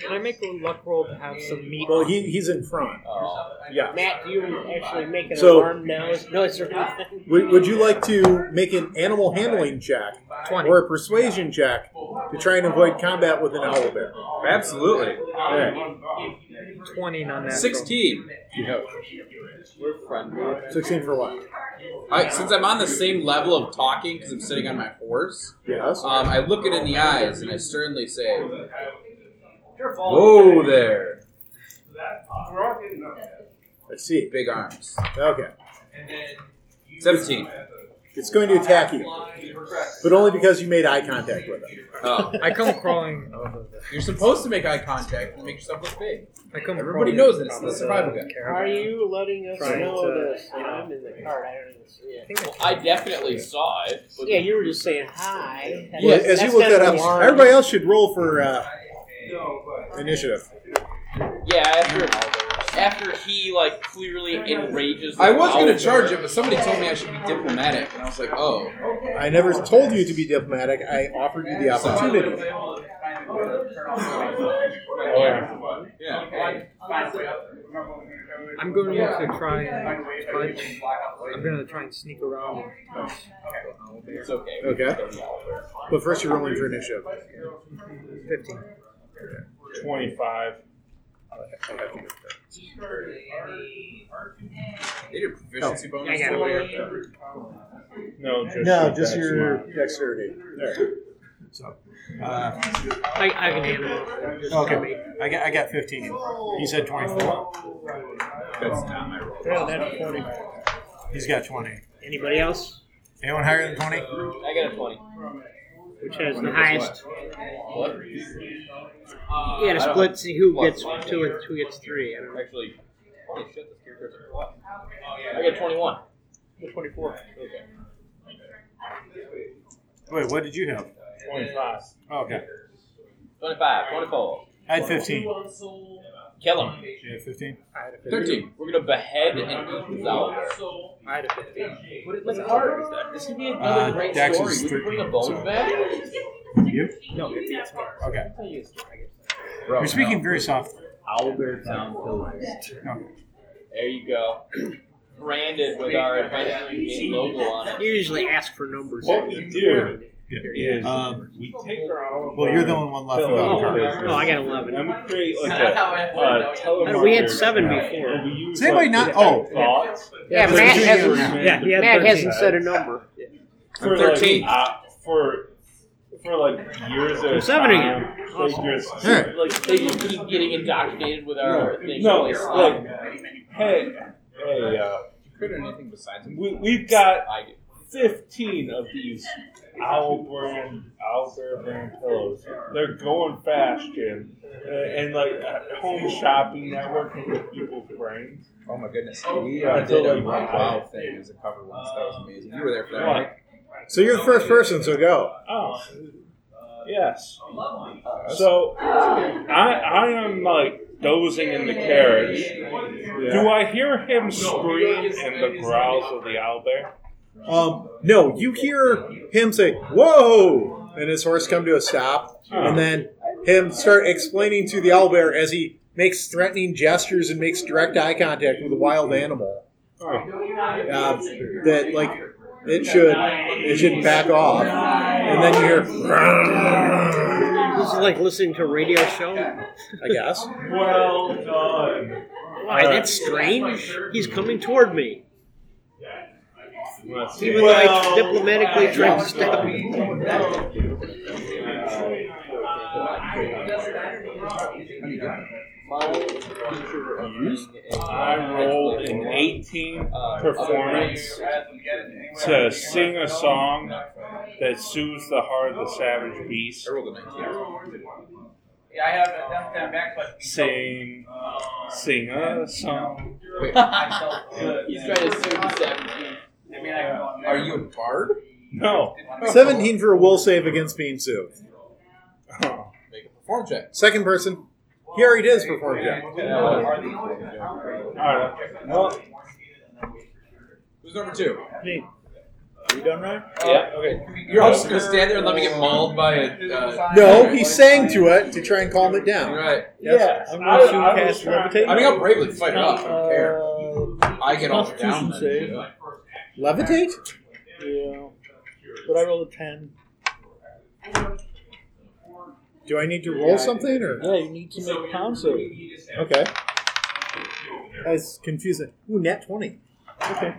Speaker 6: Can I make a luck roll to have some meat?
Speaker 1: Well, he, he's in front.
Speaker 5: Oh,
Speaker 1: Yeah.
Speaker 6: Matt, do you actually make an
Speaker 1: So-
Speaker 6: alarm now? No, it's nothing.
Speaker 1: Would, would you like to make an animal handling check
Speaker 6: Twenty.
Speaker 1: or a persuasion check to try and avoid combat with an owl bear?
Speaker 4: Absolutely.
Speaker 1: There.
Speaker 6: Twenty on that.
Speaker 4: 16.
Speaker 1: You know,
Speaker 5: we're friendly.
Speaker 1: 16 for what?
Speaker 4: I, since I'm on the same level of talking because I'm sitting on my horse,
Speaker 1: Yes.
Speaker 4: um, I look it in the eyes and I sternly say,
Speaker 3: You're falling.
Speaker 4: Whoa there.
Speaker 3: We're all getting up.
Speaker 1: Let's see.
Speaker 4: Big arms.
Speaker 1: Okay.
Speaker 4: 17.
Speaker 1: It's going to attack you, but only because you made eye contact with it.
Speaker 4: Oh.
Speaker 17: I come crawling. out of the-
Speaker 4: You're supposed to make eye contact and make yourself look big.
Speaker 17: I come.
Speaker 4: Everybody
Speaker 17: crawling
Speaker 4: knows this,
Speaker 17: out
Speaker 4: the
Speaker 17: of
Speaker 4: survival guy.
Speaker 6: Are you letting us
Speaker 17: Trying
Speaker 6: know
Speaker 17: to-
Speaker 6: this? And I'm in the cart. I don't even see it.
Speaker 5: Well, I definitely saw it. but-
Speaker 6: Yeah, you were just saying hi. That-
Speaker 1: Well, as
Speaker 6: that's
Speaker 1: you look
Speaker 6: not
Speaker 1: that
Speaker 6: an
Speaker 1: up,
Speaker 6: alarm.
Speaker 1: everybody else should roll for uh, initiative.
Speaker 5: Yeah, after, after he, like, clearly enrages. the
Speaker 4: I was going
Speaker 5: owl
Speaker 4: to charge it,
Speaker 5: bear.
Speaker 4: but somebody told me I should be diplomatic, and I was like, oh.
Speaker 1: I never told you to be diplomatic. I offered you the opportunity.
Speaker 4: Yeah.
Speaker 17: I'm going to try and fudge. I'm going to try and sneak around. and fudge.
Speaker 5: It's okay.
Speaker 1: Okay. But first, you're rolling for initiative.
Speaker 17: Fifteen.
Speaker 21: 25.
Speaker 4: They did proficiency bonus.
Speaker 6: I got it.
Speaker 21: No, just,
Speaker 1: No,
Speaker 21: your
Speaker 1: just
Speaker 21: dex
Speaker 1: your
Speaker 21: mod.
Speaker 1: dexterity. There. So, uh,
Speaker 6: I, I can handle it.
Speaker 9: uh,
Speaker 22: Okay. I got, I got 15. He said 24.
Speaker 4: That's not my role.
Speaker 6: Throw that at 40.
Speaker 22: He's got 20.
Speaker 6: Anybody else?
Speaker 22: Anyone higher than 20?
Speaker 5: I got a 20.
Speaker 6: which has the highest.
Speaker 5: What?
Speaker 6: Yeah, to split, see who gets two and who gets three. I don't know.
Speaker 5: Actually, oh, yeah, shut this character to what? I got 21.
Speaker 17: The 24.
Speaker 5: Okay.
Speaker 9: Wait, what did you have?
Speaker 3: 25.
Speaker 9: Oh, okay.
Speaker 5: 25, 24.
Speaker 9: I had 15.
Speaker 5: Kill him.
Speaker 9: You had 15?
Speaker 17: I had a 15.
Speaker 5: 13. We're going to behead and eat his owls.
Speaker 17: I had a 15.
Speaker 5: Let's hard is that? This could be another
Speaker 9: Uh,
Speaker 5: great
Speaker 9: Dax
Speaker 5: story.
Speaker 9: is
Speaker 5: We could bring the
Speaker 9: 13,
Speaker 5: bones
Speaker 9: so-
Speaker 5: back.
Speaker 9: You?
Speaker 17: No, 15 is better.
Speaker 9: Okay.
Speaker 5: Bro,
Speaker 9: You're speaking very soft.
Speaker 4: Owlbear Town Pillars.
Speaker 9: No.
Speaker 5: There you go. Branded with our adventuring game logo on it.
Speaker 6: You usually ask for numbers.
Speaker 3: What we do is
Speaker 9: Um,
Speaker 3: we take our olive
Speaker 9: well, you're the
Speaker 3: oil,
Speaker 9: only one left
Speaker 3: fill
Speaker 9: without
Speaker 3: it
Speaker 9: a card.
Speaker 3: with-
Speaker 6: No, Oh, I got 11.
Speaker 3: And we create like
Speaker 23: That's
Speaker 3: a,
Speaker 23: how it
Speaker 5: Uh,
Speaker 3: a
Speaker 23: works.
Speaker 3: telemarketer.
Speaker 6: We had seven
Speaker 3: app,
Speaker 6: before.
Speaker 3: and we use,
Speaker 9: Does anybody
Speaker 3: like,
Speaker 9: not-
Speaker 3: different
Speaker 9: oh.
Speaker 3: thoughts
Speaker 6: Yeah,
Speaker 9: So
Speaker 6: Matt
Speaker 9: two
Speaker 6: hasn't.
Speaker 9: years now.
Speaker 17: Yeah, he had
Speaker 6: Matt
Speaker 17: 13.
Speaker 6: hasn't said a number.
Speaker 3: for
Speaker 5: Thirteen.
Speaker 3: Like, uh, for for like years at a
Speaker 6: Seven
Speaker 3: time,
Speaker 6: again.
Speaker 3: they
Speaker 6: Awesome.
Speaker 3: just-
Speaker 9: Alright.
Speaker 3: like
Speaker 5: They just keep getting indoctrinated with our thing.
Speaker 3: no,
Speaker 5: They
Speaker 3: it's
Speaker 5: slide.
Speaker 3: like hey hey uh,
Speaker 4: Create anything besides him.
Speaker 3: we we've got
Speaker 5: I do.
Speaker 3: 15 of these owl brand owl bear brand pillows. They're going fast, Jim. Uh, and like uh, home shopping, networking with people's brains.
Speaker 4: Oh my goodness. We
Speaker 3: I
Speaker 4: uh, did a
Speaker 3: totally-
Speaker 4: wow thing as a cover once. That was amazing. You were there for that, right?
Speaker 1: So you're the first person, so go.
Speaker 3: Oh, yes. So I I am like dozing in the carriage. Do I hear him scream and the growls of the owl bear?
Speaker 1: Um, no, you hear him say, "Whoa!" and his horse come to a stop, and then him start explaining to the owlbear as he makes threatening gestures and makes direct eye contact with the wild animal uh, that like it should it should back off, and then you hear,
Speaker 6: This is like listening to a radio show.
Speaker 1: I
Speaker 3: (laughs)
Speaker 1: guess.
Speaker 3: Well done.
Speaker 6: Why, that's strange. He's coming toward me.
Speaker 3: Let's
Speaker 6: He
Speaker 3: see.
Speaker 6: was like diplomatically trying to stop me.
Speaker 5: My teacher of
Speaker 3: Used?
Speaker 5: being a-
Speaker 3: I rolled an 18
Speaker 5: Uh,
Speaker 3: performance to sing a song that soothes the heart of the savage beast.
Speaker 4: I rolled a 19.
Speaker 23: Yeah, I have a death down back, but
Speaker 3: Sing, sing a song.
Speaker 5: He's trying to sue the seventeen.
Speaker 23: I mean, I can go on there.
Speaker 4: Are you a bard?
Speaker 3: (laughs) No. (laughs)
Speaker 1: Seventeen for a will save against being soothed.
Speaker 4: Make a perform check.
Speaker 1: Second person, he already is performed.
Speaker 23: Yeah.
Speaker 1: yet.
Speaker 23: Are these-
Speaker 3: Alright. Well,
Speaker 4: Who's number two?
Speaker 17: Me. Are you done, Ryan?
Speaker 5: Yeah.
Speaker 4: Okay. You're all just gonna stand there and let me get mauled by a. Uh,
Speaker 1: No, he sang to it to try and calm it down.
Speaker 4: You're right.
Speaker 3: yeah.
Speaker 17: I'm going to shoot
Speaker 3: I- I was
Speaker 17: cast
Speaker 3: trying-
Speaker 17: Levitate.
Speaker 4: I mean, I'll bravely fight it off. I don't care. I get all down.
Speaker 17: Constitution save.
Speaker 4: then.
Speaker 1: Levitate?
Speaker 17: Yeah. But I rolled a 10.
Speaker 1: Do I need to roll something or?
Speaker 17: Yeah, you need to make a con save.
Speaker 1: Okay. That's confusing. Ooh, net 20.
Speaker 17: Okay.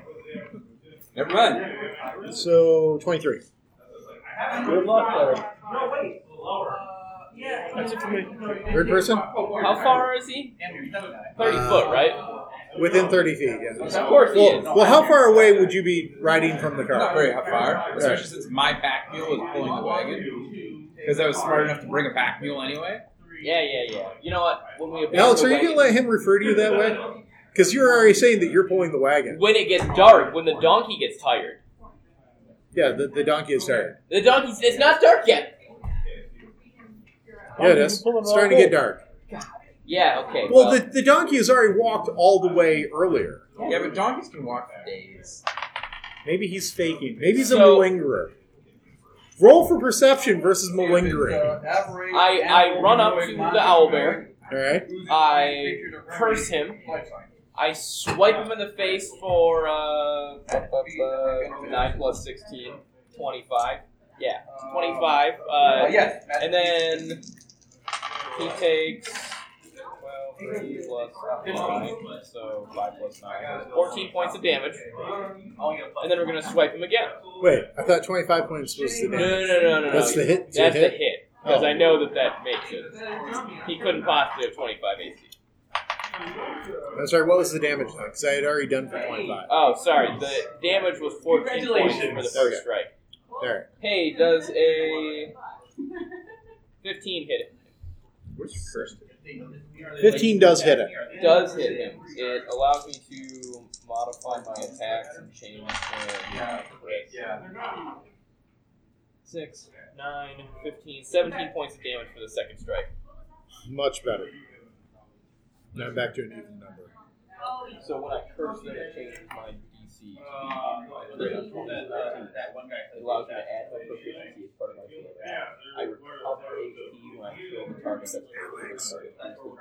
Speaker 4: Never mind.
Speaker 1: So, 23.
Speaker 17: Good luck there.
Speaker 1: Third person?
Speaker 5: How far is he? Thirty
Speaker 1: Uh,
Speaker 5: foot, right?
Speaker 1: Within 30 feet, yeah.
Speaker 5: Of course he
Speaker 1: Well,
Speaker 5: is.
Speaker 1: well, how far away would you be riding from the
Speaker 4: Not
Speaker 1: car?
Speaker 4: very far, especially since my pack mule was pulling the wagon. Because I was smart enough to bring a pack mule anyway.
Speaker 5: Yeah, yeah, yeah. You know what? When we
Speaker 1: Alex, are you
Speaker 5: abandon
Speaker 1: going to let him refer to you that way? Because you're already saying that you're pulling the wagon.
Speaker 5: when it gets dark, when the donkey gets tired,
Speaker 1: Yeah, the, the donkey is tired.
Speaker 5: the donkey it's not dark yet.
Speaker 1: Yeah, it is. It's starting to get dark.
Speaker 5: Yeah. Okay.
Speaker 1: Well, the, the donkey has already walked all the way earlier.
Speaker 4: Yeah, but donkeys can walk for days.
Speaker 1: Maybe he's faking. Maybe he's a
Speaker 5: So-
Speaker 1: malingerer. Roll for perception versus malingering.
Speaker 4: uh,
Speaker 5: I I run up to the owl bear.
Speaker 1: All right.
Speaker 5: I curse him. I swipe him in the face for uh, up, up, uh, 9 plus 16, 25. Yeah, 25.
Speaker 23: Uh,
Speaker 5: Uh,
Speaker 23: yes.
Speaker 5: and then he takes 12 3 plus 5, so 5 plus 9, 14 points of damage. And then we're going to swipe him again.
Speaker 1: Wait, I thought 25 points was the
Speaker 5: No,
Speaker 1: damage.
Speaker 5: no, no, no, no.
Speaker 1: That's the hit? It's a
Speaker 5: That's the
Speaker 1: hit?
Speaker 5: hit. Because
Speaker 1: Oh.
Speaker 5: I know that that makes it. He couldn't possibly have 25 AC.
Speaker 1: I'm sorry, what was the damage then? Because I had already done for 25.
Speaker 5: Oh, sorry. The damage was 14 points for the first strike.
Speaker 1: There.
Speaker 5: Hey, does a 15 hit it?
Speaker 24: Where's your first?
Speaker 1: 15 does hit it.
Speaker 5: Does hit him. It allows me to modify my attacks and change the Six, nine, 15, 17 points of damage for the second strike.
Speaker 1: Much better. Now I'm back to an even number.
Speaker 5: So when I curse them, it changes my DC.
Speaker 1: Uh,
Speaker 5: It allows me to add my proficiency as part of my field. I recover HP when I kill the target that's
Speaker 1: Alex.
Speaker 5: until it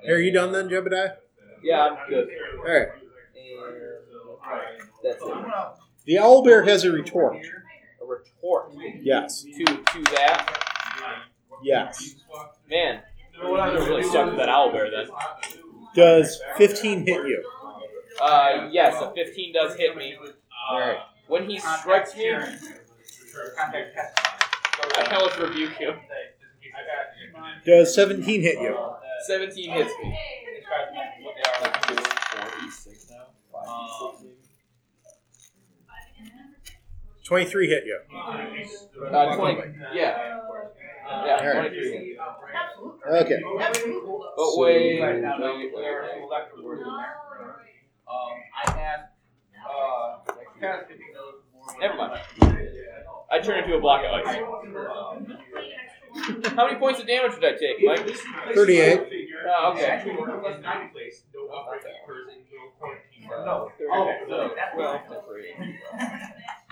Speaker 5: dies.
Speaker 1: Are you done then, Jebediah?
Speaker 5: Yeah, I'm good.
Speaker 1: All right.
Speaker 5: And that's it. A
Speaker 1: The owlbear has a retort.
Speaker 5: retort
Speaker 1: Yes.
Speaker 5: to to that.
Speaker 1: Yes.
Speaker 5: Man, you really stuck with that owlbear then.
Speaker 1: Does 15 hit you?
Speaker 5: Uh, yes, a 15 does hit me.
Speaker 1: Alright.
Speaker 5: When he strikes me, I hellish rebuke him.
Speaker 1: Does 17 hit you?
Speaker 5: 17 hits me.
Speaker 1: Twenty-three hit you.
Speaker 5: Uh, 20. Yeah. Yeah, 23.
Speaker 1: Okay.
Speaker 5: But wait, wait, wait, wait. Never mind. I turn into a block of ice. How many points of damage did I take, Mike?
Speaker 1: Thirty-eight.
Speaker 5: Oh, okay. Oh,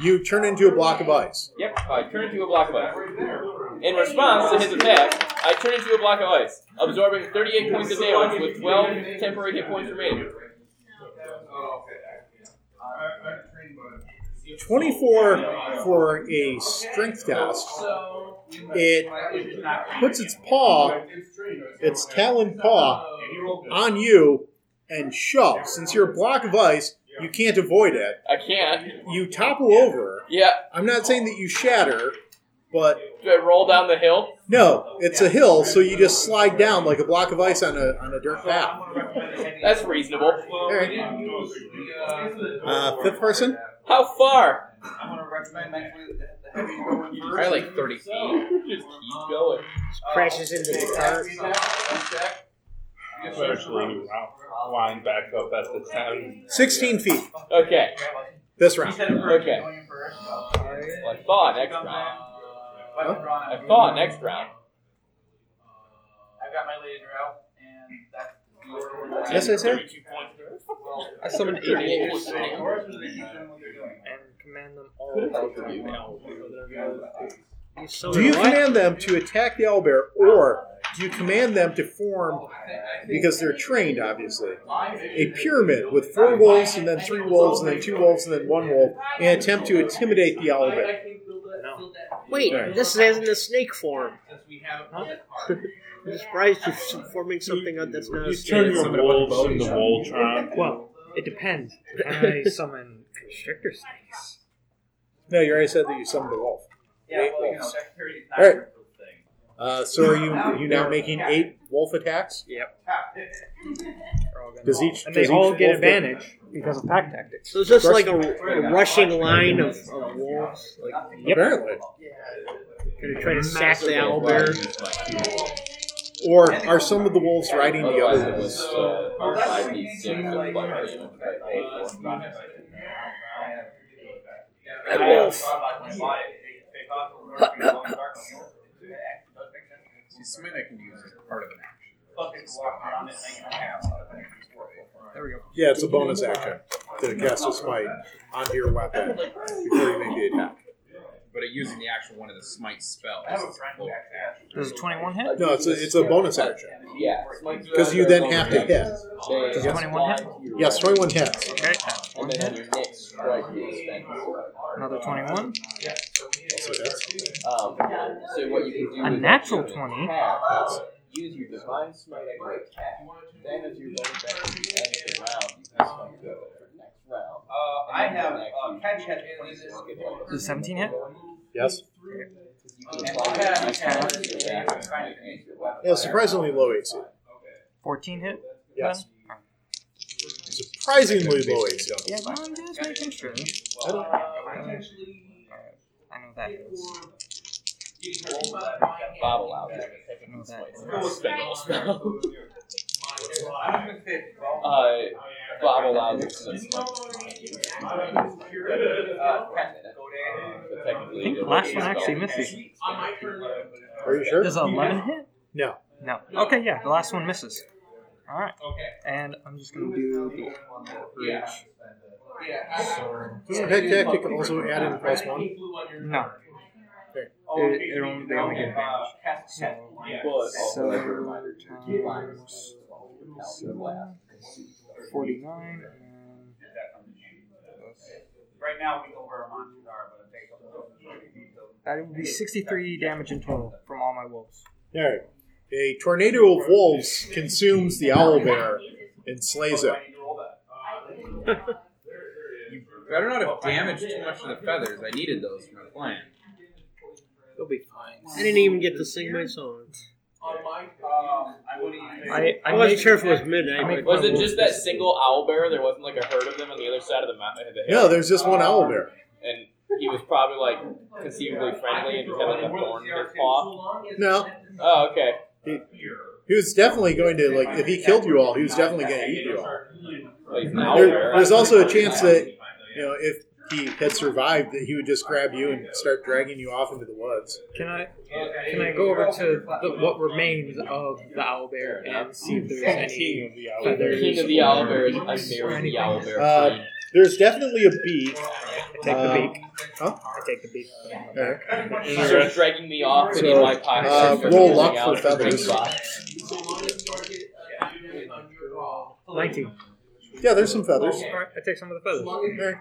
Speaker 1: You turn into a block of ice.
Speaker 5: Yep, I turn into a block of ice. In response to his attack, I turn into a block of ice, absorbing 38 points of damage with 12 temporary hit points remaining.
Speaker 4: Oh,
Speaker 1: Twenty-four for a strength test. It puts its paw, its talon paw, on you and shoves. Since you're a block of ice, you can't avoid it.
Speaker 5: I can't.
Speaker 1: You topple over.
Speaker 5: Yeah.
Speaker 1: I'm not saying that you shatter, but
Speaker 5: Do I roll down the hill?
Speaker 1: no, it's a hill, so you just slide down like a block of ice on a on a dirt path.
Speaker 5: That's reasonable.
Speaker 1: Uh, fifth person.
Speaker 5: How far? Probably
Speaker 4: Probably
Speaker 5: like 30 feet. (laughs) Just keep going.
Speaker 6: crashes into the car.
Speaker 3: Especially I'll line back up at the town.
Speaker 1: 16 feet
Speaker 5: Okay.
Speaker 1: this round.
Speaker 5: Okay. Well, I thaw next round. I thaw next round.
Speaker 4: I've got my laser out, and that's your.
Speaker 1: Yes, I sir.
Speaker 6: I summon
Speaker 5: idiots.
Speaker 6: and command them all. You summon
Speaker 1: Do you
Speaker 6: what?
Speaker 1: command them to attack the owlbear, or do you command them to form, because they're trained, obviously, a pyramid with four wolves, and then three wolves, and then two wolves, and then one wolf, and attempt to intimidate the owlbear?
Speaker 6: Wait,
Speaker 1: Right.
Speaker 6: this is in the snake form.
Speaker 4: Huh?
Speaker 6: I'm surprised you're s- forming something out that's not a
Speaker 3: You
Speaker 6: snake.
Speaker 3: turn your wolves into Voltron.
Speaker 17: Well,
Speaker 3: (laughs)
Speaker 17: it depends. Can I summon constrictor snakes?
Speaker 1: No, you already said that you summoned a wolf.
Speaker 4: Yeah,
Speaker 1: Eight
Speaker 4: well, you know,
Speaker 1: wolves.
Speaker 4: secretary
Speaker 1: All right. Uh, so are you you now making eight wolf attacks?
Speaker 6: Yep. They're all gonna-
Speaker 1: Does each does
Speaker 17: And they
Speaker 1: each
Speaker 17: all
Speaker 1: wolf
Speaker 17: get
Speaker 1: get-
Speaker 17: advantage because of pack tactics.
Speaker 6: So it's just like a, a rushing line of, of wolves. Like,
Speaker 17: Yep.
Speaker 1: Apparently.
Speaker 6: gonna try to sack the owlbear.
Speaker 1: Or are some of the wolves riding the
Speaker 5: Otherwise,
Speaker 1: other
Speaker 5: it was
Speaker 1: ones?
Speaker 5: uh, 5d6 of like damage.
Speaker 6: Red wolf.
Speaker 24: See, something I can use as part of an action.
Speaker 6: There we go.
Speaker 1: Yeah, it's a bonus action to cast a smite onto your weapon before you make the attack.
Speaker 24: But it using the actual one of the smite spells.
Speaker 17: Does a 21 hit?
Speaker 1: No, it's a, it's a bonus action.
Speaker 5: Yeah.
Speaker 1: Because you then have to hit.
Speaker 5: Does
Speaker 17: 21 hit?
Speaker 1: Yes, 21 hits.
Speaker 17: Okay.
Speaker 5: And then on your next strike, you expend.
Speaker 17: Another 21.
Speaker 1: Also hits.
Speaker 5: Um, so what you can do
Speaker 17: A
Speaker 5: is
Speaker 17: natural
Speaker 5: actually
Speaker 17: 20.
Speaker 5: attack, Use your divine smite to attack. Then as you roll back to the end of the round, you can smite the next round.
Speaker 4: Uh, I have uh, catch catch
Speaker 17: Does 17 hit?
Speaker 1: Yes. Yeah,
Speaker 5: Yeah,
Speaker 1: surprisingly low AC.
Speaker 17: 14 hit?
Speaker 1: Yes.
Speaker 17: Then?
Speaker 1: Surprisingly low AC.
Speaker 17: Yeah, but I'm just making sure.
Speaker 1: I don't-
Speaker 17: that is.
Speaker 5: Bobble out.
Speaker 17: I don't know what that is.
Speaker 5: Spindle spell. (laughs) uh, bobble out. uh,
Speaker 17: I think the last one actually misses.
Speaker 1: Are you sure?
Speaker 17: Does 11 hit?
Speaker 1: No.
Speaker 17: No. Okay, yeah, the last one misses. Alright.
Speaker 3: Okay.
Speaker 17: And I'm just going to do
Speaker 3: Yeah.
Speaker 1: Doesn't Peg Tactic also add in plus one?
Speaker 17: the. No.
Speaker 1: Okay.
Speaker 17: It, it only, they only get advantage. So, so times 49 and
Speaker 3: Right now, we know where our monsters are, but it takes a little bit of
Speaker 17: that would be 63 damage in total from all my wolves.
Speaker 1: All right. A tornado of wolves consumes the owl bear and slays it.
Speaker 4: Better not have damaged too much of the feathers. I needed those for my plan.
Speaker 25: It'll be fine.
Speaker 6: I didn't even get to sing my song.
Speaker 17: I, I
Speaker 6: I wasn't
Speaker 17: make-
Speaker 6: sure if it was midnight.
Speaker 17: I make
Speaker 5: Was
Speaker 17: my
Speaker 5: it
Speaker 17: wolves
Speaker 5: just that single owl bear? There wasn't like a herd of them on the other side of the mountain. The hill?
Speaker 1: No, there's just one owl bear.
Speaker 5: and he was probably like conceivably friendly and just had like a thorn in his paw.
Speaker 1: No,
Speaker 5: Oh, okay.
Speaker 1: he was definitely going to like if he killed you all, he was definitely going to eat you all.
Speaker 5: Like an owl
Speaker 1: There,
Speaker 5: bear.
Speaker 1: there's also a chance that you know if he had survived, that he would just grab you and start dragging you off into the woods.
Speaker 17: Can I can I go over to the, what remains of the owl bear and see if there's any
Speaker 26: of the owl.
Speaker 17: feathers?
Speaker 5: King of the owl bear is unmarried the owl bear.
Speaker 1: Uh, there's definitely a beak.
Speaker 17: I take the beak.
Speaker 1: Huh?
Speaker 17: I take the beak.
Speaker 1: Alright.
Speaker 5: She's sort of dragging me off and
Speaker 1: So,
Speaker 5: in my pocket.
Speaker 1: uh,
Speaker 5: starts
Speaker 1: roll
Speaker 5: reaching
Speaker 1: luck
Speaker 5: out
Speaker 1: for
Speaker 5: and brings
Speaker 1: feathers.
Speaker 5: box.
Speaker 17: 19.
Speaker 1: Yeah, there's some feathers.
Speaker 17: All right, I take some of the feathers.
Speaker 1: Alright.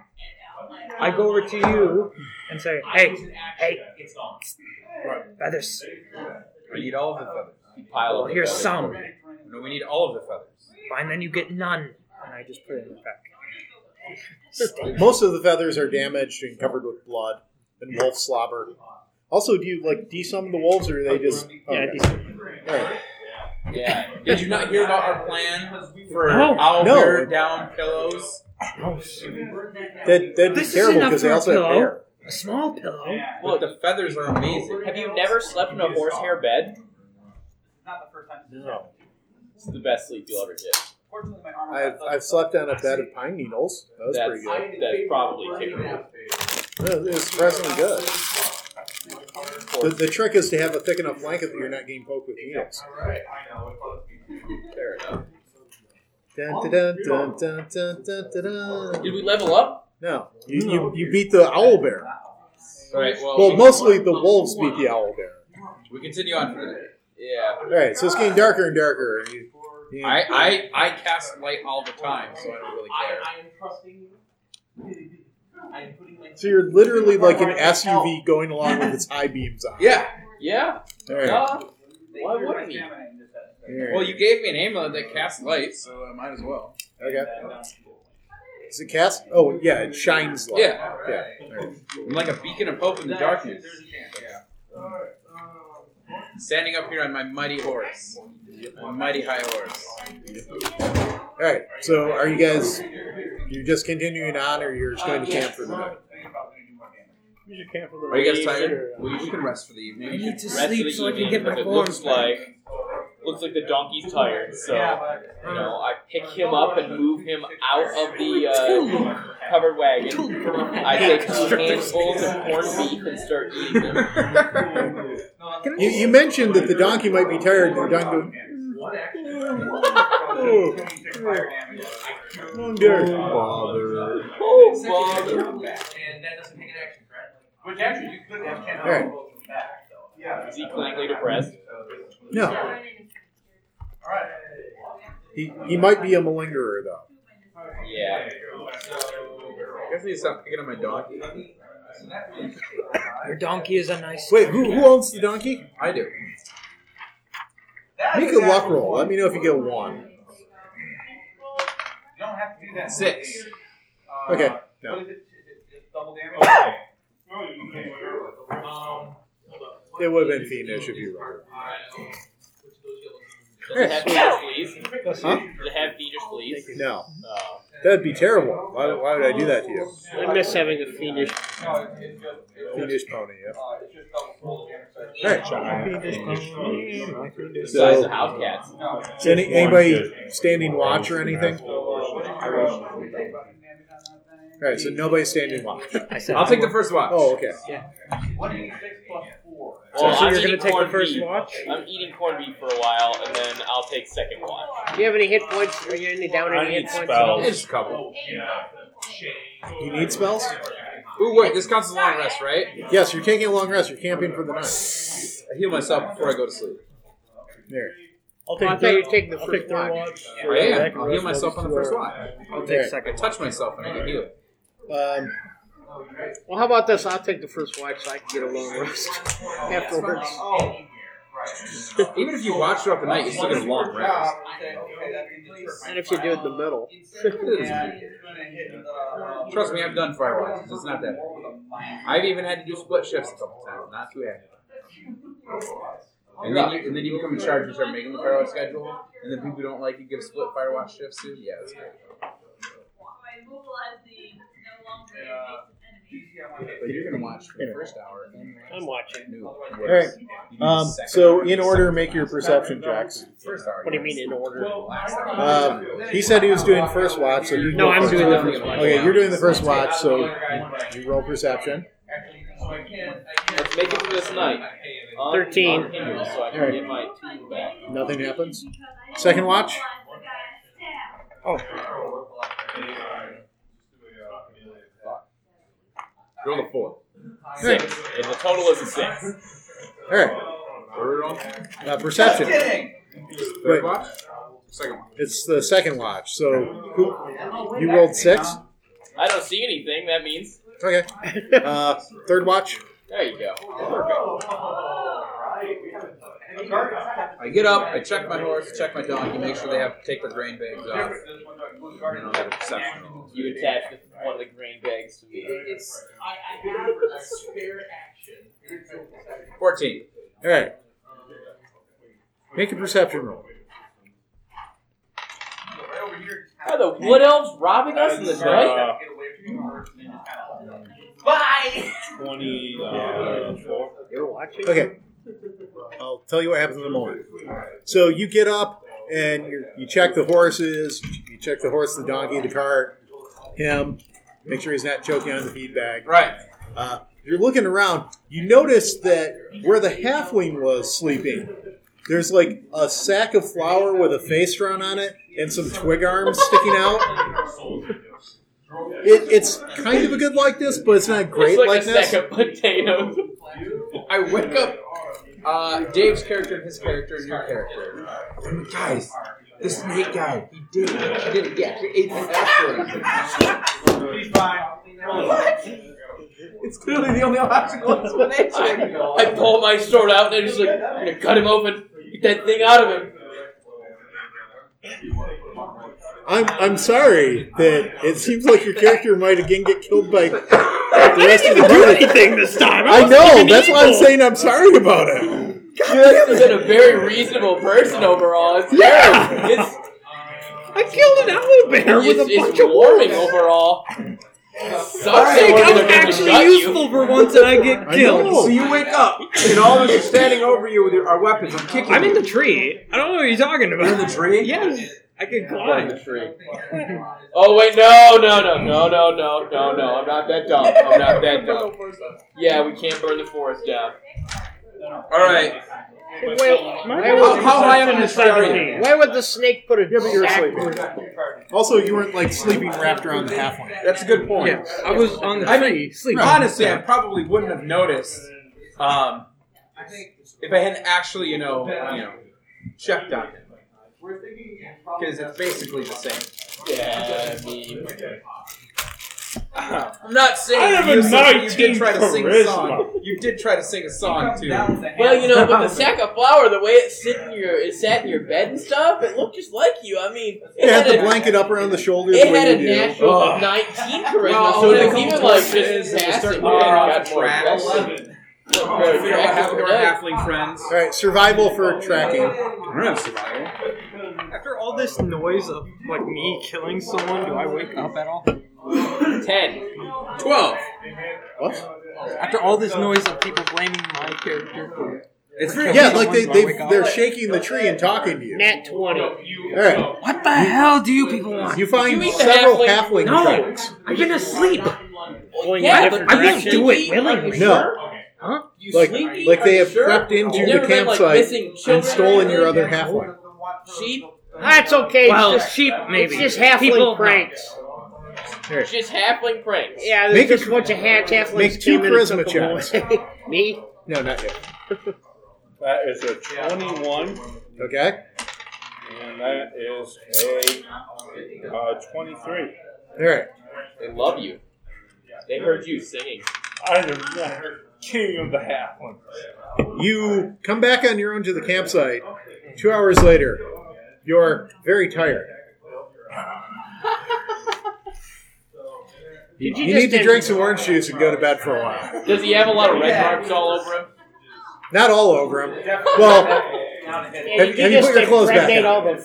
Speaker 17: I go over to you and say, hey, hey, feathers.
Speaker 4: I need all of the feathers.
Speaker 5: Pile
Speaker 17: Well,
Speaker 5: of the
Speaker 17: here's
Speaker 5: feathers.
Speaker 17: some.
Speaker 4: No, we need all of the feathers.
Speaker 17: Fine, then you get none. And I just put it in the pack.
Speaker 1: Most of the feathers are damaged and covered with blood and wolf slobber. Also, do you like desum the wolves, or are they just?
Speaker 17: Yeah,
Speaker 1: okay.
Speaker 17: decent.
Speaker 1: All right.
Speaker 4: Yeah. Did you not hear about our plan for
Speaker 17: No.
Speaker 4: owl
Speaker 1: No.
Speaker 4: bear down pillows?
Speaker 1: That that'd be
Speaker 17: This is
Speaker 1: terrible
Speaker 17: enough
Speaker 1: because they
Speaker 17: for a
Speaker 1: also have
Speaker 17: pillow.
Speaker 1: bear.
Speaker 17: A small pillow?
Speaker 4: Look, the feathers are amazing.
Speaker 5: Have you never slept in a horsehair bed?
Speaker 1: No.
Speaker 5: It's the best sleep you'll ever get.
Speaker 1: I've I've slept on a bed of pine needles. That was
Speaker 5: That's,
Speaker 1: pretty good.
Speaker 5: that's probably terrible.
Speaker 1: It was surprisingly good. The, the trick is to have a thick enough blanket that you're not getting poked with needles.
Speaker 5: Fair enough.
Speaker 1: Dun, dun, dun, dun, dun, dun, dun, dun.
Speaker 5: Did we level up?
Speaker 1: No, you, you, you beat the owl bear.
Speaker 4: All right. Well,
Speaker 1: Well,
Speaker 4: we-
Speaker 1: mostly the wolves beat the owl bear.
Speaker 4: we continue on for the day.
Speaker 5: Yeah.
Speaker 1: All right, so it's getting darker and darker. You, you-
Speaker 4: I, I I cast light all the time, so I don't really care.
Speaker 1: so you're literally like an SUV going along with its high beams on.
Speaker 4: Yeah.
Speaker 5: Yeah.
Speaker 1: All right.
Speaker 5: Uh, why wouldn't you?
Speaker 4: Well, you gave me an amulet that casts light, so I might as well.
Speaker 1: okay. Is it cast? Oh yeah, it shines light.
Speaker 4: Yeah.
Speaker 1: yeah.
Speaker 4: I'm like a beacon of hope in the darkness. Standing up here on my mighty horse, my mighty high horse.
Speaker 1: All right. So are you guys? You're just continuing on, or you're just going to camp for the night?
Speaker 26: You should camp for the
Speaker 4: Are you guys
Speaker 26: raid
Speaker 4: tired?
Speaker 26: or-
Speaker 4: We, we can rest for the evening.
Speaker 25: I need to
Speaker 5: Rest of the
Speaker 25: sleep so I can
Speaker 5: evening,
Speaker 25: get my
Speaker 5: but it
Speaker 25: form
Speaker 5: looks
Speaker 25: back.
Speaker 5: like looks like the donkey's tired, so you know I pick him up and move him out of the uh, covered wagon. I take two handfuls of corned beef and start eating them.
Speaker 1: You, you mentioned that the donkey might be tired. The donkey. Oh, dear.
Speaker 5: Oh, well,
Speaker 3: Which actually, you could have ten
Speaker 1: Alright.
Speaker 3: back.
Speaker 5: is he clinically depressed?
Speaker 1: No, he, he might be a malingerer though.
Speaker 5: Yeah.
Speaker 4: I guess I need to stop picking up my donkey.
Speaker 17: Your donkey is a nice.
Speaker 1: Wait, who, who owns the donkey?
Speaker 4: I do.
Speaker 1: Make a luck roll. Let me know if you get one.
Speaker 3: You don't have to do that.
Speaker 4: Six.
Speaker 3: Uh,
Speaker 1: Okay.
Speaker 3: What is it? Is it just double damage?
Speaker 1: It would have been fiendish if you rolled.
Speaker 5: Does it have feeders, please? Does
Speaker 1: Huh?
Speaker 5: it have feeders, please? Uh,
Speaker 1: No. That'd be terrible. Why, why would I do that to you?
Speaker 6: I miss having a fiendish.
Speaker 1: Fiendish pony, yeah.
Speaker 3: uh,
Speaker 5: The size of house cats.
Speaker 1: Is any, anybody standing watch or anything?
Speaker 3: uh,
Speaker 1: All right, so nobody's standing
Speaker 17: (laughs)
Speaker 1: watch.
Speaker 4: I'll take the first watch.
Speaker 1: Oh, okay.
Speaker 6: Yeah.
Speaker 5: Well,
Speaker 6: so
Speaker 5: I'm
Speaker 6: you're gonna
Speaker 5: eating
Speaker 6: take the
Speaker 5: corned
Speaker 6: first
Speaker 5: beef.
Speaker 6: watch?
Speaker 5: I'm eating corned beef for a while, and then I'll take second watch.
Speaker 6: Do you have any hit points? Are you any down
Speaker 3: I
Speaker 6: any hit
Speaker 3: need
Speaker 6: points?
Speaker 3: spells.
Speaker 4: Just a couple.
Speaker 1: You need spells?
Speaker 4: Ooh, wait, this counts as a long rest, right?
Speaker 1: Yes, you're taking a long rest. You're camping for the night.
Speaker 4: I heal myself before I go to sleep.
Speaker 1: There.
Speaker 27: I'll
Speaker 6: Oh,
Speaker 27: take
Speaker 6: I thought you
Speaker 27: third-
Speaker 6: were taking the
Speaker 27: I'll
Speaker 6: first
Speaker 27: take third
Speaker 6: watch.
Speaker 27: watch.
Speaker 4: I am. I'll heal myself on the first watch.
Speaker 17: I'll
Speaker 1: There.
Speaker 17: take
Speaker 4: I
Speaker 17: second.
Speaker 4: touch myself and I get healed.
Speaker 1: Um,
Speaker 6: Well, how about this? I'll take the first watch so I can get a long rest (laughs) afterwards.
Speaker 4: Even if you watch throughout the night, you still get a long rest.
Speaker 6: And if you do it in the (laughs) middle.
Speaker 4: Trust me, I've done fire watches. It's not that bad. I've even had to do split shifts a couple times. Not too happy. And then, you, and then you become in charge and start making the fire watch schedule. And then people who don't like you give split fire watch shifts to. Yeah, that's great. But you're gonna watch for the first hour. and the
Speaker 6: I'm watching.
Speaker 4: new one.
Speaker 1: right. um, so, in order, make your perception checks.
Speaker 4: First hour.
Speaker 6: What do you mean in order? (laughs)
Speaker 1: Um, he said he was doing first watch, so you
Speaker 6: No,
Speaker 1: roll
Speaker 6: I'm
Speaker 1: first.
Speaker 6: doing the first watch.
Speaker 1: Okay, you're doing the first watch, so you roll perception.
Speaker 5: Let's make it through this night. Un-
Speaker 6: 13.
Speaker 5: unhindered, So I
Speaker 1: Alright.
Speaker 5: can get my two back.
Speaker 1: Nothing happens. Second watch.
Speaker 4: Roll a four.
Speaker 5: Six. And the total is a six.
Speaker 1: All right,
Speaker 4: What are we rolling?
Speaker 1: uh, perception.
Speaker 4: Third
Speaker 1: Wait.
Speaker 4: watch. Second watch.
Speaker 1: It's the second watch. So who, you rolled six.
Speaker 5: I don't see anything. That means
Speaker 1: Okay. Uh, third watch.
Speaker 5: there you go.
Speaker 4: I get up. I check my horse. Check my donkey. Make sure they have take their grain bags off. And then I'll have a perception. roll.
Speaker 5: You attach the, one of the grain bags to me.
Speaker 4: Fourteen.
Speaker 1: All right. Make a perception roll.
Speaker 5: Are the wood elves robbing us in the
Speaker 3: That's,
Speaker 5: night?
Speaker 3: uh,
Speaker 5: Bye.
Speaker 3: Twenty. Uh, four.
Speaker 6: You're watching?
Speaker 1: Okay. I'll tell you what happens in a moment. So you get up and you you check the horses. You check the horse, the donkey, the cart, him. Make sure he's not choking on the feed bag.
Speaker 4: Right.
Speaker 1: Uh, you're looking around. You notice that where the halfling was sleeping, there's like a sack of flour with a face drawn on it and some twig arms sticking out. It, it's kind of a good like this, but it's not great
Speaker 5: it's like, a
Speaker 1: this.
Speaker 5: sack of potatoes.
Speaker 4: I wake up uh, Dave's character and his character and your character. I'm like, Guys, this snake guy, he did it. He did it. Yeah, he ate the apple. It's clearly the only logical explanation.
Speaker 5: I, I pull my sword out and I'm just like, I'm gonna cut him open, get that thing out of him.
Speaker 1: I'm I'm sorry that it seems like your character might again get killed by the rest of the group.
Speaker 6: anything this time.
Speaker 1: I know. That's why I'm saying I'm sorry about it.
Speaker 5: You've been a very reasonable person overall. It's,
Speaker 6: Yeah!
Speaker 5: it's,
Speaker 6: I killed an owlbear
Speaker 5: it's,
Speaker 6: with a bunch
Speaker 5: it's
Speaker 6: of
Speaker 5: warming
Speaker 6: wolves.
Speaker 5: overall.
Speaker 6: I
Speaker 5: Sucks
Speaker 6: think
Speaker 5: when
Speaker 6: I'm
Speaker 5: they're gonna
Speaker 6: actually
Speaker 5: gut you.
Speaker 6: useful for once and I get
Speaker 1: I
Speaker 6: killed.
Speaker 1: know.
Speaker 4: So you wake up, and all of us are standing over you with your, our weapons. I'm kicking
Speaker 17: I'm in the
Speaker 4: you.
Speaker 17: tree. I don't know what you're talking about.
Speaker 4: You're in the tree?
Speaker 17: Yes. I can
Speaker 4: You're in
Speaker 17: climb.
Speaker 4: the tree.
Speaker 5: Oh wait, no, no, no, no, no, no, no, no! I'm not that dumb. I'm not that dumb. Yeah, we can't burn the forest down.
Speaker 4: All right.
Speaker 6: Wait, why
Speaker 4: How,
Speaker 6: would,
Speaker 4: how high up in the tree are you?
Speaker 6: why would the snake put a
Speaker 1: you're
Speaker 6: sack-
Speaker 1: sleeping. Also, you weren't like sleeping wrapped around the halfling.
Speaker 4: That's a good point.
Speaker 17: Yeah, I was on the
Speaker 4: I
Speaker 17: tree
Speaker 4: mean,
Speaker 17: sleeping.
Speaker 4: honestly, I probably wouldn't have noticed um, if I hadn't actually, you know, you know, checked on it because it's basically the same.
Speaker 5: Yeah, I mean,
Speaker 4: I'm not saying
Speaker 3: I have
Speaker 4: you,
Speaker 3: a
Speaker 4: said you did
Speaker 3: 19
Speaker 4: try to sing a
Speaker 3: charisma.
Speaker 4: song. You did try to sing a song too.
Speaker 5: well, you know, but the sack of flour, the way it's sitting in your, it sat in your bed and stuff, it looked just like you. I mean, it
Speaker 1: You have the
Speaker 5: had a,
Speaker 1: blanket up around the shoulders.
Speaker 5: it
Speaker 1: the way
Speaker 5: had a
Speaker 1: you do.
Speaker 5: natural
Speaker 4: Ugh.
Speaker 5: 19 charisma,
Speaker 4: Well,
Speaker 5: so
Speaker 4: when
Speaker 5: it
Speaker 4: it
Speaker 5: was
Speaker 4: comes
Speaker 5: even
Speaker 4: to
Speaker 5: like
Speaker 4: us, it is-
Speaker 5: just
Speaker 4: we start
Speaker 5: passing.
Speaker 4: looking
Speaker 5: and
Speaker 4: off
Speaker 5: got more
Speaker 4: tracks.
Speaker 5: aggressive.
Speaker 4: Figure out what happened to our halfling friends.
Speaker 1: All right, survival for tracking.
Speaker 4: I don't have survival.
Speaker 17: After all this noise of like me killing someone, do I wake up at all?
Speaker 5: Ten.
Speaker 4: Twelve.
Speaker 1: What?
Speaker 17: After all this noise of people blaming my character for
Speaker 4: It's
Speaker 17: for killing
Speaker 1: Yeah, like
Speaker 17: someone,
Speaker 1: they
Speaker 17: do I
Speaker 1: they
Speaker 17: wake up?
Speaker 1: they're shaking the tree and talking to you.
Speaker 6: Nat 20.
Speaker 1: All right,
Speaker 17: What the hell do you people want?
Speaker 1: you find
Speaker 5: Did you eat the
Speaker 1: several halfling
Speaker 5: halfling?
Speaker 6: No.
Speaker 1: tracks.
Speaker 6: I've been asleep. Going
Speaker 5: Yeah,
Speaker 6: in
Speaker 5: but
Speaker 6: different
Speaker 5: I won't
Speaker 6: directions.
Speaker 5: do it willingly.
Speaker 1: No,
Speaker 5: You
Speaker 1: like
Speaker 5: sleepy?
Speaker 1: like
Speaker 5: Are
Speaker 1: they
Speaker 5: you
Speaker 1: have
Speaker 5: sure?
Speaker 1: crept into
Speaker 5: You've
Speaker 1: the
Speaker 5: never been, like,
Speaker 1: campsite
Speaker 5: missing
Speaker 1: and
Speaker 5: children
Speaker 1: stolen
Speaker 5: or
Speaker 1: your other
Speaker 5: anything?
Speaker 1: halfling.
Speaker 5: Sheep?
Speaker 6: That's okay.
Speaker 17: Well,
Speaker 6: it's just
Speaker 17: sheep, maybe.
Speaker 6: It's just halfling
Speaker 17: People-
Speaker 6: pranks.
Speaker 5: It's just halfling pranks.
Speaker 6: Yeah, there's
Speaker 1: Make
Speaker 6: just
Speaker 1: a-
Speaker 6: a bunch of half halflings.
Speaker 1: make two
Speaker 6: came in and
Speaker 1: charisma
Speaker 6: took them away.
Speaker 1: (laughs)
Speaker 6: Me?
Speaker 1: No, not yet.
Speaker 3: That is a 21,
Speaker 1: Okay.
Speaker 3: and that is a uh, 23.
Speaker 1: All right.
Speaker 5: They love you. They heard you singing.
Speaker 3: I am not king of the halfling.
Speaker 1: You come back on your own to the campsite. Two hours later, you're very tired.
Speaker 6: Did you,
Speaker 1: You
Speaker 6: just
Speaker 1: need to drink some orange juice and go to bed for a while.
Speaker 5: Does he have a lot of red marks all over him?
Speaker 1: Not all over him. Well,
Speaker 6: Yeah,
Speaker 1: Have-
Speaker 6: did
Speaker 1: have you
Speaker 6: just
Speaker 1: put your clothes back
Speaker 6: impregnate
Speaker 1: on?
Speaker 6: all the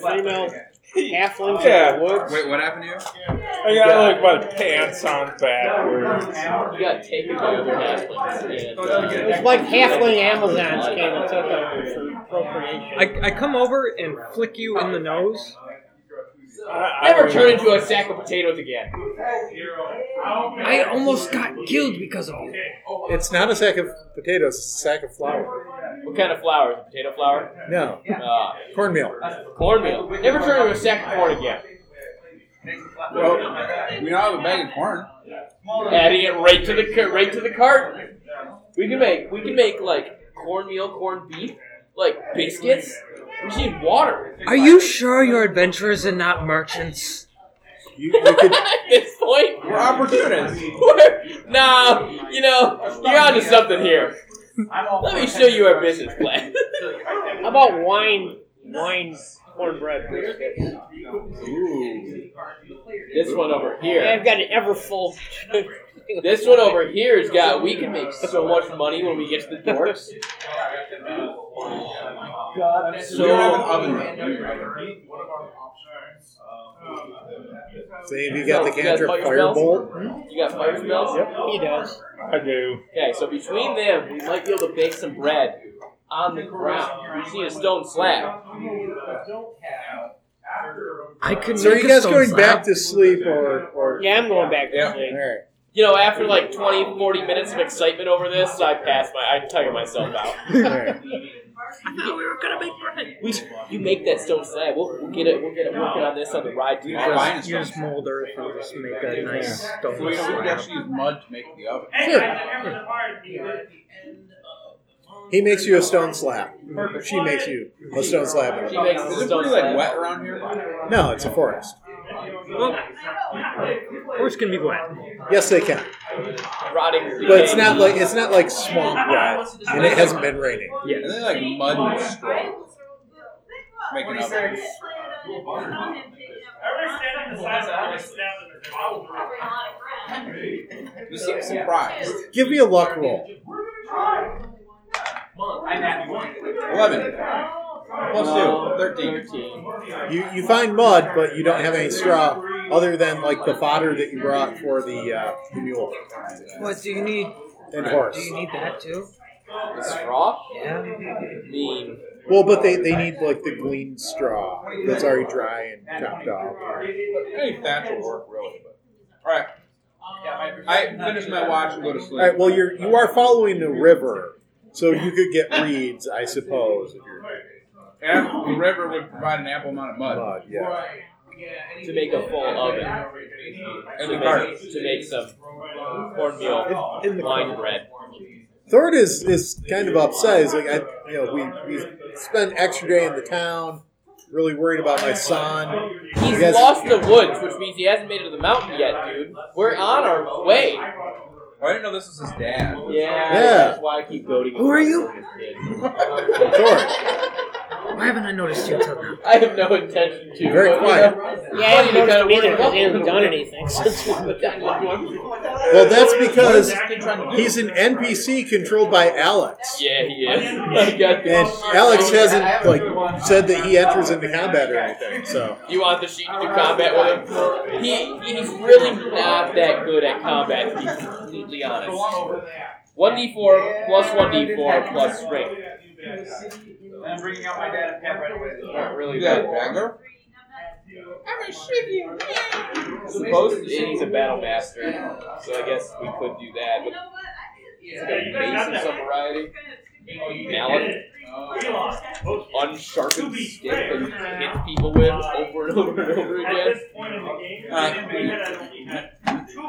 Speaker 6: female halflings
Speaker 3: Yeah.
Speaker 6: in the woods?
Speaker 4: Wait, what happened to you?
Speaker 3: I got like my pants on backwards.
Speaker 5: You got taken by other halflings. And, uh,
Speaker 6: It's like halfling Amazons came and took over for appropriation.
Speaker 17: I, I come over and flick you in the nose.
Speaker 3: I, I
Speaker 5: (laughs) Never
Speaker 3: was-
Speaker 5: turn into a sack of potatoes again.
Speaker 17: I almost got killed because of you.
Speaker 1: it's not a sack of potatoes, it's a sack of flour.
Speaker 5: What kind of flour? Is it Potato flour?
Speaker 1: No,
Speaker 5: Uh,
Speaker 1: cornmeal.
Speaker 5: cornmeal. Never turn into a sack of corn again.
Speaker 4: Well, we don't have a bag of corn.
Speaker 5: Adding it right to the ca- right to the cart. We can make we can make like cornmeal, corned beef, like biscuits. We just need water. (laughs)
Speaker 17: Are you sure you're adventurers and not merchants?
Speaker 1: You, you
Speaker 5: At
Speaker 1: could,
Speaker 5: this point,
Speaker 4: We're opportunists.
Speaker 5: (laughs) no, you know, you're onto something here. Let me show you our business plan.
Speaker 6: How about wine, wine, cornbread biscuits?
Speaker 5: this one over here.
Speaker 6: I've got an ever full.
Speaker 5: This one over here has got. We can make so much money when we get to the dorks.
Speaker 4: So, we don't have an
Speaker 5: So
Speaker 4: oven. though.
Speaker 1: so have you got the
Speaker 5: You guys
Speaker 1: cantrip
Speaker 5: bought your
Speaker 1: firebolt?
Speaker 5: you got fire smells.
Speaker 6: he does.
Speaker 3: I do.
Speaker 5: Okay, so between them, we might be able to bake some bread on the ground. We just need a stone slab.
Speaker 17: I could
Speaker 1: So are
Speaker 17: make
Speaker 1: you
Speaker 17: a
Speaker 1: guys
Speaker 17: stone
Speaker 1: going
Speaker 17: slab.
Speaker 1: back to sleep or. or
Speaker 6: Yeah, I'm going back
Speaker 4: Yeah.
Speaker 6: to sleep.
Speaker 1: all right.
Speaker 5: You know, after like 20, 40 minutes of excitement over this, I pass my, I tire myself out.
Speaker 1: All right.
Speaker 5: We, you make that stone slab. We'll, we'll get it. We'll get it working on this on the ride
Speaker 4: We don't buy
Speaker 5: tomorrow.
Speaker 4: any
Speaker 17: You
Speaker 4: stuff.
Speaker 17: just mold earth and just make a nice
Speaker 4: So we don't-
Speaker 17: stone
Speaker 4: we could
Speaker 17: slab.
Speaker 4: actually use mud to make the oven.
Speaker 1: He makes you a stone slab. She makes you a stone slab.
Speaker 5: She makes
Speaker 4: Is
Speaker 5: the
Speaker 4: it
Speaker 5: stone
Speaker 4: pretty like
Speaker 5: slab.
Speaker 4: wet around here?
Speaker 1: No, it's a forest.
Speaker 17: Horse can be wet.
Speaker 1: Yes, they can,
Speaker 5: Rotting.
Speaker 1: but it's not like it's not like swamp rot, and it hasn't been raining.
Speaker 4: And they like mud and straw. Make an oven. You seem surprised.
Speaker 1: Give me a luck roll.
Speaker 4: Eleven.
Speaker 5: Uh,
Speaker 4: Plus two. Thirteen.
Speaker 1: You you find mud, but you don't have any straw other than like the fodder that you brought for the, uh, the mule
Speaker 17: What do you need?
Speaker 1: and horse.
Speaker 17: Do you need that too?
Speaker 5: The straw?
Speaker 17: Yeah.
Speaker 5: I mean,
Speaker 1: Well, but they, they need like the gleaned straw that's already dry and chopped off.
Speaker 4: Hey, thatch will work really. But. All right. I finish my watch and go to
Speaker 1: All
Speaker 4: sleep.
Speaker 1: right. Well, you're you are following the river, so you could get reeds, I suppose, if you're
Speaker 4: Apple- the river would provide an ample amount of mud.
Speaker 1: mud. Yeah.
Speaker 5: to make a full oven.
Speaker 4: And
Speaker 5: to
Speaker 4: the garden.
Speaker 5: make, to make some cornmeal
Speaker 1: In- in the
Speaker 5: wine
Speaker 1: car.
Speaker 5: bread.
Speaker 1: Thord is is kind of upset. He's like, I, you know, we we spent extra day in the town, really worried about my son.
Speaker 5: He's
Speaker 1: You guys-
Speaker 5: lost the woods, which means he hasn't made it to the mountain yet, dude. We're on our way.
Speaker 4: Oh, I didn't know this was his dad.
Speaker 1: Yeah.
Speaker 5: Yeah,
Speaker 6: (laughs)
Speaker 5: that's why I keep goading.
Speaker 17: Who are you?
Speaker 1: Thord,
Speaker 17: Why
Speaker 6: haven't I noticed you till now?
Speaker 5: I have no intention to.
Speaker 1: Very
Speaker 5: but, you
Speaker 1: quiet.
Speaker 5: know,
Speaker 6: Yeah, I
Speaker 5: funny
Speaker 6: haven't noticed
Speaker 5: to kinda
Speaker 6: him either
Speaker 5: work-
Speaker 6: because he hasn't done
Speaker 5: (laughs)
Speaker 6: anything since we (laughs) went down.
Speaker 1: Well, that's because
Speaker 5: trying to do?
Speaker 1: he's an NPC controlled by Alex,
Speaker 5: Yeah, he is. (laughs) I got the-
Speaker 1: and Alex hasn't like said that he enters into combat or anything. So
Speaker 5: You want the sheet to do combat with him? He he's really not that good at combat. To be completely honest. One d four plus one d four plus strength.
Speaker 17: I'm bringing out my dad and Pat right away.
Speaker 5: Not really
Speaker 4: You
Speaker 5: that.
Speaker 4: got a banger?
Speaker 5: Supposed to, he's a battle master, so I guess we could do that. But he's got a base of some variety. Mallet,
Speaker 4: Oh.
Speaker 5: unsharpened stick that you can hit people with over and over and over again.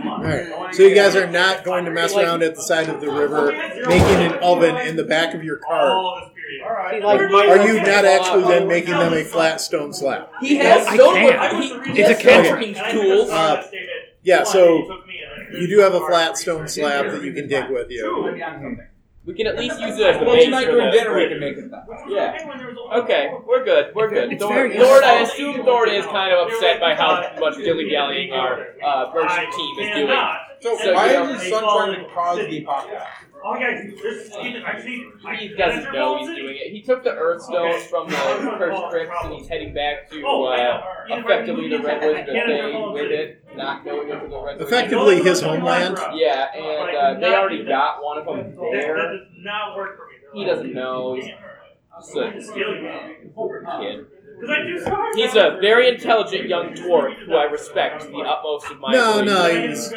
Speaker 1: all right, so you guys are not going to mess around at the side of the river, making an oven in the back of your car.
Speaker 6: He's like
Speaker 1: Are you not actually then making them a flat stone slab?
Speaker 5: He has
Speaker 6: I
Speaker 5: stone
Speaker 6: can't.
Speaker 5: work- he- he
Speaker 6: It's
Speaker 5: has
Speaker 6: a
Speaker 5: stone
Speaker 6: cantrip.
Speaker 5: working tools.
Speaker 1: Uh, yeah, so you do have a flat stone slab that you can dig with you.
Speaker 5: We can at least use it as the
Speaker 4: Well,
Speaker 5: base
Speaker 4: tonight
Speaker 5: for
Speaker 4: during
Speaker 5: the-
Speaker 4: dinner we can make it. that.
Speaker 5: Yeah. Okay, we're good. We're good.
Speaker 6: It's
Speaker 5: Thord,
Speaker 6: very-
Speaker 5: Thord, I assume Thord is kind of upset by how much dilly dallying our uh, Merchant team is doing.
Speaker 4: So,
Speaker 5: So,
Speaker 4: why
Speaker 5: you know,
Speaker 4: is the sun trying to cause the apocalypse?
Speaker 3: Oh,
Speaker 5: He doesn't know he's doing it. He took the Earth Stone from the Cursed Crypts and he's heading back to
Speaker 3: Oh,
Speaker 5: uh, effectively the Redwoods that they with it, not going into the Redwoods.
Speaker 1: Effectively, his homeland.
Speaker 5: Yeah, and uh, they already got one of them there.
Speaker 3: does not work for me.
Speaker 5: He doesn't know. He's just a kid.
Speaker 3: Because I do sorry.
Speaker 5: He's a very intelligent young dwarf who I respect to the utmost of my
Speaker 1: No,
Speaker 5: ability.
Speaker 1: no, Uh, he's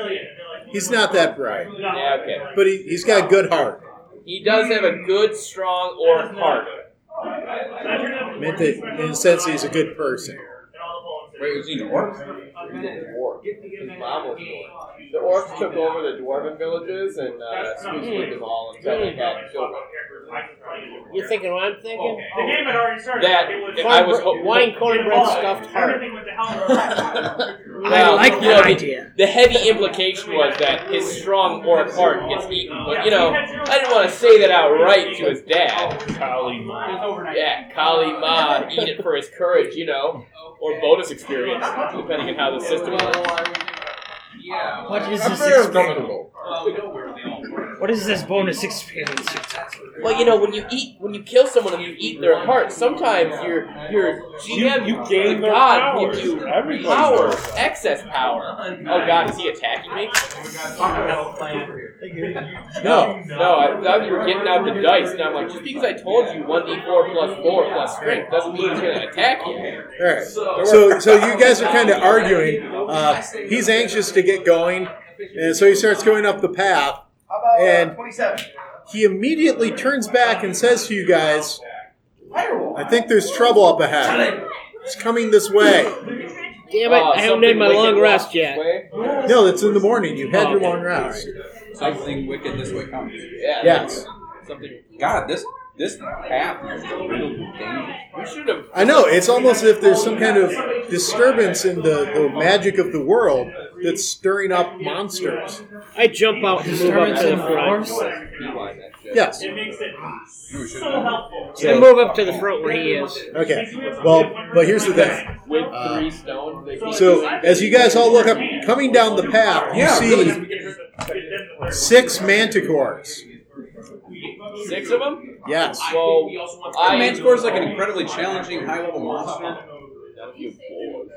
Speaker 1: he's not that bright,
Speaker 5: Yeah, okay.
Speaker 1: but he, he's got a good heart.
Speaker 5: He does have a good, strong orc heart. (laughs)
Speaker 1: I meant that in a sense he's a good person.
Speaker 4: Wait, is he an orc?
Speaker 5: Dwarf. His mom was an orc. The orcs took over the dwarven villages and uh, squeezed with them all until they had children.
Speaker 6: You're thinking what I'm thinking?
Speaker 3: The game had already started.
Speaker 5: That
Speaker 3: It was-
Speaker 5: if I was ho-
Speaker 6: wine cornbread stuffed heart.
Speaker 3: Everything went to hell.
Speaker 6: I
Speaker 5: Well,
Speaker 6: like
Speaker 5: you know,
Speaker 6: that
Speaker 17: Oh.
Speaker 6: (laughs)
Speaker 5: the-
Speaker 6: idea.
Speaker 5: The heavy implication was that his strong orc heart gets eaten, but you know, I didn't want to say that outright to his dad.
Speaker 28: Kali Ma.
Speaker 5: Yeah, Kali Ma, eat it for his courage, you know, or bonus experience, depending on how the system works.
Speaker 17: Yeah.
Speaker 6: What is
Speaker 4: I'm
Speaker 6: this
Speaker 4: very
Speaker 6: experience?
Speaker 4: uncomfortable.
Speaker 17: Well, we know where they all were.
Speaker 6: What is this bonus experience you're talking about?
Speaker 5: Well, you know, when you eat, when you kill someone and you eat their heart, sometimes your your GM,
Speaker 28: you gain
Speaker 5: the
Speaker 28: their
Speaker 5: God,
Speaker 28: powers.
Speaker 5: gives you
Speaker 28: Everybody
Speaker 5: power,
Speaker 28: does that.
Speaker 5: excess power. Oh God, is he attacking me?
Speaker 1: No,
Speaker 5: No, I thought you were getting out the dice, and I'm like, just because I told you one d4 plus four plus strength doesn't mean he's gonna attack you.
Speaker 1: all right. So so you guys are kind of arguing. Uh, he's anxious to get going, and so he starts going up the path.
Speaker 17: How about
Speaker 1: And-
Speaker 17: uh, 27?
Speaker 1: He immediately turns back and says to you guys,
Speaker 17: Firewall.
Speaker 1: "I think there's trouble up ahead. It's coming this way."
Speaker 6: Damn it,
Speaker 5: Uh,
Speaker 6: I haven't
Speaker 5: something
Speaker 6: had my
Speaker 5: wicked
Speaker 6: long
Speaker 5: walks
Speaker 6: rest
Speaker 5: this
Speaker 6: yet.
Speaker 5: way.
Speaker 1: No, it's in the morning. You've had your long rest.
Speaker 4: Something wicked this way comes.
Speaker 5: Yeah.
Speaker 1: Yes.
Speaker 5: Something.
Speaker 4: God, this this path is riddled with danger.
Speaker 5: We should have.
Speaker 1: I know. It's almost as if there's some kind of disturbance in the, the magic of the world that's stirring up monsters.
Speaker 6: I jump out and move up to the front.
Speaker 4: Rewind that shit.
Speaker 1: Yes.
Speaker 3: It makes it
Speaker 4: No, we shouldn't.
Speaker 3: so helpful.
Speaker 6: I move up to the front where he is.
Speaker 1: Okay. Well, but here's the thing.
Speaker 5: With
Speaker 1: Uh,
Speaker 5: three stones, they can't
Speaker 1: So
Speaker 5: do that.
Speaker 1: as you guys all look up, coming down the path, you
Speaker 4: Yeah,
Speaker 1: see six manticores.
Speaker 5: six of them.
Speaker 1: Yes.
Speaker 5: Well,
Speaker 4: I
Speaker 5: I
Speaker 4: Manticore is like an incredibly challenging high level monster.
Speaker 5: You bored.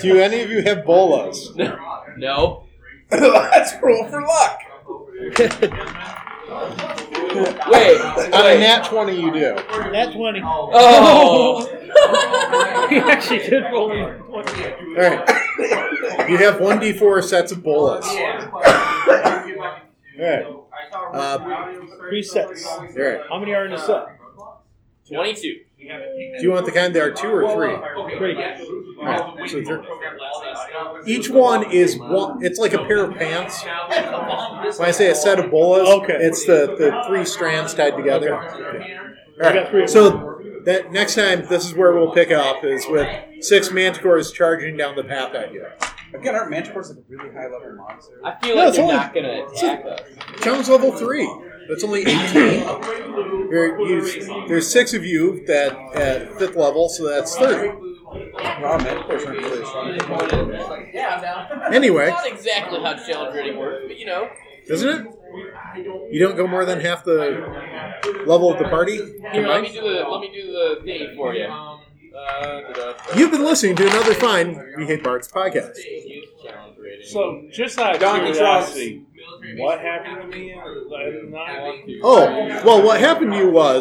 Speaker 1: Do any of you have bolas?
Speaker 5: (laughs) No.
Speaker 4: Let's roll for luck.
Speaker 5: Wait.
Speaker 1: On a
Speaker 5: wait.
Speaker 1: nat 20, you do.
Speaker 6: That's funny.
Speaker 29: (laughs)
Speaker 1: (laughs)
Speaker 5: Oh.
Speaker 6: he actually did roll a
Speaker 1: All right. You have 1d4 sets of bolas.
Speaker 17: Yeah.
Speaker 1: All right. Uh,
Speaker 29: Three sets.
Speaker 1: all right.
Speaker 29: How many are in the set?
Speaker 5: Twenty-two.
Speaker 1: Do you want the kind that are two or three?
Speaker 29: Pretty good.
Speaker 1: All right. So they're- each one is one. It's like a pair of pants. When I say a set of bolas,
Speaker 29: Okay.
Speaker 1: it's the, the three strands tied together.
Speaker 29: I got three
Speaker 1: Alright,
Speaker 29: of
Speaker 1: so that next time, this is where we'll pick up is with six manticores charging down the path at you.
Speaker 4: Again, aren't manticores like a really high level monster?
Speaker 5: I feel
Speaker 1: No,
Speaker 5: like
Speaker 1: it's
Speaker 5: they're
Speaker 1: only-
Speaker 5: not gonna attack us.
Speaker 1: Jones level three. That's only 18. There- you- there's six of you that at fifth level, so that's 30.
Speaker 5: Yeah, I'm down.
Speaker 1: Anyway.
Speaker 5: Not exactly how challenge rating works, but you know.
Speaker 1: Doesn't it? You don't go more than half the level of the party?
Speaker 5: Here, let
Speaker 1: combined?
Speaker 5: me do the let me do the thing for you. Uh, da-da.
Speaker 1: You've been listening to another fine We Hate Bards podcast.
Speaker 3: So, just out of
Speaker 1: Donkey
Speaker 3: curiosity, what happened to me? I'm not
Speaker 1: Oh, well, what happened to you was